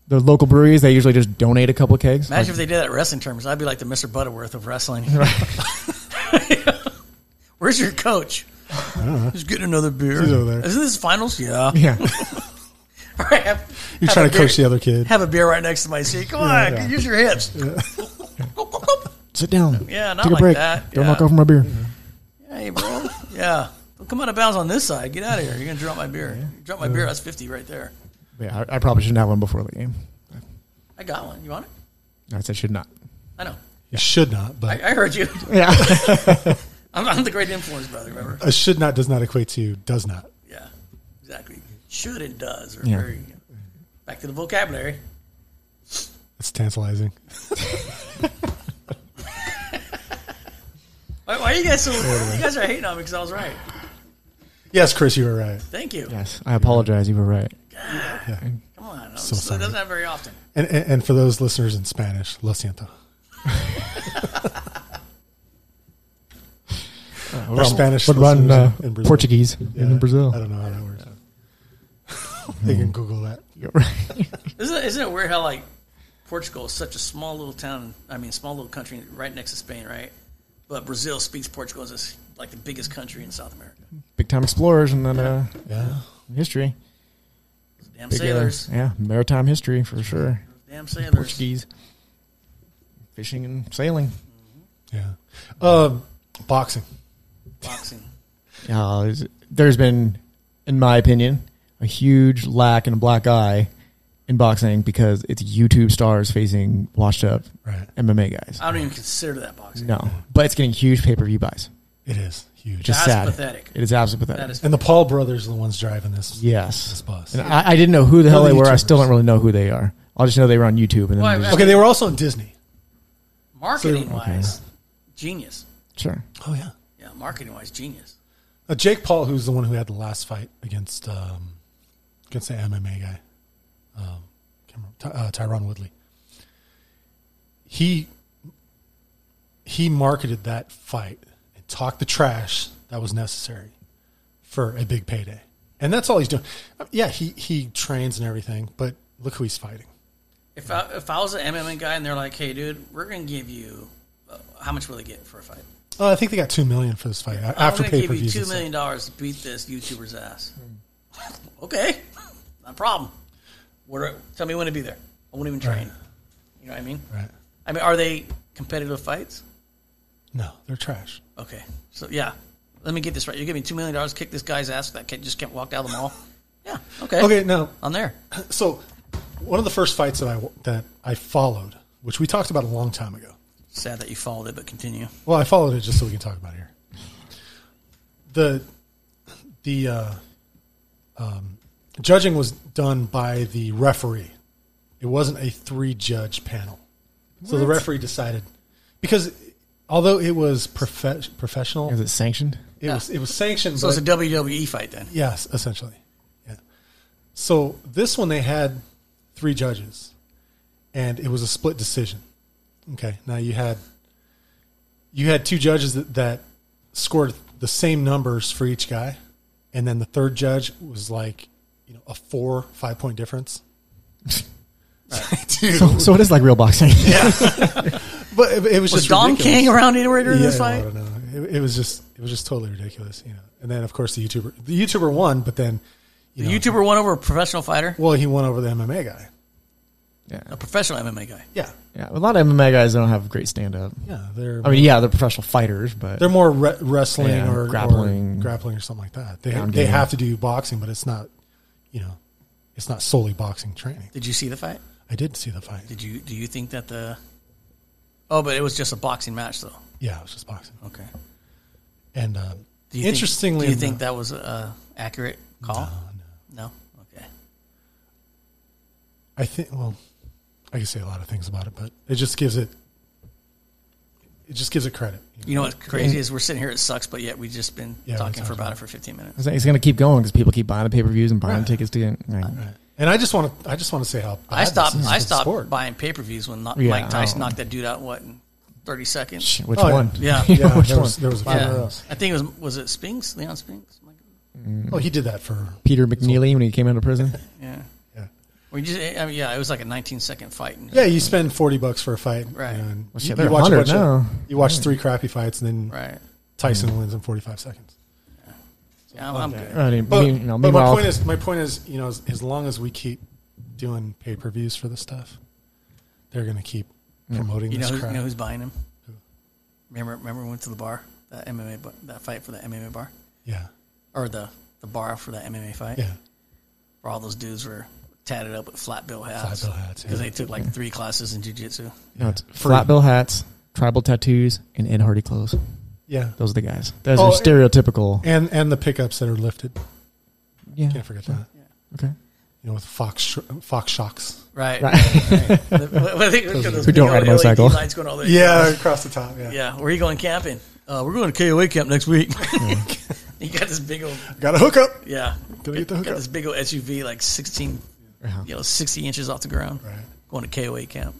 the local breweries. They usually just donate a couple of kegs.
Imagine if they did that in wrestling terms. I'd be like the Mr. Butterworth of wrestling. Where's your coach? He's getting another beer.
She's over there.
Isn't this finals? Yeah.
yeah.
All right, have,
You're
have
trying
a
to coach
beer-
the other kid.
Have a beer right next to my seat. Come on,
yeah.
use your hips.
Sit down.
Yeah, not
Take a
like
break.
that.
Don't
Yeah. Mm-hmm.
knock over my beer.
Hey, bro. yeah. Don't come out of bounds on this side. Get out of here. You're going to drop my beer. You Drop my beer. That's 50 right there.
Yeah, I, I probably shouldn't have one before the game.
I got one. You want it?
I said should not.
I know.
You should not,
I,
but
I heard you.
Yeah.
I'm, I'm the great influence brother, remember?
a should not does not equate to does not.
Yeah, exactly. Should and does. Or
Yeah.
very, back to the vocabulary.
It's tantalizing.
Why, why are you guys so. you guys are hating on me because I was right.
Yes, Chris, you were right.
Thank you.
yes. I apologize. You were right.
Come on. Um,
So
so,
sorry.
it doesn't happen very often.
And, and, and for those listeners in Spanish, lo siento. Or Spanish
What about in,
listeners
uh,
in- in Brazil.
Portuguese
Yeah,
in Brazil?
I don't know how that works. they can Google that.
Isn't it, isn't it weird how like Portugal is such a small little town? I mean, small little country right next to Spain, right? But Brazil speaks Portugal as this, like the biggest country in South America.
Big time explorers and then uh,
Yeah.
history.
Damn
Big, uh,
sailors,
yeah, maritime history for sure.
damn sailors.
Portuguese. Fishing and sailing.
Yeah. Um, boxing.
boxing.
Uh, there's- there's been, in my opinion, a huge lack and a black eye in boxing because it's YouTube stars facing washed up
Right.
MMA guys.
I don't even consider that boxing.
No, but it's getting huge pay per view buys.
It is huge.
Just
That's
sad.
pathetic.
It is absolutely pathetic.
That is
and the Paul brothers are the ones driving this, this
yes.
bus.
And I, I didn't know who the hell
Other
they were. I still
YouTubers.
don't really know who they are. I just know they were on YouTube and then
Well,
they
I-
just-
okay, they were also in Disney.
marketing wise genius.
sure.
Oh, yeah.
Yeah, marketing wise genius.
Uh, Jake Paul, who's the one who had the last fight against um, against the MMA guy, um, can't remember, Ty- uh, Tyron Woodley. He he marketed that fight and talked the trash that was necessary for a big payday, and that's all he's doing. Uh, Yeah, he he trains and everything, but look who he's fighting.
If I, if I was an MMA guy and they're like, "Hey, dude, we're gonna give you uh, how much will they get for a fight?
Oh, I think they got two million for this fight a- after
I'm
pay
gonna
per
give you
views.
two million dollars to beat this YouTuber's ass."
Hmm.
okay, not a problem. What are, tell me when to be there. I won't even train. You know what I mean?
Right?
I mean, are they competitive fights?
No, they're trash.
Okay, so yeah, let me get this right. You give me two million dollars, kick this guy's ass that kid just can't walk out of the mall. yeah. Okay.
Okay, now
I'm there.
So, one of the first fights that I that I followed, which we talked about a long time ago.
Sad that you followed it, but continue.
Well, I followed it just so we can talk about it here. The the uh, um, judging was done by the referee. It wasn't a three judge panel, so the referee decided because although it was profe- professional,
Is it sanctioned?
it was it was sanctioned.
So
but
it's a WWE fight then.
Yes, essentially. Yeah. So this one they had three judges, and it was a split decision. Okay. Now you had you had two judges that, that scored the same numbers for each guy, and then the third judge was like, you know, a four five point difference. Dude,
So, so it is like real boxing.
but it, it
Was
was, just
Don
ridiculous.
King around anywhere during
Yeah,
this
well, I
fight?
don't know. It, it was just it was just totally ridiculous, you know. And then of course the YouTuber the YouTuber won, but then you
The
know,
YouTuber won over a professional fighter,
Well, he won over the MMA guy.
yeah.
a professional MMA guy.
Yeah,
yeah. A lot of MMA guys don't have great stand up.
yeah. They're
I mean, yeah, they're professional fighters, but
they're more re- wrestling
Yeah,
or grappling,
grappling.
or grappling or something like that. They
Ground
they
game.
have to do boxing, but it's not, you know, it's not solely boxing training.
Did you see the fight?
I did see the fight.
Did you do you think that the Oh, but it was just a boxing match though.
Yeah, it was just boxing.
Okay.
And um,
Do you
interestingly,
think, do you think
enough-
that was a accurate call? No. Okay.
I think well, I can say a lot of things about it, but it just gives it it just gives it credit. you know?
You know what's crazy is we're sitting here. It sucks, but yet we've just been
Yeah, we
talking for
talked
about
about
it for 15 minutes.
It's like- it's going to keep going because people keep buying the pay per views and buying
Right.
tickets to get. like-
And I just want to I just want to say how bad
I
this
stopped.
is for
I
the
stopped
sport.
buying pay per views when not,
Yeah,
Mike Tyson
I don't-
knocked that dude out. What in 30 seconds?
Shh, Which
Oh, yeah.
one?
Yeah.
You know,
Yeah,
which
there
one?
was, there was a few
Yeah.
of us.
I think it was was it Spinks, Leon Spinks. Like,
Oh, he did that for
Peter McNeely when he came out of prison.
Yeah.
yeah.
We just, I mean, yeah, it was like a 19 second fight. And,
Yeah, you spend forty bucks for a fight,
Right.
You, know, and
Well,
you-
shit,
you
they're
watch a
100
bunch of,
now. Mm.
you watch three crappy fights, and then
Right.
Tyson wins in forty-five seconds.
Yeah, I'm, I'm good.
I mean,
But,
mean- you know,
but my
meanwhile-
point is, my point is, you know, as, as long as we keep doing pay-per-views for this stuff, they're going to keep
Mm.
promoting
You know,
this
who,
crap.
you know who's buying him? Remember, remember we went to the bar, that MMA, bar, that fight for the MMA bar,
yeah,
or the the bar for that MMA fight,
yeah,
where all those dudes were tatted up with flat bill hats,
Flat bill hats, yeah.
because they took like three classes in jujitsu.
No, it's flat bill hats, tribal tattoos, and Ed Hardy clothes.
yeah.
Those are the guys. Those
Oh,
are stereotypical.
And and the pickups that are lifted.
yeah.
Can't forget that.
Okay.
You know, with fox sh- fox shocks.
Right. right. Who
Who don't ride a motorcycle.
Lights going all the way
Yeah, across the top. Yeah,
Yeah, where are you going camping? Uh, we're going to KOA camp next week. you got this big old
got a hookup.
yeah,
Gotta get the
got
hookup.
this big old SUV like sixteen you know, 60 inches off the ground,
Right.
going to KOA camp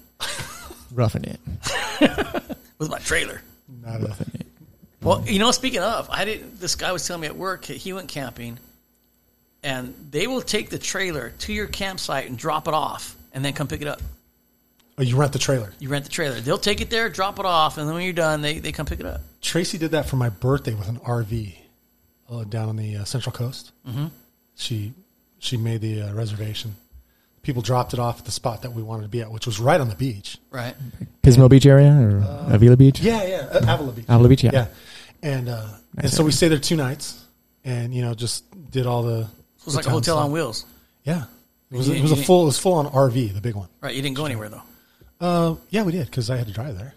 Roughing it.
with my trailer.
Not a,
Well, you know, speaking of, I didn't. This guy was telling me at work he went camping, and they will take the trailer to your campsite and drop it off, and then come pick it up.
oh, you rent the trailer.
You rent the trailer. They'll take it there, drop it off, and then when you're done, they, they come pick it up.
Tracy did that for my birthday with an RV uh, down on the uh, Central Coast. Mm-hmm. She she made the uh, reservation. People dropped it off at the spot that we wanted to be at, which was right on the beach.
Right.
Pismo Beach area or Avila Beach?
uh, Yeah, yeah, uh, Avila Beach.
Avila Beach, yeah.
yeah. And uh, and so we stayed there two nights, and you know just did all the.
It was like a hotel on wheels.
Yeah, it was,
You-
it was a
you-
full it was full on RV, the big one.
Right. You didn't go anywhere though.
Uh, yeah, we did because I had to drive there.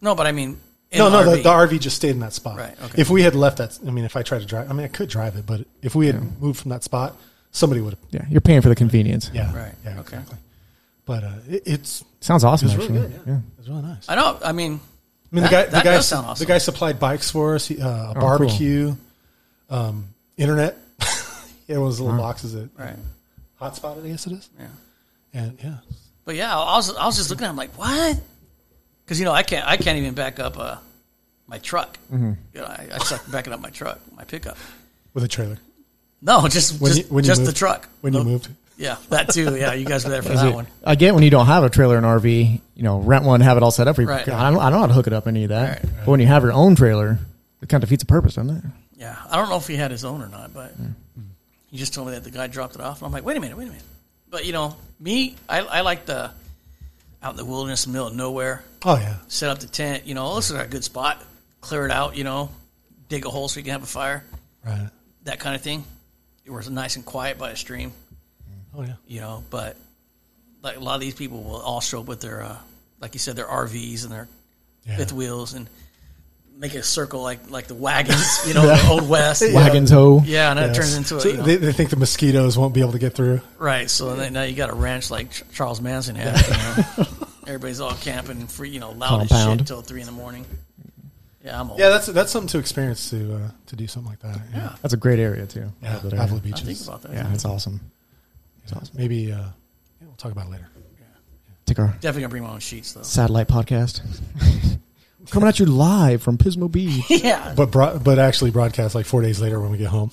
No, but I mean, in
no,
an
no, The,
RV.
the RV just stayed in that spot.
Right, okay.
If we had left that, I mean, if I tried to drive, I mean, I could drive it, but if we had moved from that spot, somebody would have.
Yeah, you're paying for the convenience.
Yeah,
Right,
Yeah,
okay.
exactly. But uh, it, it's
Sounds awesome,
it was
actually.
really good. Yeah. it was really nice. I,
I know. I mean,
mean,
that-
the guy, the
that
guy,
does sound awesome.
the guy supplied bikes for us, he, uh, a
Oh, cool.
barbecue, um, internet. it was little
Uh-huh.
boxes that
right.
hotspot. I guess it is.
Yeah.
And yeah,
But yeah, I was I was just looking. at it, I'm like, what? Because you know, I can't I can't even back up uh, my truck.
Mm-hmm.
You know, I, I suck backing up my truck, my pickup.
with a trailer.
No, just
When
just,
you- when you
just the
moved-
truck.
When
No-
you moved,
yeah, that too. Yeah, you guys were there for that one.
Again, when you don't have a trailer and RV, you know, rent one, have it all set up. For you.
Right.
I, don't, I don't know how to hook it up any of that.
Right,
But when you have your own trailer, it kind of defeats the purpose, doesn't it?
Yeah, I don't know if he had his own or not, but
Mm-hmm.
he just told me that the guy dropped it off, and I'm like, wait a minute, wait a minute. But you know, me, I, I like the out in the wilderness, in the middle of nowhere,
oh yeah,
set up the tent. You know, oh, this is a good spot. Clear it out. You know, dig a hole so you can have a fire.
right.
That kind of thing. It was nice and quiet by a stream.
Oh yeah.
you know. But like a lot of these people will all show up with their, uh, like you said, their RVs and their
Yeah.
fifth wheels and make a circle like like the wagons, you know, the old west.
Wagons hoe.
Yeah, and it
Yes.
turns into a,
So
you know,
they, they think the mosquitoes won't be able to get through.
right. So then, now you got a ranch like Ch- Charles Manson had. You know? Everybody's all camping and free, you know, loud as
Compound.
shit till three in the morning. Yeah, I'm old.
Yeah, that's that's something to experience to uh, to do something like that. Yeah,
That's a great area, too.
yeah.
That area.
Avila
I think
Beaches.
about that.
Yeah, that's awesome.
Maybe uh, yeah, we'll talk about it later.
Take our
Definitely gonna bring my own sheets though.
satellite podcast. Coming at you live from Pismo Beach.
yeah,
But bro- but actually broadcast like four days later when we get home.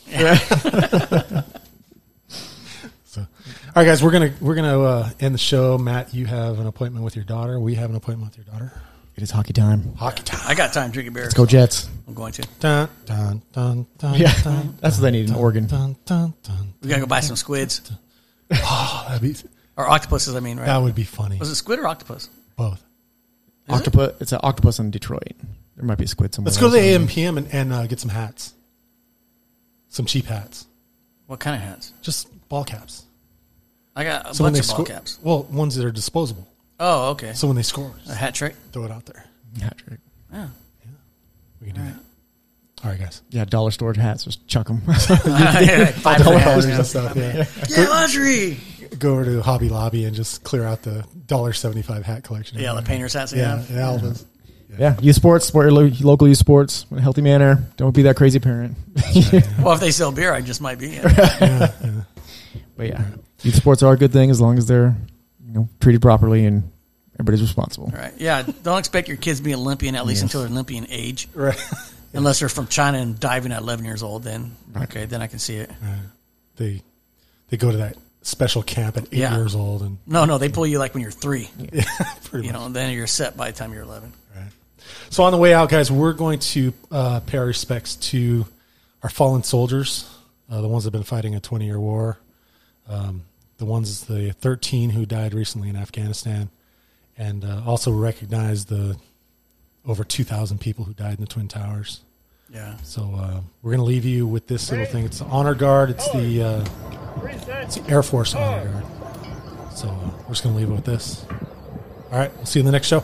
so, all right, guys, we're gonna we're gonna uh, end the show. Matt, you have an appointment with your daughter. We have an appointment with your daughter.
It is hockey time.
Hockey time.
I got time drinking beer.
Let's go Jets.
I'm going to.
Dun, dun, dun, dun,
Yeah,
dun,
that's what they need in Oregon.
dun, dun, dun.
We gotta go buy some squids
Oh, that'd be
or octopuses. I mean, right?
that would be funny.
Was it squid or octopus?
Both.
Octopus. It's an octopus in Detroit. There might be a squid somewhere.
Let's go to the
else.
AMPM and, and uh, get some hats, some cheap hats,
What kind of hats?
just ball caps.
I got a
So when
bunch
they
of ball
score-
caps.
Well, ones that are disposable.
Oh, okay.
So when they score,
a
just
hat trick.
throw it out there.
Hat trick.
Yeah.
We can do that. All right, guys.
Yeah, dollar storage hats. Just chuck them.
Five
Dollar
dollars.
dollars and stuff. Yeah.
Yeah, laundry.
Go over to Hobby Lobby and just clear out the dollar seventy-five hat collection.
Yeah, the painter's hats.
Yeah,
Yeah.
yeah, all those.
yeah, youth sports. Support your lo- local youth sports in a healthy manner. Don't be that crazy parent.
Well, if they sell beer, I just might be. Yeah.
but yeah, youth sports are a good thing as long as they're you know treated properly and everybody's responsible.
All right. Yeah. Don't expect your kids to be Olympian at least until they're Olympian age,
Right.
unless they're from China and diving at 11 years old. Then okay, then I can see it.
They they go to that special camp at eight
Yeah.
years old and
No, no, they pull you like when you're three.
pretty
You
much.
know, then you're set by the time you're 11.
So on the way out, guys, we're going to uh, pay our respects to our fallen soldiers, uh, the ones that have been fighting a 20 year war, um, the ones, the 13 who died recently in Afghanistan, and uh, also recognize the over 2,000 people who died in the Twin Towers.
Yeah.
So uh, we're going to leave you with this little thing. It's the Honor Guard. It's the, uh, it's the Air Force Honor Guard. So uh, we're just going to leave it with this. All right. We'll see you in the next show.